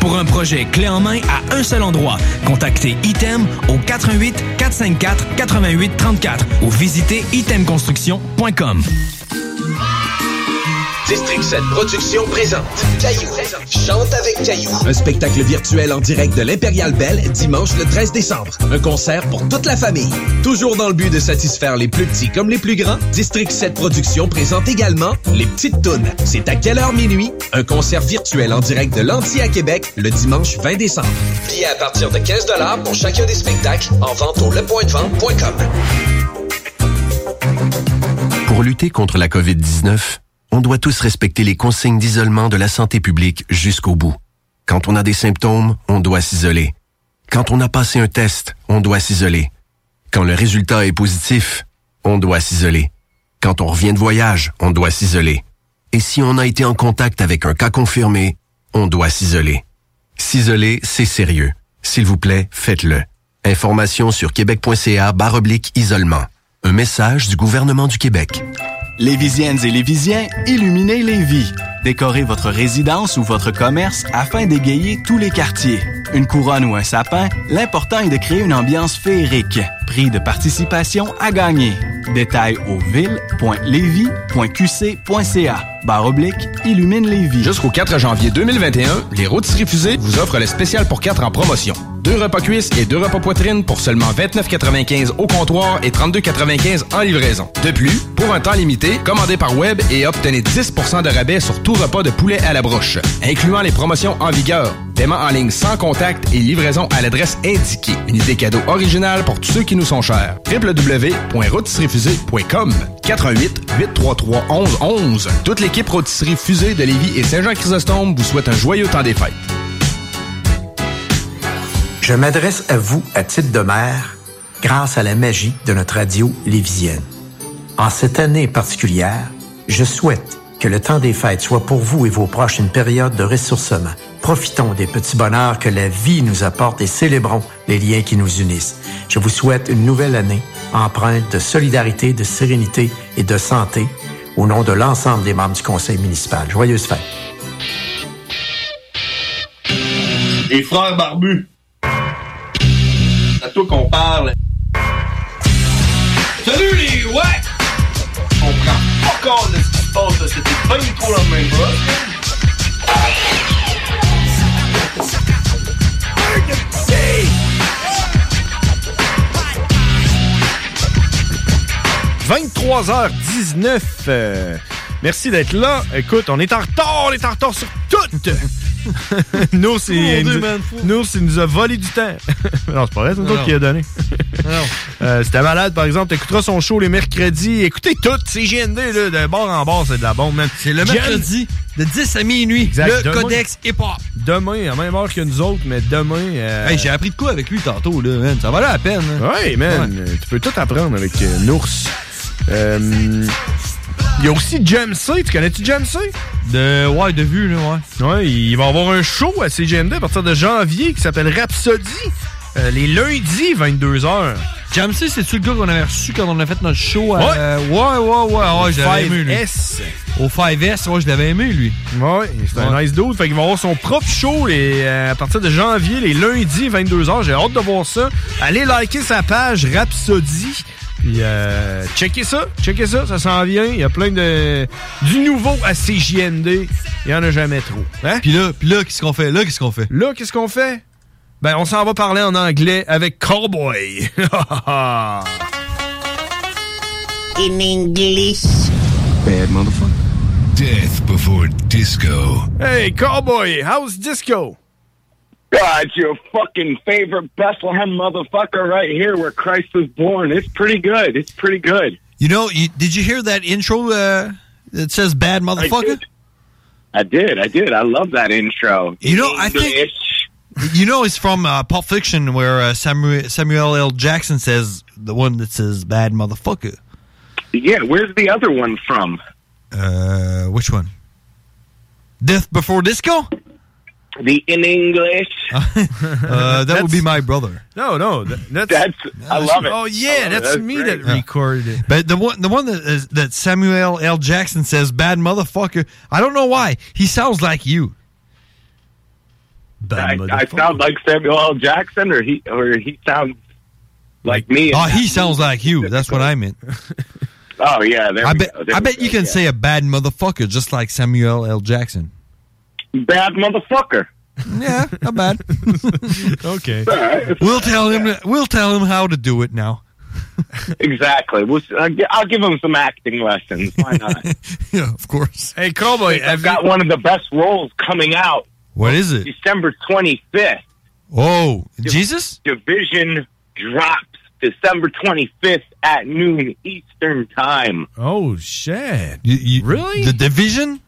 S14: Pour un projet clé en main à un seul endroit, contactez Item au 88 454 88 34 ou visitez itemconstruction.com.
S25: District 7 Productions présente Caillou. Chante avec Caillou. Un spectacle virtuel en direct de l'Impérial Belle dimanche le 13 décembre. Un concert pour toute la famille. Toujours dans le but de satisfaire les plus petits comme les plus grands, District 7 Productions présente également Les Petites Tounes. C'est à quelle heure minuit? Un concert virtuel en direct de l'Anti à Québec le dimanche 20 décembre. Billets à partir de 15 pour chacun des spectacles en vente au lepointdevente.com.
S18: Pour lutter contre la COVID-19, on doit tous respecter les consignes d'isolement de la santé publique jusqu'au bout. Quand on a des symptômes, on doit s'isoler. Quand on a passé un test, on doit s'isoler. Quand le résultat est positif, on doit s'isoler. Quand on revient de voyage, on doit s'isoler. Et si on a été en contact avec un cas confirmé, on doit s'isoler. S'isoler, c'est sérieux. S'il vous plaît, faites-le. Information sur québec.ca barre oblique isolement. Un message du gouvernement du Québec.
S24: Lévisiennes et Lévisiens, illuminez Lévis. Décorez votre résidence ou votre commerce afin d'égayer tous les quartiers. Une couronne ou un sapin, l'important est de créer une ambiance féerique. Prix de participation à gagner. Détails au ville.levy.qc.ca. Barre oblique, illumine Lévis.
S23: Jusqu'au 4 janvier 2021, les Rôtisseries Fusées vous offrent le spécial pour 4 en promotion. Deux repas cuisses et deux repas poitrine pour seulement 29,95 au comptoir et 32,95 en livraison. De plus, pour un temps limité, commandez par web et obtenez 10 de rabais sur tout repas de poulet à la broche, incluant les promotions en vigueur. Paiement en ligne sans contact et livraison à l'adresse indiquée. Une idée cadeau originale pour tous ceux qui nous sont chers. www.rôtisseriesfusées.com 88 833 1111 Toute l'équipe Rôtisserie Fusée de Lévis et Saint-Jean-Chrysostome vous souhaite un joyeux temps des fêtes.
S11: Je m'adresse à vous à titre de maire grâce à la magie de notre radio lévisienne. En cette année particulière, je souhaite que le temps des fêtes soit pour vous et vos proches une période de ressourcement. Profitons des petits bonheurs que la vie nous apporte et célébrons les liens qui nous unissent. Je vous souhaite une nouvelle année empreinte de solidarité, de sérénité et de santé au nom de l'ensemble des membres du conseil municipal. Joyeuses fêtes.
S4: Les frères barbus. C'est à toi qu'on parle. Salut les ouais! On prend pas compte de ce qui se passe, là. c'était pas du tout la même chose.
S5: 23h19. euh, merci d'être là. Écoute, on est en retard, on est en retard sur tout. nous, c'est
S6: Mon Dieu,
S5: nous,
S6: man,
S5: nous, c'est- nous a volé du temps. non, c'est pas vrai, c'est nous
S6: Non.
S5: autres qui a donné.
S6: Non.
S5: Euh, C'était malade, par exemple. T'écouteras son show les mercredis. Écoutez tout, c'est GND, là, de bord en bord, c'est de la bombe, man. C'est
S7: Le mercredi, de 10 à minuit, le codex hip-hop.
S5: Demain, à même heure que nous autres, mais demain. euh,
S7: Hey, j'ai appris de quoi avec lui tantôt, là, man. Ça valait la peine. hein.
S5: Ouais, man, euh, tu peux tout apprendre avec euh, Nours. Euh, Il y a aussi James C. Tu connais-tu James C? De, ouais, de vue, là, ouais. Ouais, il va avoir un show à CGMD à partir de janvier qui s'appelle Rhapsody. euh, les lundis, 22h.
S7: James C, c'est-tu le gars qu'on avait reçu quand on a fait notre show à...
S5: Ouais.
S7: euh, ouais, ouais, Ah,
S5: Ah
S7: ouais, ouais, je l'avais aimé, lui.
S5: 5S.
S7: Au 5S, ouais, je l'avais aimé, lui.
S5: Ouais, c'est un
S7: Ouais.
S5: nice dude. Fait qu'il va avoir son propre show les, euh, à partir de janvier, les lundis, 22h. J'ai hâte de voir ça. Allez liker sa page Rhapsody. Puis, euh, checkez ça. Checkez ça. Ça s'en vient. Il y a plein de. Du nouveau à CJND. Il y en a jamais trop. Hein?
S7: Puis là, puis là qu'est-ce qu'on fait? Là, qu'est-ce qu'on fait?
S5: Là, qu'est-ce qu'on fait? Ben, on s'en va parler en anglais avec Cowboy.
S19: In English.
S9: Bad motherfucker. Death before disco.
S5: hey, Cowboy, how's disco?
S19: God, it's your fucking favorite Bethlehem motherfucker right here where Christ was born. It's pretty good. It's pretty good.
S7: You know, you, did you hear that intro uh, that says bad motherfucker?
S19: I did. I did. I love that intro.
S7: You know, I think you know it's from uh, Pulp Fiction where uh, Samuel, Samuel L. Jackson says the one that says "bad motherfucker."
S19: Yeah, where's the other one from?
S7: Uh, which one? Death Before Disco.
S19: The in English.
S7: Uh, that would be my brother.
S5: No, no. that- that's,
S19: I love it.
S5: Oh, yeah.
S19: I love it.
S5: That's,
S19: That's
S5: me
S19: great.
S5: that recorded it.
S7: But the one, the one that is, that Samuel L. Jackson says "bad motherfucker." I don't know why he sounds like you.
S19: I, I sound like Samuel L. Jackson or he or he sounds like me.
S7: Ah, Oh, he sounds like you. That's what I meant.
S19: Oh yeah, there
S7: I
S19: we
S7: bet,
S19: go, there
S7: I
S19: we
S7: bet
S19: go,
S7: you can say a bad motherfucker just like Samuel L. Jackson.
S19: Bad motherfucker.
S7: Yeah, not bad.
S19: okay.
S7: We'll tell him. We'll tell him how to do it now.
S19: exactly. We'll, s- I'll gi- I'll give him some acting lessons. Why not?
S7: yeah, of course.
S19: hey, Cowboy, I've got one of the best roles coming out.
S7: What is it?
S19: December 25th.
S7: Oh, Jesus?
S19: Division drops December 25th at noon Eastern Time.
S26: Oh, shit.
S7: really? The Division?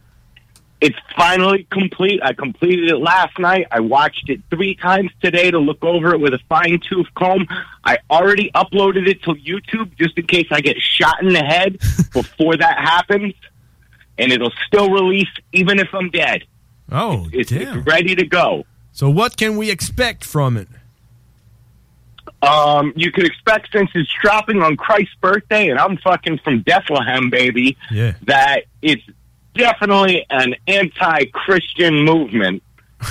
S19: It's finally complete. I completed it last night. I watched it three times today to look over it with a fine tooth comb. I already uploaded it to YouTube just in case I get shot in the head before that happens. And it'll still release even if I'm dead.
S26: Oh,
S19: It's, it's ready to go.
S26: so what can we expect from it?
S19: Um, you could expect since it's dropping on Christ's birthday, and I'm fucking from Bethlehem, baby,
S26: Yeah.
S19: that it's definitely an anti-Christian movement.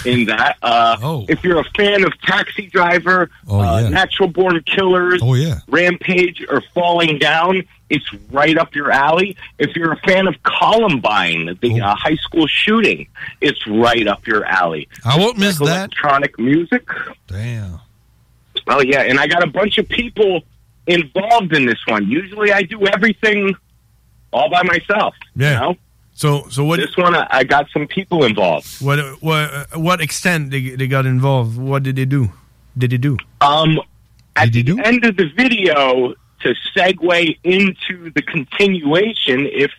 S19: In that, uh,
S7: Oh.
S19: if you're a fan of Taxi Driver, uh, Natural Born Killers,
S7: oh, yeah.
S19: Rampage, or Falling Down, it's right up your alley. If you're a fan of Columbine,
S7: Oh.
S19: the uh, high school shooting, it's right up your alley.
S7: I won't miss
S19: Like
S7: that.
S19: Electronic music.
S7: Damn.
S19: Oh yeah, and I got a bunch of people involved in this one. Usually, I do everything all by myself.
S26: Yeah.
S19: You know?
S26: So, so what?
S19: This one, I I got some people involved.
S26: What what uh, what extent they, they got involved? What did they do? Did they do?
S19: Um, at the end of the video, to segue into the continuation, if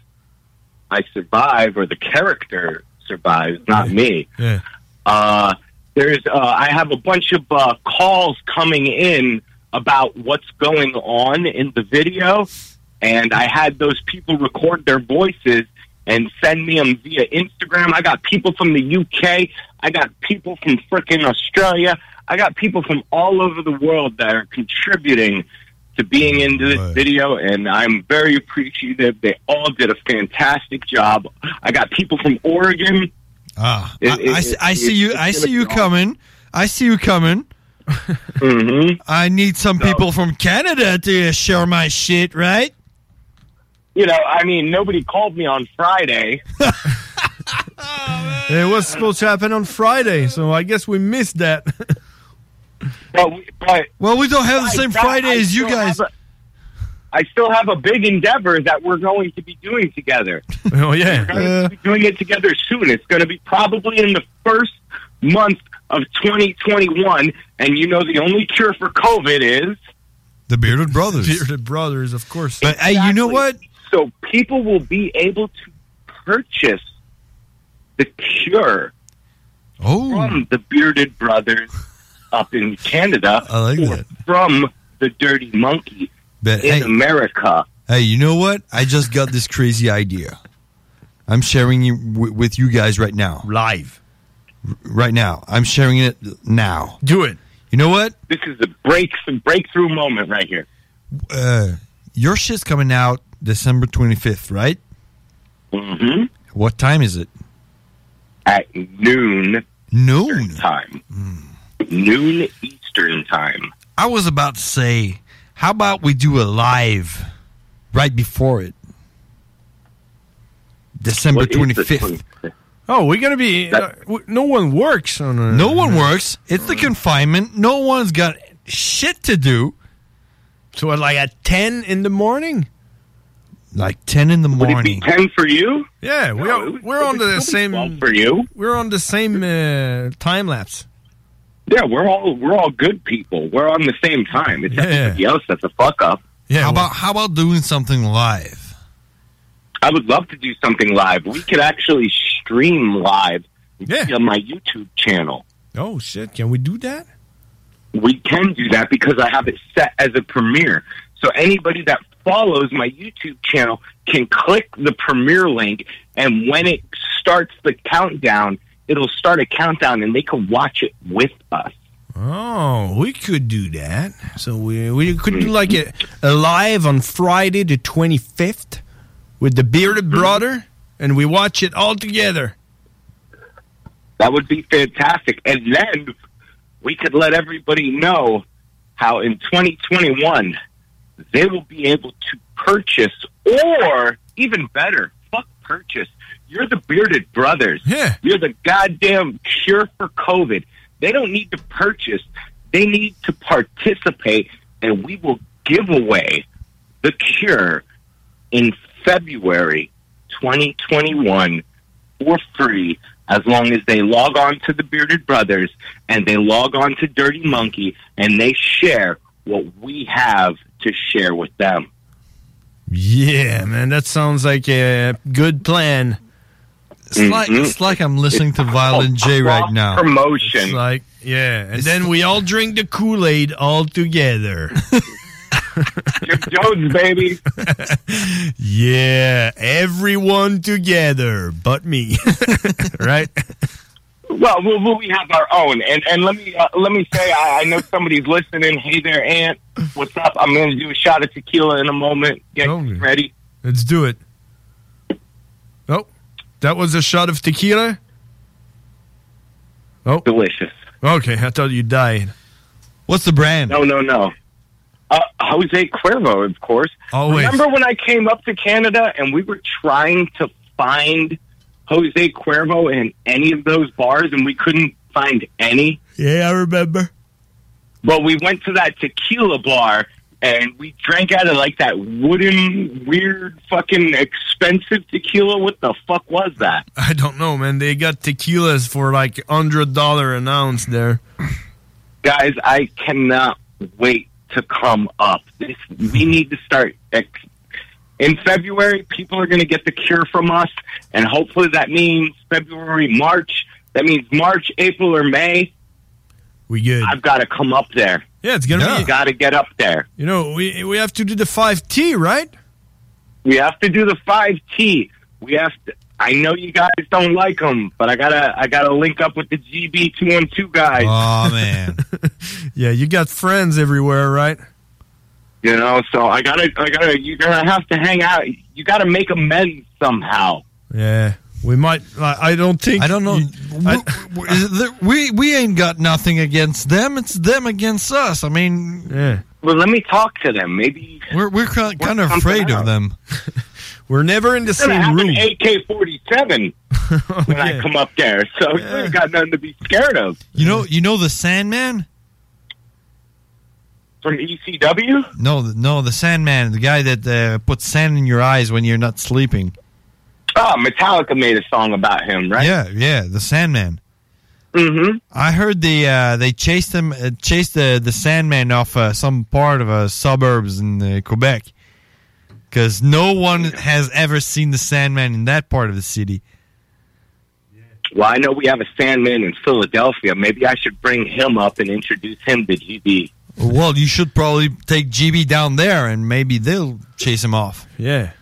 S19: I survive or the character survives, not me.
S26: Yeah.
S19: Uh, there's uh, I have a bunch of uh, calls coming in about what's going on in the video, and I had those people record their voices and send me them via Instagram. I got people from the UK, I got people from frickin' Australia, I got people from all over the world that are contributing to being into this video, and I'm very appreciative. They all did a fantastic job. I got people from Oregon.
S7: Ah,
S19: It-
S7: I,
S19: it-
S7: I see, I
S19: it-
S7: see you. I
S19: it's
S7: see
S19: gonna
S7: you
S19: be
S7: coming. I see you coming.
S19: Mm-hmm.
S7: I need some people from Canada to share my shit, right?
S19: you know, I mean, nobody called me on Friday.
S26: It was supposed to happen on Friday, so I guess we missed that.
S19: but, but
S7: well, we don't have
S26: the same Friday as you guys.
S19: I still have a big endeavor that we're going to be doing together.
S26: oh
S19: We're going to
S7: Uh.
S19: be doing it together soon. It's going to be probably in the first month of 2021, and you know the only cure for COVID is
S7: The Bearded Brothers.
S26: Bearded Brothers, of course.
S7: But hey, you know what?
S19: So people will be able to purchase the cure
S7: Oh.
S19: from the Bearded Brothers up in Canada
S7: I like that.
S19: from the Dirty Monkey
S7: But,
S19: in
S7: hey.
S19: America.
S7: Hey, you know what? I just got this crazy idea. I'm sharing it w- with you guys right now.
S26: Live.
S7: right now. I'm sharing it now.
S26: Do it.
S7: You know what?
S19: This is a break breakthrough moment right here.
S7: Uh, your shit's coming out December 25th, right?
S19: Mm-hmm.
S7: What time is it?
S19: At noon.
S7: Noon Mm.
S19: time. Noon Eastern time.
S7: I was about to say, how about we do a live right before it? December
S26: What is the
S7: 25th.
S26: Oh, we're gonna be. uh, w- no one works on. A,
S7: No one works. It's the confinement. No one's got shit to do.
S26: So, what, like at 10 in the morning?
S7: Like 10 in the morning.
S19: ten for you?
S26: Yeah, we are, we're on the same.
S19: For you?
S26: We're on the same uh, time lapse.
S19: Yeah, we're all we're all good people. We're on the same time. It's
S7: Yeah.
S19: everybody else that's a fuck up.
S7: Yeah, how about how about doing something live?
S19: I would love to do something live. We could actually stream live via my YouTube channel.
S26: Oh shit! Can we do that?
S19: We can do that because I have it set as a premiere. So anybody that follows my YouTube channel can click the premiere link, and when it starts the countdown, it'll start a countdown, and they can watch it with us.
S26: Oh, we could do that. So we we could do like a, a live on Friday the twenty fifth with the bearded
S19: Mm-hmm.
S26: brother, and we watch it all together.
S19: That would be fantastic. And then we could let everybody know how in 2021 they will be able to purchase, or even better, fuck purchase. You're the bearded brothers. Yeah. You're the goddamn cure for COVID. They don't need to purchase. They need to participate, and we will give away the cure in February 2021 for free as long as they log on to the Bearded Brothers and they log on to Dirty Monkey and they share what we have to share with them.
S5: Yeah, man, that sounds like a good plan.
S7: It's like-
S19: Mm-hmm.
S7: it's like I'm listening to Violent J right now.
S19: Promotion.
S5: It's like, yeah, and then we all drink the Kool Aid all together.
S19: Jim Jones, baby.
S5: yeah, everyone together, but me. right?
S19: Well, well, well, we have our own, and and let me uh, let me say, I, I know somebody's listening. Hey there, Aunt, what's up? I'm going to do a shot of tequila in a moment. Get
S5: Oh,
S19: ready.
S5: Let's do it. Oh, that was a shot of tequila. Oh,
S19: delicious.
S5: Okay, I thought you died.
S7: What's the brand?
S19: No, no, no. Uh, Jose Cuervo, of course.
S5: Always.
S19: Remember when I came up to Canada and we were trying to find Jose Cuervo in any of those bars, and we couldn't find any.
S5: Yeah, I remember.
S19: But we went to that tequila bar and we drank out of like that wooden, weird, fucking expensive tequila. What the fuck was that?
S5: I don't know, man. They got tequilas for like hundred dollar an ounce there.
S19: Guys, I cannot wait to come up. This, we need to start. Ex- in February, people are going to get the cure from us, and hopefully that means February, March. That means March, April, or May.
S5: We good.
S19: I've got to come up there.
S5: Yeah, it's gonna be.
S19: Got to get up there.
S5: You know, we we have to do the five T, right?
S19: We have to do the five T. We have to. I know you guys don't like them, but I gotta, I gotta link up with the GB two one two guys.
S7: Oh man,
S5: Yeah, you got friends everywhere, right?
S19: you know. So I gotta, I gotta. You're gonna have to hang out. You gotta make amends somehow.
S5: Yeah, we might. I, I don't think.
S7: I don't know. we, is it that- we we ain't got nothing against them. It's them against us. I mean,
S5: yeah.
S19: Well, let me talk to them. Maybe
S7: we're we're kind, kind of
S19: something
S7: afraid
S19: out.
S7: of them.
S5: We're never in the
S19: I'm gonna have an AK forty seven when I come up there, so you ain't got nothing to be scared of
S7: You know, you know the Sandman.
S19: from E ECW.
S7: No, the- no, the Sandman, the guy that uh, puts sand in your eyes when you're not sleeping.
S19: Ah, Metallica made a song about him, right?
S7: Yeah, yeah, the Sandman.
S19: Mm-hmm.
S7: I heard the uh, they chased him, uh, chased the the Sandman off uh, some part of uh, suburbs in uh, Quebec, because no one has ever seen the Sandman in that part of the city.
S19: Well, I know we have a Sandman in Philadelphia. Maybe I should bring him up and introduce him to GB.
S7: Well, you should probably take GB down there, and maybe they'll chase him off.
S5: Yeah.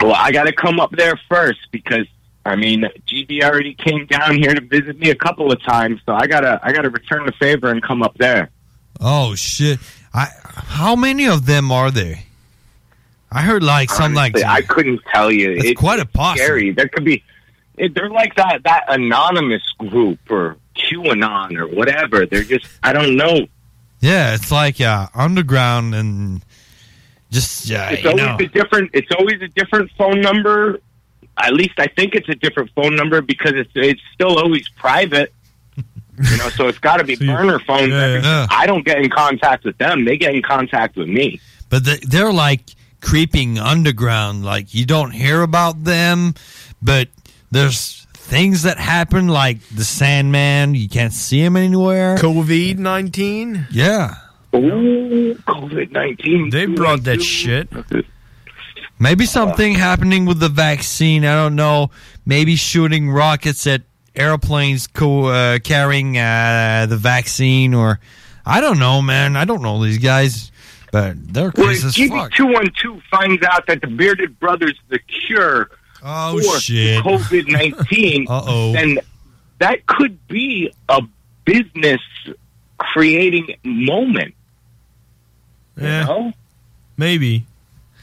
S19: Well, I got to come up there first because I mean GB already came down here to visit me a couple of times, so I gotta I gotta return the favor and come up there.
S7: Oh shit! I how many of them are there? I heard like some like
S19: Honestly, I couldn't tell you.
S7: That's
S19: it's
S7: quite a posse.
S19: Scary. There could be. It, they're like that that anonymous group or QAnon or whatever. They're just I don't know.
S7: yeah, it's like uh, underground and just yeah,
S19: it's
S7: Uh, you
S19: always
S7: know.
S19: a different. It's always a different phone number. At least I think it's a different phone number because it's it's still always private. You know, so it's got to be burner phones. I don't get in contact with them; they get in contact with me.
S7: but they- they're like creeping underground. Like you don't hear about them, but there's things that happen, like the Sandman. You can't see him anywhere.
S5: COVID nineteen.
S7: Yeah.
S19: Ooh, COVID nineteen.
S5: They brought that shit.
S7: Maybe something happening with the vaccine. I don't know. Maybe shooting rockets at airplanes co- uh, carrying uh, the vaccine, or I don't know, man. I don't know these guys, but they're
S19: Well,
S7: crazy
S19: if
S7: as fuck.
S19: GB two one two finds out that the bearded brothers the cure
S7: oh,
S19: for
S7: shit.
S19: COVID nineteen,
S7: Uh-oh.
S19: then that could be a business creating moment.
S5: Yeah.
S19: know?
S5: Maybe.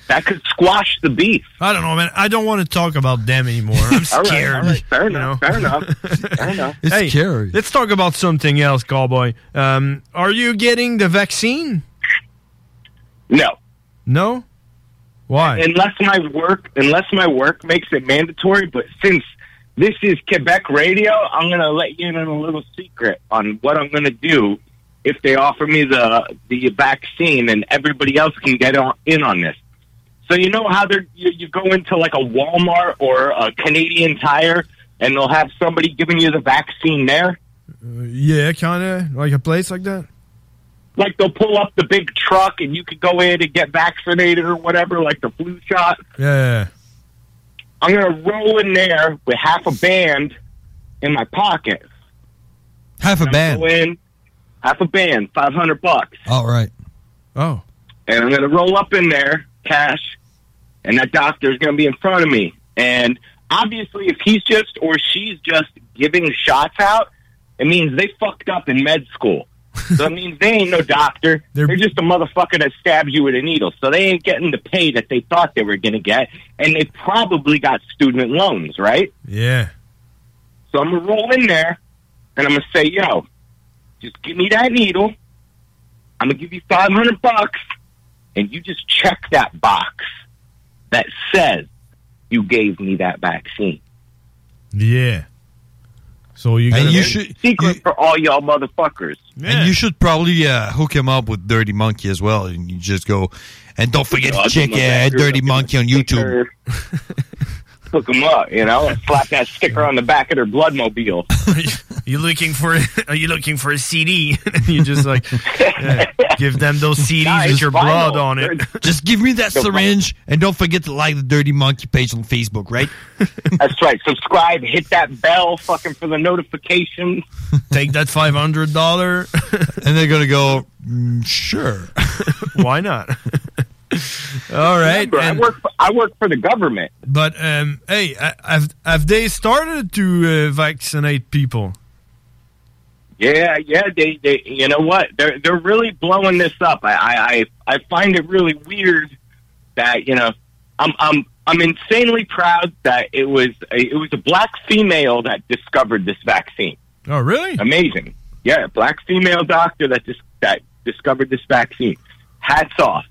S19: That could squash the beef.
S5: I don't know, man. I don't want to talk about them anymore. I'm
S19: All right,
S5: scared.
S19: all right, fair enough. Fair enough. Fair enough.
S7: It's scary.
S5: Let's talk about something else, cowboy. Um, are you getting the vaccine?
S19: No.
S5: No.
S26: Why?
S19: Unless my work, unless my work makes it mandatory. But since this is Quebec radio, I'm gonna let you in on a little secret on what I'm gonna do if they offer me the the vaccine, and everybody else can get on, in on this. So you know how they're you, you go into like a Walmart or a Canadian Tire, and they'll have somebody giving you the vaccine there.
S26: yeah, kind of like a place like that.
S19: Like they'll pull up the big truck, and you could go in and get vaccinated or whatever, like the flu shot.
S26: Yeah.
S19: I'm gonna roll in there with half a band in my pocket.
S7: Half a band.
S19: Go in, half a band, five hundred bucks,
S7: All right.
S26: Oh.
S19: and I'm gonna roll up in there, cash, and that doctor's gonna be in front of me. And obviously, if he's just or she's just giving shots out, it means they fucked up in med school. so it means they ain't no doctor. They're, just a motherfucker that stabbed you with a needle. So they ain't getting the pay that they thought they were gonna get, and they probably got student loans, right?
S26: Yeah.
S19: So I'm gonna roll in there, and I'm gonna say, "Yo, just give me that needle. I'm gonna give you five hundred bucks, and you just check that box that says you gave me that vaccine."
S26: Yeah. So you
S7: and
S19: It's
S7: you
S19: a
S7: should
S19: secret for all y'all motherfuckers.
S7: and you should probably uh, hook him up with Dirty Monkey as well, and you just go and don't forget
S19: Yeah, I'll
S7: to
S19: do
S7: check
S19: my
S7: uh,
S19: record,
S7: Dirty
S19: I'll do
S7: Monkey on YouTube.
S19: Hook 'em up, you know, and slap that sticker on the back of their bloodmobile.
S26: You looking for? Are you looking for a CD? you just like yeah, give them those CDs with your blood on it.
S7: Just give me that syringe, and don't forget to like the Dirty Monkey page on Facebook, right?
S19: That's right. Subscribe, hit that bell, fucking for the notifications.
S26: Take that five hundred dollar,
S7: and they're gonna go. "Mm, sure,
S26: why not? All right.
S19: Remember, I work. For, I work for the government.
S26: But um, hey, uh, have have they started to uh, vaccinate people?
S19: Yeah, yeah. They, they, you know what? They're they're really blowing this up. I, I, I, I find it really weird that you know, I'm, I'm, I'm insanely proud that it was, a, it was a black female that discovered this vaccine.
S26: Oh, really?
S19: Amazing. Yeah, a black female doctor that dis- that discovered this vaccine. Hats off.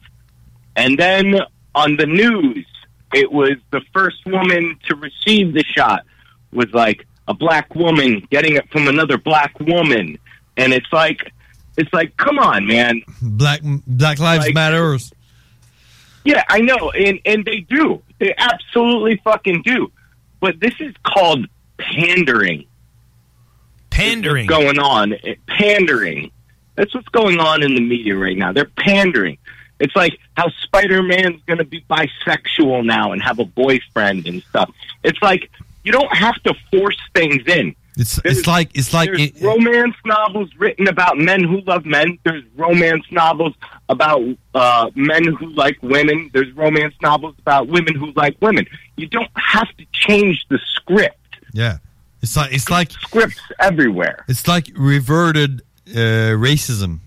S19: And then on the news, it was the first woman to receive the shot was like a black woman getting it from another black woman, and it's like it's like come on, man.
S7: Black Black Lives Matters.
S19: Yeah, I know, and and they do. They absolutely fucking do. But this is called pandering.
S26: Pandering
S19: going on. It- Pandering. That's what's going on in the media right now. They're pandering. It's like how Spider Man's going to be bisexual now and have a boyfriend and stuff. It's like you don't have to force things in.
S7: It's it's like it's like
S19: There's romance novels written about men who love men. There's romance novels about uh, men who like women. There's romance novels about women who like women. You don't have to change the script.
S7: yeah, it's like it's like
S19: scripts everywhere.
S7: It's like reverted uh, racism.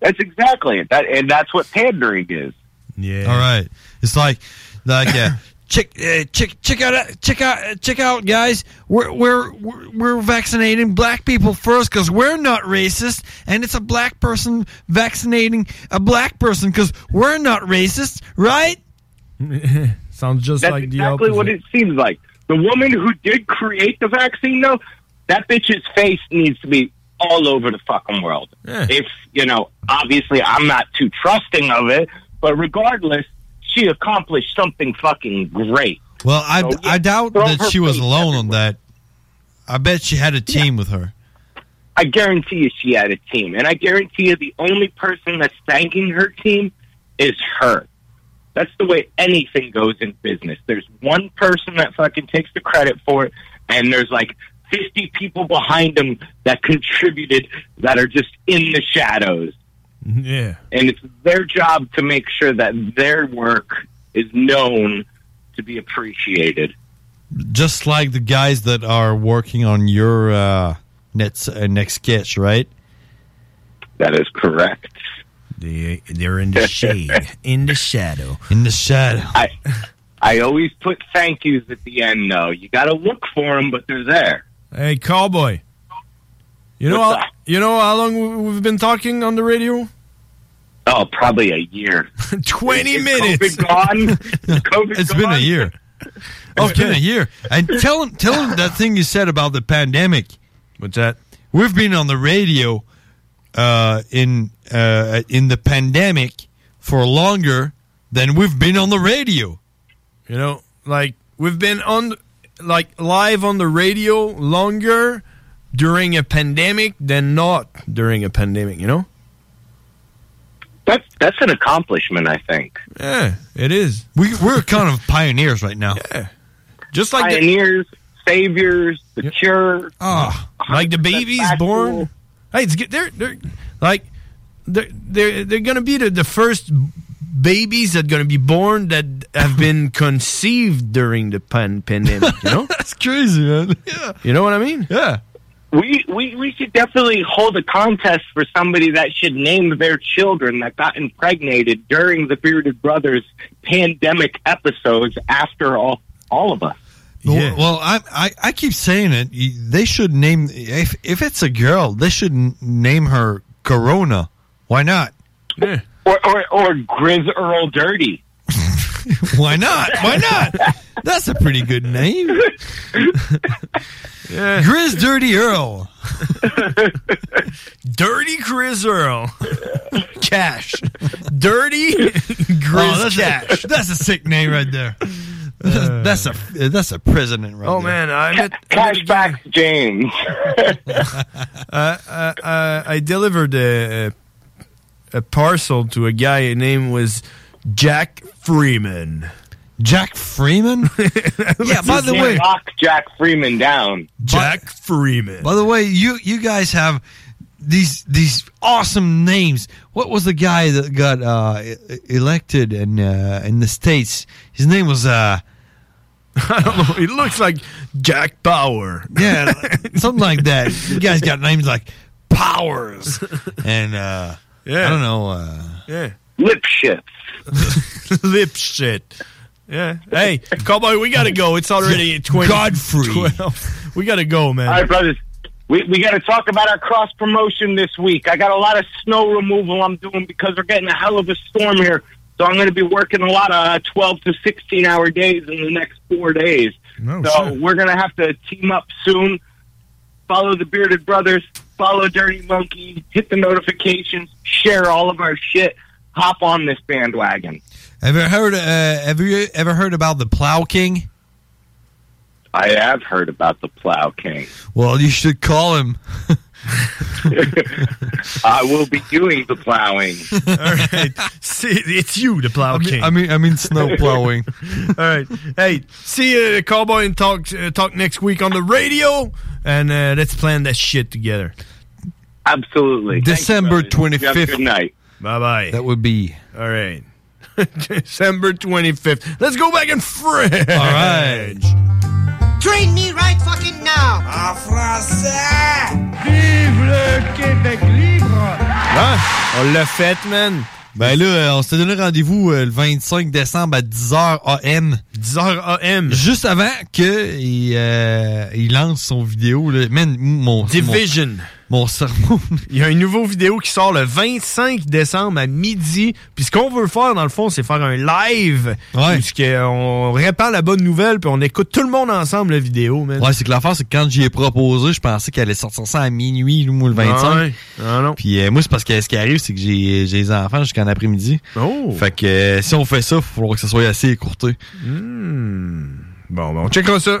S19: That's exactly it. That and that's what pandering is.
S26: Yeah.
S7: All right. It's like like uh, check uh, check check out uh, check out uh, check out guys. We're we're we're, we're vaccinating black people first because we're not racist, and it's a black person vaccinating a black person because we're not racist, right?
S26: Sounds just
S19: That's
S26: like
S19: exactly
S26: the
S19: what it seems like. The woman who did create the vaccine, though, that bitch's face needs to be all over the fucking world. If you know, obviously, I'm not too trusting of it, but regardless, she accomplished something fucking great.
S7: Well, I I doubt
S19: Throw
S7: that
S19: her
S7: she was alone on that. I bet she had a team with her.
S19: I guarantee you, she had a team, and I guarantee you, the only person that's thanking her team is her. That's the way anything goes in business. There's one person that fucking takes the credit for it, and there's like 50 people behind them that contributed that are just in the shadows.
S26: opposite. Yeah.
S19: And it's their job to make sure that their work is known to be appreciated.
S7: Just like the guys that are working on your uh, next uh, next sketch, right?
S19: That is correct.
S7: They they're in the shade,
S26: in the shadow,
S7: in the shadow.
S19: I, I always put thank yous at the end, though. You got to look for them, but they're there.
S26: Hey, cowboy. You know, how, you know how long we- we've been talking on the radio?
S19: Oh, probably a year.
S7: 20
S19: Is- is
S7: minutes.
S19: COVID gone?
S7: It's been a year. It's been a year. And tell him, tell him that thing you said about the pandemic. What's that? We've been on the radio uh, in uh, in the pandemic for longer than we've been on the radio.
S5: You know, like we've been on, like live on the radio longer during a pandemic than not during a pandemic. You know.
S19: That's that's an accomplishment, I think.
S5: Yeah, it is.
S7: We we're kind of pioneers right now.
S5: Yeah. Just like the-
S19: pioneers, saviors, the cure.
S5: Oh, like the babies born. Hey, it's get they're they're like they're they're, they're gonna be the, the first babies that gonna be born that have been conceived during the pan- pandemic. You know,
S7: that's crazy, man. Yeah,
S5: you know what I mean?
S7: Yeah.
S19: We, we we should definitely hold a contest for somebody that should name their children that got impregnated during the Bearded Brothers pandemic episodes after all all of us.
S7: Well, well, I, I I keep saying it. y- They should name if if it's a girl, they should n- name her Corona. Why not?
S19: Or or, or Grizz Earl Dirty.
S7: Why not? Why not? That's a pretty good name. Grizz Dirty Earl.
S5: Dirty Grizz Earl. Cash. Dirty Grizz
S7: Oh, that's,
S5: Cash.
S7: A, that's a sick name right there. that's a that's a president right
S5: Oh
S7: there.
S5: man, Uh. I met
S19: cashback James.
S5: uh, uh, uh, I delivered a, a parcel to a guy. His name was Jack Freeman.
S7: Jack Freeman? yeah. By the
S19: You
S7: way,
S19: knock Jack Freeman down.
S5: Jack Freeman.
S7: By the way, you you guys have these these awesome names. What was the guy that got uh, e- elected in uh, in the states? His name was uh,
S5: I don't know. He looks like Jack Bauer.
S7: Yeah, something like that. You guys got names like Powers and uh, I don't know. Uh,
S5: Yeah.
S19: Lip shit.
S5: Lip shit. Yeah. Hey, cowboy, we gotta go. It's already twenty.
S7: Godfrey.
S5: 12. We gotta go, man.
S19: All right, brothers. We, we got to talk about our cross promotion this week. I got a lot of snow removal I'm doing because we're getting a hell of a storm here. So I'm going to be working a lot of 12 to 16 hour days in the next four days. so we're going to have to team up soon. Follow the Bearded Brothers, follow Dirty Monkey, hit the notifications, share all of our shit, hop on this bandwagon.
S7: have you heard? Uh, have you ever heard about the Plow King?
S19: I have heard about the Plow King.
S7: Well, you should call him.
S19: I will be doing the plowing.
S5: All right. See, it's you, the plow king.
S7: I mean, I mean, snow plowing.
S5: All right. Hey, see you, cowboy, and talk uh, talk next week on the radio, and uh, let's plan that shit together.
S19: Absolutely.
S7: December twenty fifth.
S19: night.
S5: Bye bye.
S7: That would be
S5: All right. December twenty fifth. Let's go back and fridge.
S7: all right.
S9: Train me right fucking now. En français. Vive le Québec libre.
S5: Hein? On l'a fait, man.
S7: Ben là, euh, on s'est donné rendez-vous euh, le 25 décembre à 10h AM.
S5: 10h AM.
S7: Juste avant que il, euh, il lance son vidéo. Là. Man, mon,
S5: Division.
S7: Mon, mon cerveau.
S5: Il y a une nouvelle vidéo qui sort le 25 décembre à midi. Puis ce qu'on veut faire, dans le fond, c'est faire un live.
S7: Ouais.
S5: Parce qu'on répand la bonne nouvelle, puis on écoute tout le monde ensemble la vidéo, man.
S7: Ouais, c'est que l'affaire, c'est que quand j'y ai proposé, je pensais qu'elle allait sortir ça à minuit, nous, le 25.
S5: Ouais. Ah non.
S7: Puis euh, moi, c'est parce que ce qui arrive, c'est que j'ai j'ai les enfants jusqu'en après-midi.
S5: Oh.
S7: Fait que euh, si on fait ça, il faut falloir que ça soit assez écourté.
S5: Bon, ben, on checkera ça.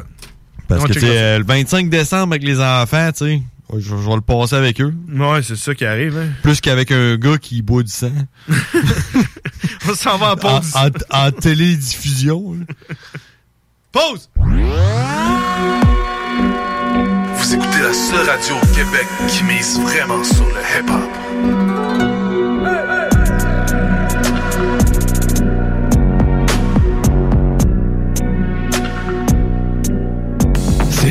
S7: Parce
S5: On
S7: que, tu
S5: checkera
S7: sais,
S5: ça.
S7: euh, le 25 décembre avec les enfants, tu sais, je, je vais le passer avec eux.
S5: Ouais, c'est ça qui arrive, hein.
S7: Plus qu'avec un gars qui boit du sang.
S5: On s'en va en
S7: En,
S5: pause.
S7: en, en télédiffusion. là.
S5: Pause!
S12: Vous écoutez la seule radio au Québec qui mise vraiment sur le hip-hop.
S3: C'est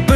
S14: Peu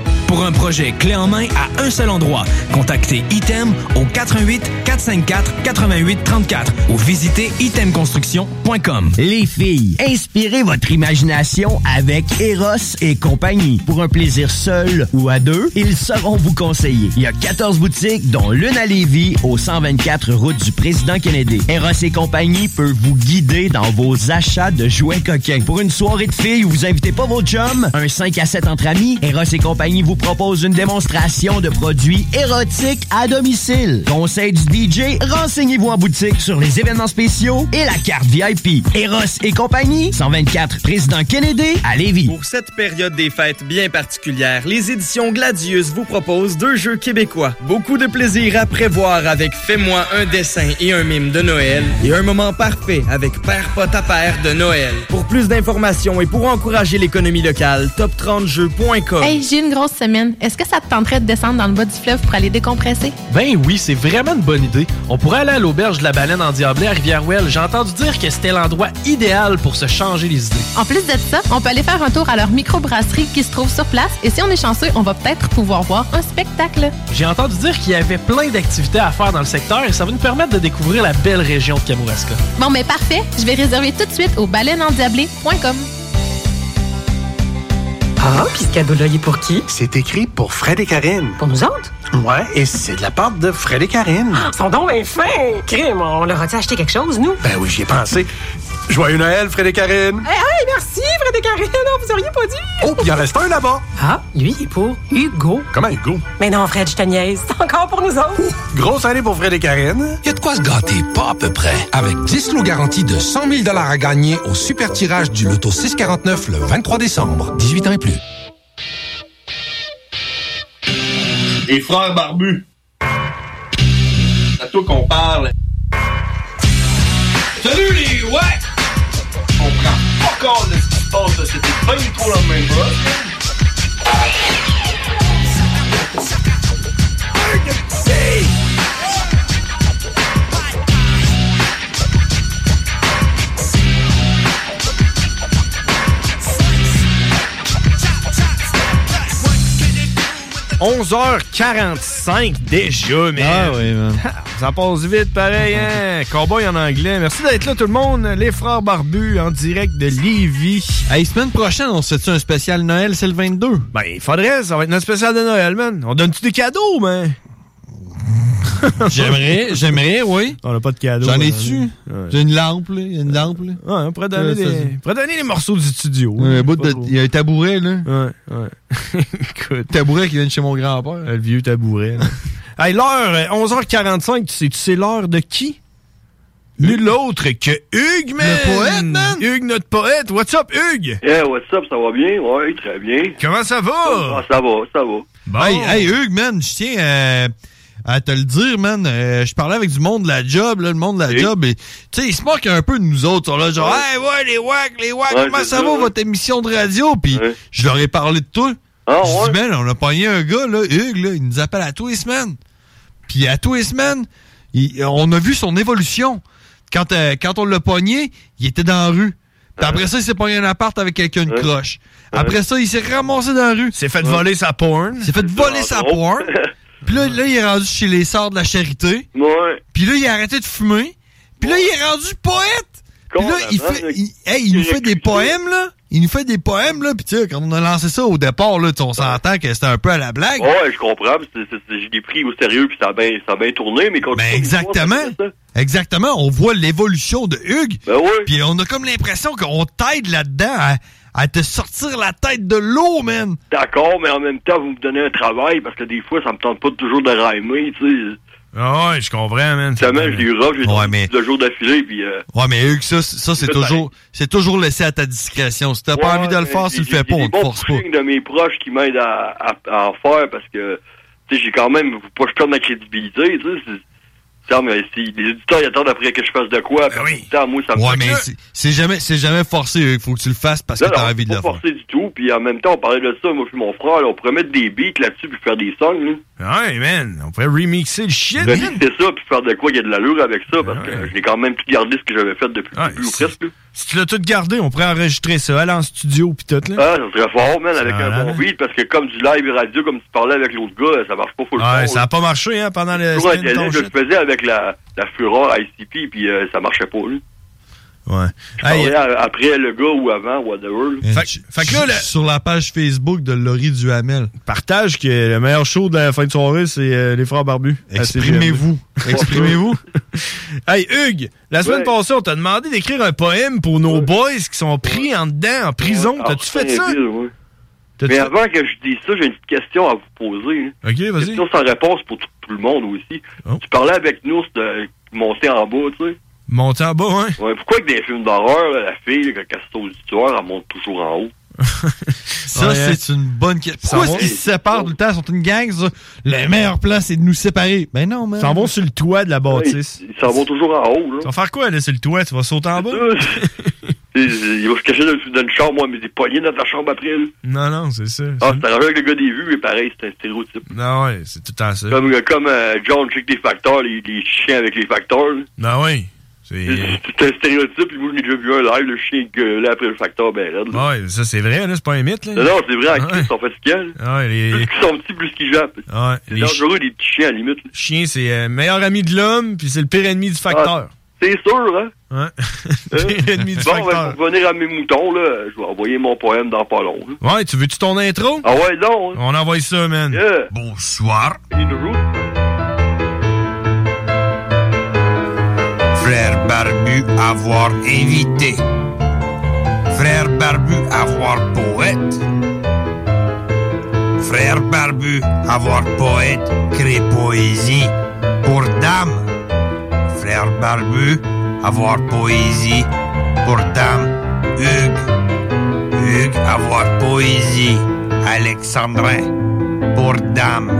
S14: Pour un projet clé en main à un seul endroit, contactez Item au 88 454 88 34 ou visitez itemconstruction.com.
S2: Um, Les filles, inspirez votre imagination avec Eros et compagnie. Pour un plaisir seul ou à deux, ils sauront vous conseiller. Il y a 14 boutiques, dont l'une à Lévis, au 124 route du président Kennedy. Eros et compagnie peut vous guider dans vos achats de jouets coquins. Pour une soirée de filles où vous invitez pas vos chums, un 5 à 7 entre amis, Eros et compagnie vous propose une démonstration de produits érotiques à domicile. Conseil du DJ, renseignez-vous en boutique sur les événements spéciaux et la carte VIP. Eros et compagnie, 124 Président Kennedy à Lévis.
S12: Pour cette période des fêtes bien particulière, les éditions Gladius vous proposent deux jeux québécois. Beaucoup de plaisir à prévoir avec Fais-moi un dessin et un mime de Noël et un moment parfait avec Père Pot à Père de Noël. Pour plus d'informations et pour encourager l'économie locale, top30jeux.com.
S16: Hey, j'ai une grosse semaine. Est-ce que ça te tenterait de descendre dans le bas du fleuve pour aller décompresser?
S17: Ben oui, c'est vraiment une bonne idée. On pourrait aller à l'auberge de la baleine en Diablé à Rivière-Ouelle. J'ai entendu dire que c'était l'endroit idéal pour se changer les idées.
S16: En plus de ça, on peut aller faire un tour à leur microbrasserie qui se trouve sur place et si on est chanceux, on va peut-être pouvoir voir un spectacle.
S17: J'ai entendu dire qu'il y avait plein d'activités à faire dans le secteur et ça va nous permettre de découvrir la belle région de Kamouraska.
S16: Bon, mais parfait. Je vais réserver tout de suite au baleineendiablé.com.
S9: Ah, puis ce cadeau-là, il est pour qui?
S23: C'est écrit pour Fred et Karine.
S9: Pour nous autres?
S23: Ouais, et c'est de la part de Fred et Karine.
S9: Ils sont donc bien fins! Crime, on leur a-tu acheté quelque chose, nous?
S23: Ben oui, j'y ai pensé. Joyeux Noël, Fred et Karine.
S9: Hey, Eh, hey, merci, Fred et Karine! Non, vous auriez pas dit!
S23: Oh, il en reste un là-bas.
S9: Ah, lui, il est pour Hugo.
S23: Comment Hugo?
S9: Mais non, Fred, je te niaise. C'est encore pour nous autres.
S23: Grosse année pour Fred et Karine.
S18: Il y a de quoi se gâter, pas à peu près. Avec 10 lots garantis de 100 000 à gagner au super tirage du loto 649 le 23 décembre. 18 ans et plus.
S4: Les frères barbus. C'est à toi qu'on parle. Salut les ouais! On prend pas compte de ce qui se passe, là. c'était pas du tout la même chose.
S5: Hey! 11h45 déjà, mais. Ah oui, Ça passe vite, pareil, hein? Cowboy en anglais. Merci d'être là, tout le monde. Les frères barbus en direct de Lévis.
S7: Hey, semaine prochaine, on se fait un spécial Noël, c'est le 22.
S5: Ben, il faudrait, ça va être notre spécial de Noël, man. On donne-tu des cadeaux, man?
S7: J'aimerais, j'aimerais, oui.
S5: On n'a pas de cadeaux.
S7: J'en
S5: hein.
S7: ai-tu? J'ai une lampe, là. Il y a une lampe, là.
S5: Ouais, on pourrait donner,
S7: Ouais, ça,
S5: des...
S7: c'est-
S5: on pourrait donner les morceaux du studio.
S7: Ouais, un bout
S5: Pas
S7: de-
S5: trop.
S7: Il y a un tabouret, là.
S5: Ouais, ouais. Écoute.
S7: Tabouret qui vient de chez mon grand-père.
S26: Ah,
S7: Le
S5: vieux tabouret, Hey, l'heure, euh, 11h45, tu sais, tu sais l'heure de qui? Nul autre que Hugues, man!
S18: Le poète,
S5: man! Hugues, notre poète. What's up, Hugues?
S18: Yeah, what's up, ça va bien? Ouais, très bien.
S5: Comment ça va?
S18: Ah, ça va, ça va.
S7: Hey, hey, Hugues, man, je tiens euh, à te le dire, man. euh, je parlais avec du monde de la job, là, le monde de la job. et, Tu sais, ils se moquent un peu de nous autres. Ils sont là, genre, hey, ouais, les wack, les wack,
S18: Ouais,
S7: comment
S18: c'est
S7: ça
S18: ça,
S7: va,
S18: ouais.
S7: votre émission de radio? Puis je leur ai parlé de toi.
S18: Ah,
S7: je dis, man, on a pogné un gars, là, Hugues, là, il nous appelle à tous les semaines. Puis à tous les semaines, il- on a vu son évolution. Quand, euh, quand on l'a pogné, il était dans la rue. Puis après ça, il s'est pogné un appart avec quelqu'un de croche. Après ça, il s'est ramassé dans la rue. S'est
S5: fait voler sa porn.
S7: S'est fait voler sa porn. Puis là, là, il est rendu chez les Sœurs de la Charité. Puis là, il a arrêté de
S21: hein,
S7: fumer. Puis là, il est rendu poète. Puis là, il, fait, il- hey, il nous fait des poèmes, là. il nous fait des poèmes, là, puis tu sais, quand on a lancé ça au départ, là, tu sais, on s'entend que c'était un peu à la blague.
S21: Ouais, je comprends. mais c'est- c'est- c'est- Je l'ai pris au sérieux, puis ça a bien, ça a bien tourné, mais quand
S7: Ben, exactement. Exactement. On voit l'évolution de Hugues.
S21: Ben
S7: Puis on a comme l'impression qu'on t'aide là-dedans à, à te sortir la tête de l'eau, man.
S21: D'accord, mais en même temps, vous me donnez un travail, parce que des fois, ça me tente pas toujours de rhymer, tu sais.
S26: Ah ouais, je comprends, man.
S21: Justement, je l'ai eu rough, j'ai tourné deux jours d'affilée, puis... euh,
S7: Ouais, mais Hugues, ça, c'est- ça c'est
S21: Peut-être.
S7: toujours, c'est toujours laissé à ta discrétion. Si t'as pas envie de le faire, tu le fais pas, on te force pas.
S21: signe de mes proches qui m'aident à, à, à en faire parce que, tu sais, j'ai quand même, faut pas que je perde ma crédibilité, tu sais. c'est- Non, mais si les auditeurs ils attendent après que je fasse de quoi, puis en même temps, moi, ça me
S7: Ouais, mais c'est- c'est jamais, c'est jamais forcé, Hugues. Faut que tu le fasses parce
S21: Non,
S7: que t'as
S21: non,
S7: envie de
S21: pas
S7: le faire.
S21: forcé du tout, puis en même temps, on parlait de ça, moi, je suis mon frère, là, on pourrait mettre des beats là-dessus, puis faire des songs, là.
S26: Ouais, man, on pourrait remixer le shit, man.
S21: Remixer ça, puis faire de quoi, il y a de l'allure avec ça, parce que j'ai quand même tout gardé ce que j'avais fait depuis le début, ou presque, là.
S26: Si tu l'as tout gardé, on pourrait enregistrer ça, aller en studio pis tout, là.
S21: Ah, ça serait fort, man, avec
S26: Ça hein?
S21: un
S26: va,
S21: bon beat, parce que comme du live radio, comme tu parlais avec l'autre gars, ça marche pas, faut le
S26: Ouais,
S21: faire,
S26: ça
S21: là.
S26: a pas marché, hein, pendant
S7: Euh,
S26: le.
S21: Toujours un
S26: semaine de ton
S21: dialogue que
S26: shit.
S21: je faisais avec la, la Furore ICP, puis euh, ça marchait pas. Là.
S7: Ouais. euh,
S21: Je parlais à- après le gars ou avant, whatever. là. Ah,
S7: Fait que là, Sur la page Facebook de Laurie Duhamel.
S26: Partage que le meilleur show de la fin de soirée, c'est euh, les frères barbus.
S7: Exprimez-vous.
S26: Ah, c'est bien.
S7: Exprimez-vous.
S26: hey, Hugues, la semaine
S21: Ouais.
S26: passée, on t'a demandé d'écrire un poème pour nos boys qui sont pris en dedans, en prison.
S21: Ouais,
S26: T'as-tu fait ça?
S21: Arsenville, ouais. Mais avant que je dise ça, j'ai une petite question à vous poser. là.
S26: Ok, vas-y.
S21: Question sans réponse pour tout, tout le monde aussi.
S7: Oh.
S21: Tu parlais avec nous de monter en bas, tu sais.
S26: Monter en bas, hein?
S21: Ouais, pourquoi que des films d'horreur, là, la fille, là, quand elle saute du tueur, elle monte toujours en haut? Ouais,
S7: Ça,
S21: hein.
S7: Ah, c'est une bonne question.
S21: Ça
S7: Pourquoi
S21: va.
S7: est-ce qu'ils se séparent tout le temps? Ils sont une gang, ça. Le meilleur plan, c'est de nous séparer. Ben non, man.
S26: Ils s'en vont sur le toit de la bâtisse.
S21: Ils s'en vont toujours en haut, là.
S26: Tu vas faire quoi, là, sur le toit? Tu vas sauter en bas?
S21: Ils ils vont se cacher dans dans une chambre, moi, mais des poignées dans ta chambre après, là.
S26: Non, non, c'est ça.
S21: Ah, c'est arrangé avec le gars des vues, mais pareil, c'est un stéréotype.
S26: Non, Mhm. ouais, c'est tout le temps ça.
S21: Comme, euh, comme euh, John check des facteurs, les, les chiens avec les facteurs. là.
S26: Non, oui.
S21: C'est c'est un stéréotype, puis moi, j'ai déjà vu un live, le chien gueulait après le facteur, ben raide. là.
S26: Ouais, ça, c'est vrai, là, c'est pas un mythe, là.
S21: Non, non, c'est vrai, en crise, ils sont fatigants. là.
S26: Ouais, les...
S21: Plus qu'ils sont petits, plus qu'ils jappent.
S26: Ouais,
S21: C'est
S26: les
S21: dangereux, les petits chiens, à la limite. là.
S26: chiens, c'est le meilleur ami de l'homme, puis c'est le pire ennemi du
S21: Ah,
S26: facteur.
S21: C'est sûr, hein?
S26: Ouais.
S21: Hein?
S26: Pire ennemi du
S21: bon,
S26: facteur.
S21: ben, pour revenir à mes moutons, là, je vais envoyer mon poème dans pas long. là.
S26: Ouais, tu veux-tu ton intro?
S21: Ah ouais, non.
S26: On envoie ça, man.
S21: Yeah.
S26: Bonsoir.
S15: Frère Barbu avoir invité. Frère Barbu avoir poète. Frère Barbu avoir poète crée poésie pour dame. Frère Barbu avoir poésie pour dame. Hugues. Hugues avoir poésie. Alexandrin pour dame.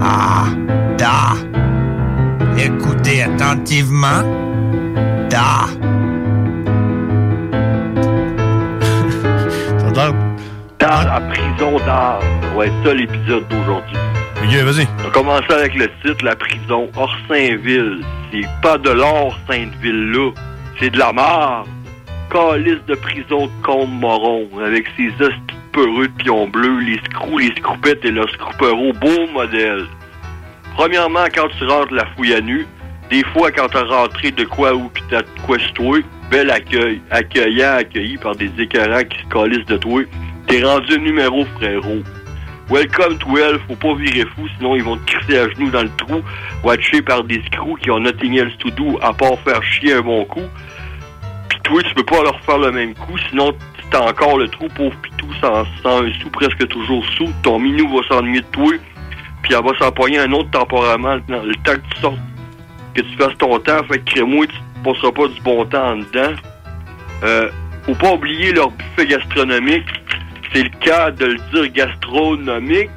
S15: Ah, da. Écoutez attentivement. Da.
S26: Hein?
S21: Dans la prison d'art. Ouais, ça l'épisode d'aujourd'hui.
S26: Ok, vas-y.
S21: On va commencer avec le titre, la prison hors Saint-Ville. C'est pas de l'or, Sainte-Ville-là. C'est de la mort. Calice de prison de Combe Moron, avec ses hosties peureux de pions bleus, les screws, les scroupettes et le scroupereau beau modèle. Premièrement, quand tu rentres la fouille à nu, des fois quand t'as rentré de quoi ou pis t'as de quoi sur toi, bel accueil, accueillant, accueilli par des écœurants qui se calissent de toi, t'es rendu numéro frérot. Welcome to hell, faut pas virer fou, sinon ils vont te crisser à genoux dans le trou, watché par des screws qui ont atteigné le tout doux à part faire chier un bon coup. Pis toi, tu peux pas leur faire le même coup, sinon t'as encore le trou, pauvre pitou, sans, sans un sou, presque toujours sous. Ton minou va s'ennuyer de toi, puis elle va s'empoigner un autre temporairement dans le temps que tu sortes, que tu fasses ton temps, fait que crée-moi, tu te passeras pas du bon temps en dedans. Euh, faut pas oublier leur buffet gastronomique. C'est le cas de le dire gastronomique.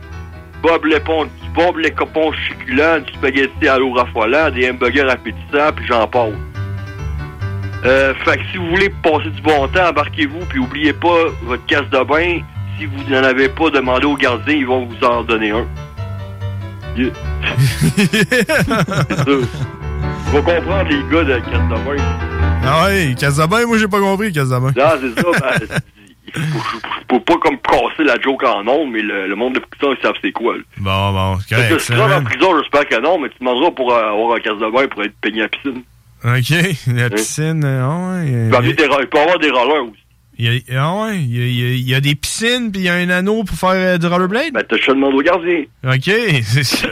S21: Bob les pon- Bob les copons succulents, du spaghetti à l'eau raffolant, des hamburgers appétissants, puis j'en passe. Euh, fait que si vous voulez passer du bon temps, embarquez-vous, puis oubliez pas votre casse de bain. Si vous n'en avez pas, demandez aux gardiens, ils vont vous en donner un. Yeah. C'est sûr. Faut comprendre les gars de casse de bain.
S26: Ah ouais, Casabin, moi j'ai pas compris Casabin.
S21: Non, c'est ça. ben, il faut, faut- faut pas comme casser la joke en ondes, mais le, le monde de prison, ils savent c'est quoi. là.
S26: Bon, bon, c'est
S21: Parce que
S26: correct.
S21: si
S26: ça,
S21: tu rentres en
S26: man.
S21: prison, j'espère que non, mais tu demanderas pour euh, avoir un casse de bain pour être peigné à la piscine.
S26: Ok, la piscine, euh, ah ouais.
S21: Tu peux, amener des, ra- il peut avoir des rollers aussi.
S26: Il y, a, ah ouais, il y a- il y a- il y a des piscines, puis il y a un anneau pour faire euh, du rollerblade?
S21: Ben, t'as chaud demandé au gardien.
S26: OK, c'est ça.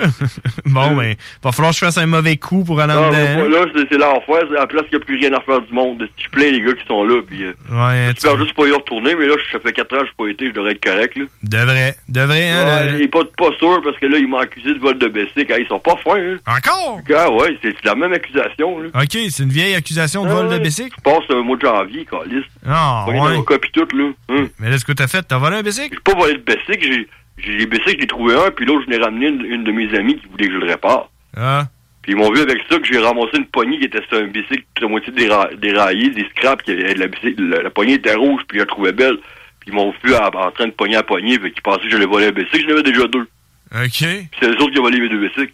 S26: bon, ben, va falloir que je fasse un mauvais coup pour aller en
S21: Ah, ben,
S26: dedans.
S21: voilà, c'est- c'est l'enfer. c'est- À la place, il n'y a plus rien à faire du monde. Tu plais les gars qui sont là. Puis, euh,
S26: Ouais,
S21: j'espère juste pas y retourner, mais là, ça fait 4 ans que je pas été, je devrais être correct. Là.
S26: devrait, devrait, hein?
S21: Ouais,
S26: le-
S21: Il est pas, pas sûr parce que là, ils m'ont accusé de vol de Bessic. Ils sont pas fins. Hein.
S26: Encore?
S21: Ah ouais, c'est c'est la même accusation. Là. Ah,
S26: OK, c'est une vieille accusation de vol de bicycle?
S21: Je passe un mois de janvier, Calis.
S26: Ah,
S21: Pogné
S26: ouais.
S21: dans mon cas, pis tout, là. Hum.
S26: Mais là, ce que t'as fait, t'as volé un bicycle?
S21: J'ai pas volé de Bessic. J'ai j'ai- les Bessic, j'ai trouvé un, puis l'autre, je l'ai ramené une, une de mes amies qui voulait que je le répare.
S26: Ah.
S21: Puis ils m'ont vu avec ça que j'ai ramassé une poignée qui était sur un bicycle tout à moitié déra- déraillé, des scraps, qui avait de la, bicycle, la, la poignée était rouge, puis je la trouvais belle. Puis ils m'ont vu à- en train de pogner la poignée, fait qu'ils pensaient que j'allais voler un bicycle, j'en avais déjà deux.
S26: OK.
S21: Puis c'est eux autres qui ont volé mes deux bicycles.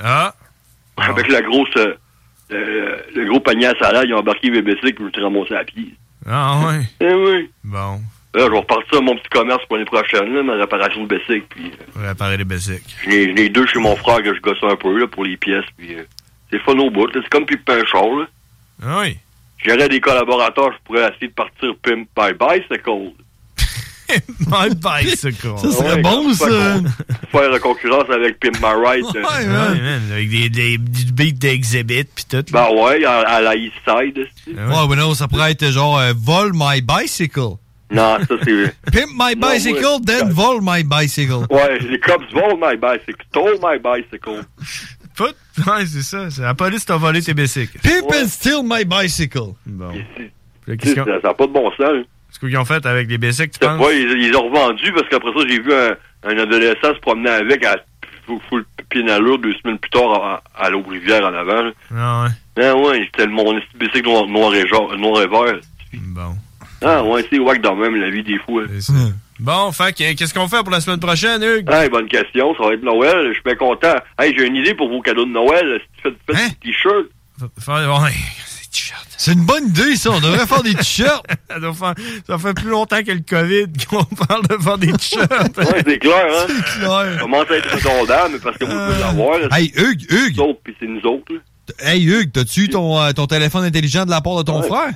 S26: Ah.
S21: Avec la grosse, euh, euh, le gros panier à salade, ils ont embarqué mes bicycles, puis je me suis ramassé à pied.
S26: Ah, ouais.
S21: Eh oui.
S26: Bon,
S21: Là, je vais repartir à mon petit commerce pour l'année prochaine, là, ma réparation de bicycle, puis... euh,
S26: on va réparer les bicycles.
S21: Je l'ai- je l'ai deux chez mon frère que je gosse un peu là, pour les pièces. Puis, euh, c'est fun au bout. là. C'est comme Pimp un char. Là.
S26: Ah oui.
S21: J'aurais des collaborateurs, je pourrais essayer de partir Pimp Bye Bye, c'est cool.
S26: My bicycle.
S21: Ça serait Ouais, bon, ça. Faire euh, concurrence avec Pimp My Ride.
S26: Ouais, man, Avec des, des, des beats d'exhibit, pis tout. Ah
S21: Ben ouais, à, à la East Side. c'est-
S7: Ouais, mais non, ça pourrait être genre euh, Vol my bicycle.
S21: Non, ça c'est.
S7: Pimp my
S21: Non,
S7: bicycle,
S21: moi-
S7: then vol my bicycle.
S21: Ouais, les cops volent my bicycle, stole my bicycle.
S26: Tout. Ouais, c'est ça. c'est La police t'a volé tes bicycles.
S7: Pimp and steal my bicycle.
S26: Bon.
S21: Tu sais, Ça n'a pas de bon sens. hein. là.
S26: Ce qu'ils ont fait avec les bicycles, tu
S21: C'est
S26: penses?
S21: pas, ils, ils ont revendu parce qu'après ça, j'ai vu un, un adolescent se promener avec à full, full pinalure deux semaines plus tard à, à l'Aube-Rivière en avant. là.
S26: Ah, ouais.
S21: Ah ouais, c'était le- mon esti de bicycle noir, noir et jaune- euh, noir et vert.
S26: Bon.
S21: Ah ouais, c'est wack dans même la vie des fois.
S26: Bon, fait que, euh, qu'est-ce qu'on fait pour la semaine prochaine, Hugues?
S21: Ah, bonne question, ça va être Noël, je suis bien content. Hey, j'ai une idée pour vos cadeaux de Noël, si tu fais, fais
S26: Hein?
S21: des t-shirts.
S26: Faire- ouais.
S7: C'est une bonne idée, ça. On devrait faire des t-shirts.
S26: Ça, doit faire- ça fait plus longtemps que le COVID qu'on parle de faire des t-shirts.
S21: Ouais, c'est clair, hein? C'est
S7: clair.
S21: Commence à être redondant, mais parce que vous pouvez l'avoir. là.
S7: Hey, Hugues, Hugues.
S21: Nous autres, puis c'est nous autres. là.
S7: Hey, Hugues, t'as-tu eu ton, euh, ton téléphone intelligent de la part de ton
S21: Ouais.
S7: frère?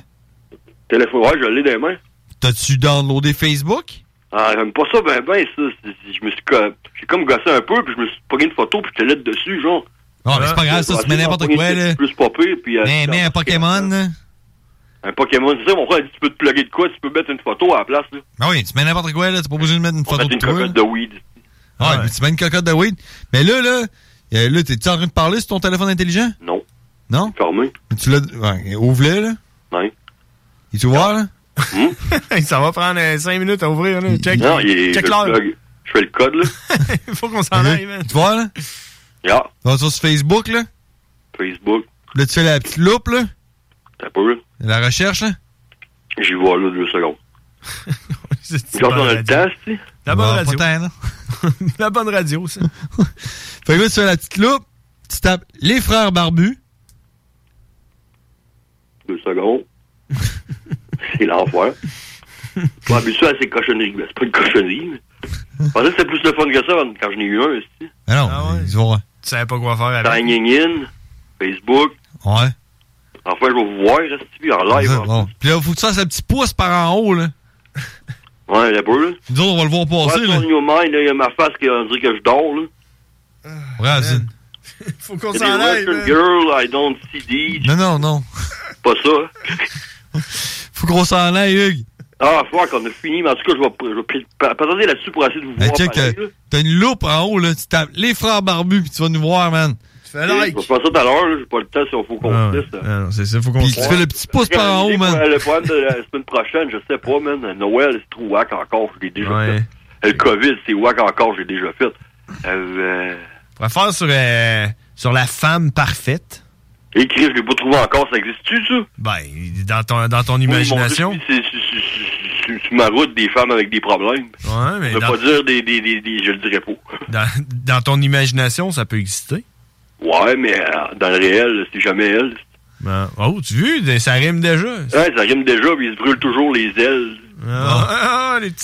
S21: Téléphone, ouais, je l'ai dans les mains.
S7: T'as-tu downloadé Facebook?
S21: Ah, j'aime pas ça, ben ben, ça. c'est- c'est- Je me suis comme, j'ai comme gossé un peu, puis je me suis pogné une photo, puis j'étais là dessus, genre.
S7: Non, Ah, mais c'est pas grave, ça, tu mets n'importe quoi, là.
S21: Plus popé, puis. euh,
S7: Mais, mais un Pokémon, là.
S21: Un Pokémon, c'est ça, mon frère a dit, tu peux te plugger de quoi, tu peux mettre une photo à la place, là.
S7: Ah oui, tu mets n'importe quoi, là. T'es pas obligé de mettre une photo
S21: Mettre
S7: de
S21: une
S7: toi.
S21: cocotte
S7: là.
S21: de weed.
S7: Ah, mais tu mets une cocotte de weed. Mais là, là, euh, là t'es-tu en train de parler sur ton téléphone intelligent?
S21: Non.
S7: Non?
S21: Fermé.
S7: Tu l'as. Ouais, ouvre-le, là.
S21: Ouais.
S7: Et tu vois, là?
S26: Hein? ça va prendre 5 minutes à ouvrir. Là. Check,
S21: Non, il est,
S26: check
S21: je,
S26: l'heure.
S21: le plug. je fais le code, là.
S26: Il faut qu'on s'en aille, man.
S7: Tu vois, là?
S21: Yeah,
S7: On va sur Facebook, là.
S21: Facebook,
S7: Là, tu fais la petite loupe, là.
S21: t'as pas vu?
S7: La recherche, là.
S21: J'y vois, là, deux secondes. Quand on a le temps, c'est
S26: La bonne
S7: Non,
S26: radio.
S7: pas tant, non.
S26: La bonne radio, ça.
S7: Fait que là, tu fais la petite loupe. Tu tapes les frères barbus.
S21: deux secondes. c'est l'enfer. Je suis habitué à ces cochonneries. Ben, c'est pas une cochonnerie, mais. Je pensais que c'était plus le fun que ça quand j'en ai eu un, c'est.
S7: Ah non, ils vont.
S26: Tu savais pas quoi faire avec.
S21: Signing in, Facebook.
S7: ben, Ouais.
S21: Enfin, je vais vous voir, reste en live. hein.
S7: Ah, Bon. Puis là, faut que tu fasses un petit pouce par en haut, là.
S21: Ouais, la peu, là.
S7: Nous autres, on va le voir passer,
S21: Ouais,
S7: là.
S21: sur New Mind, là, il y a ma face qui on dirait que je dors, là.
S7: Bravo, Zine.
S26: Faut qu'on
S21: Il y
S26: s'en
S21: a des
S26: aille,
S21: Western
S26: man.
S21: Girl, I don't see these.
S7: Non, non, non.
S21: Pas ça. hein.
S7: Faut qu'on s'en aille, Hugues.
S21: Ah, fuck, on a fini, mais en tout cas, je vais, je vais pl- pa- patenter là-dessus pour essayer de vous
S7: Hey,
S21: voir.
S7: Ben, check, euh,
S21: pareil,
S7: t'as-
S21: là.
S7: t'as une loupe en haut, là. Tu tapes les frères barbus, puis tu vas nous voir, man.
S21: Et Je vais faire ça tout à l'heure, là, j'ai pas le temps, il faut qu'on se laisse.
S26: Ah non, c'est ça, faut qu'on
S7: Puis tu fais le petit pouce par en haut, man.
S21: Le problème de la semaine prochaine, je sais pas, man. à Noël, c'est trop wack encore, je l'ai déjà fait. Le COVID, c'est wack encore, je l'ai déjà fait. Euh, euh,
S26: On va faire sur, euh, sur la femme parfaite.
S21: écrit, je l'ai pas trouvé encore, ça existe-tu, ça?
S26: Ben, dans ton, dans ton
S21: Oui, mon Dieu,
S26: imagination.
S21: c'est- c'est- c'est- c'est- c'est- Sur ma route, des femmes avec des problèmes.
S26: Ouais, mais
S21: Je veux
S26: dans-
S21: pas dire des, des, des, des- Je le dirais pas.
S26: Dans, dans ton imagination, ça peut exister.
S21: Ouais, mais euh, dans le réel, c'est jamais elle.
S26: Ben, oh, tu veux, ça rime déjà.
S21: Ouais, ça rime déjà, mais ils se brûlent toujours les ailes.
S26: Ah, ah, les petits-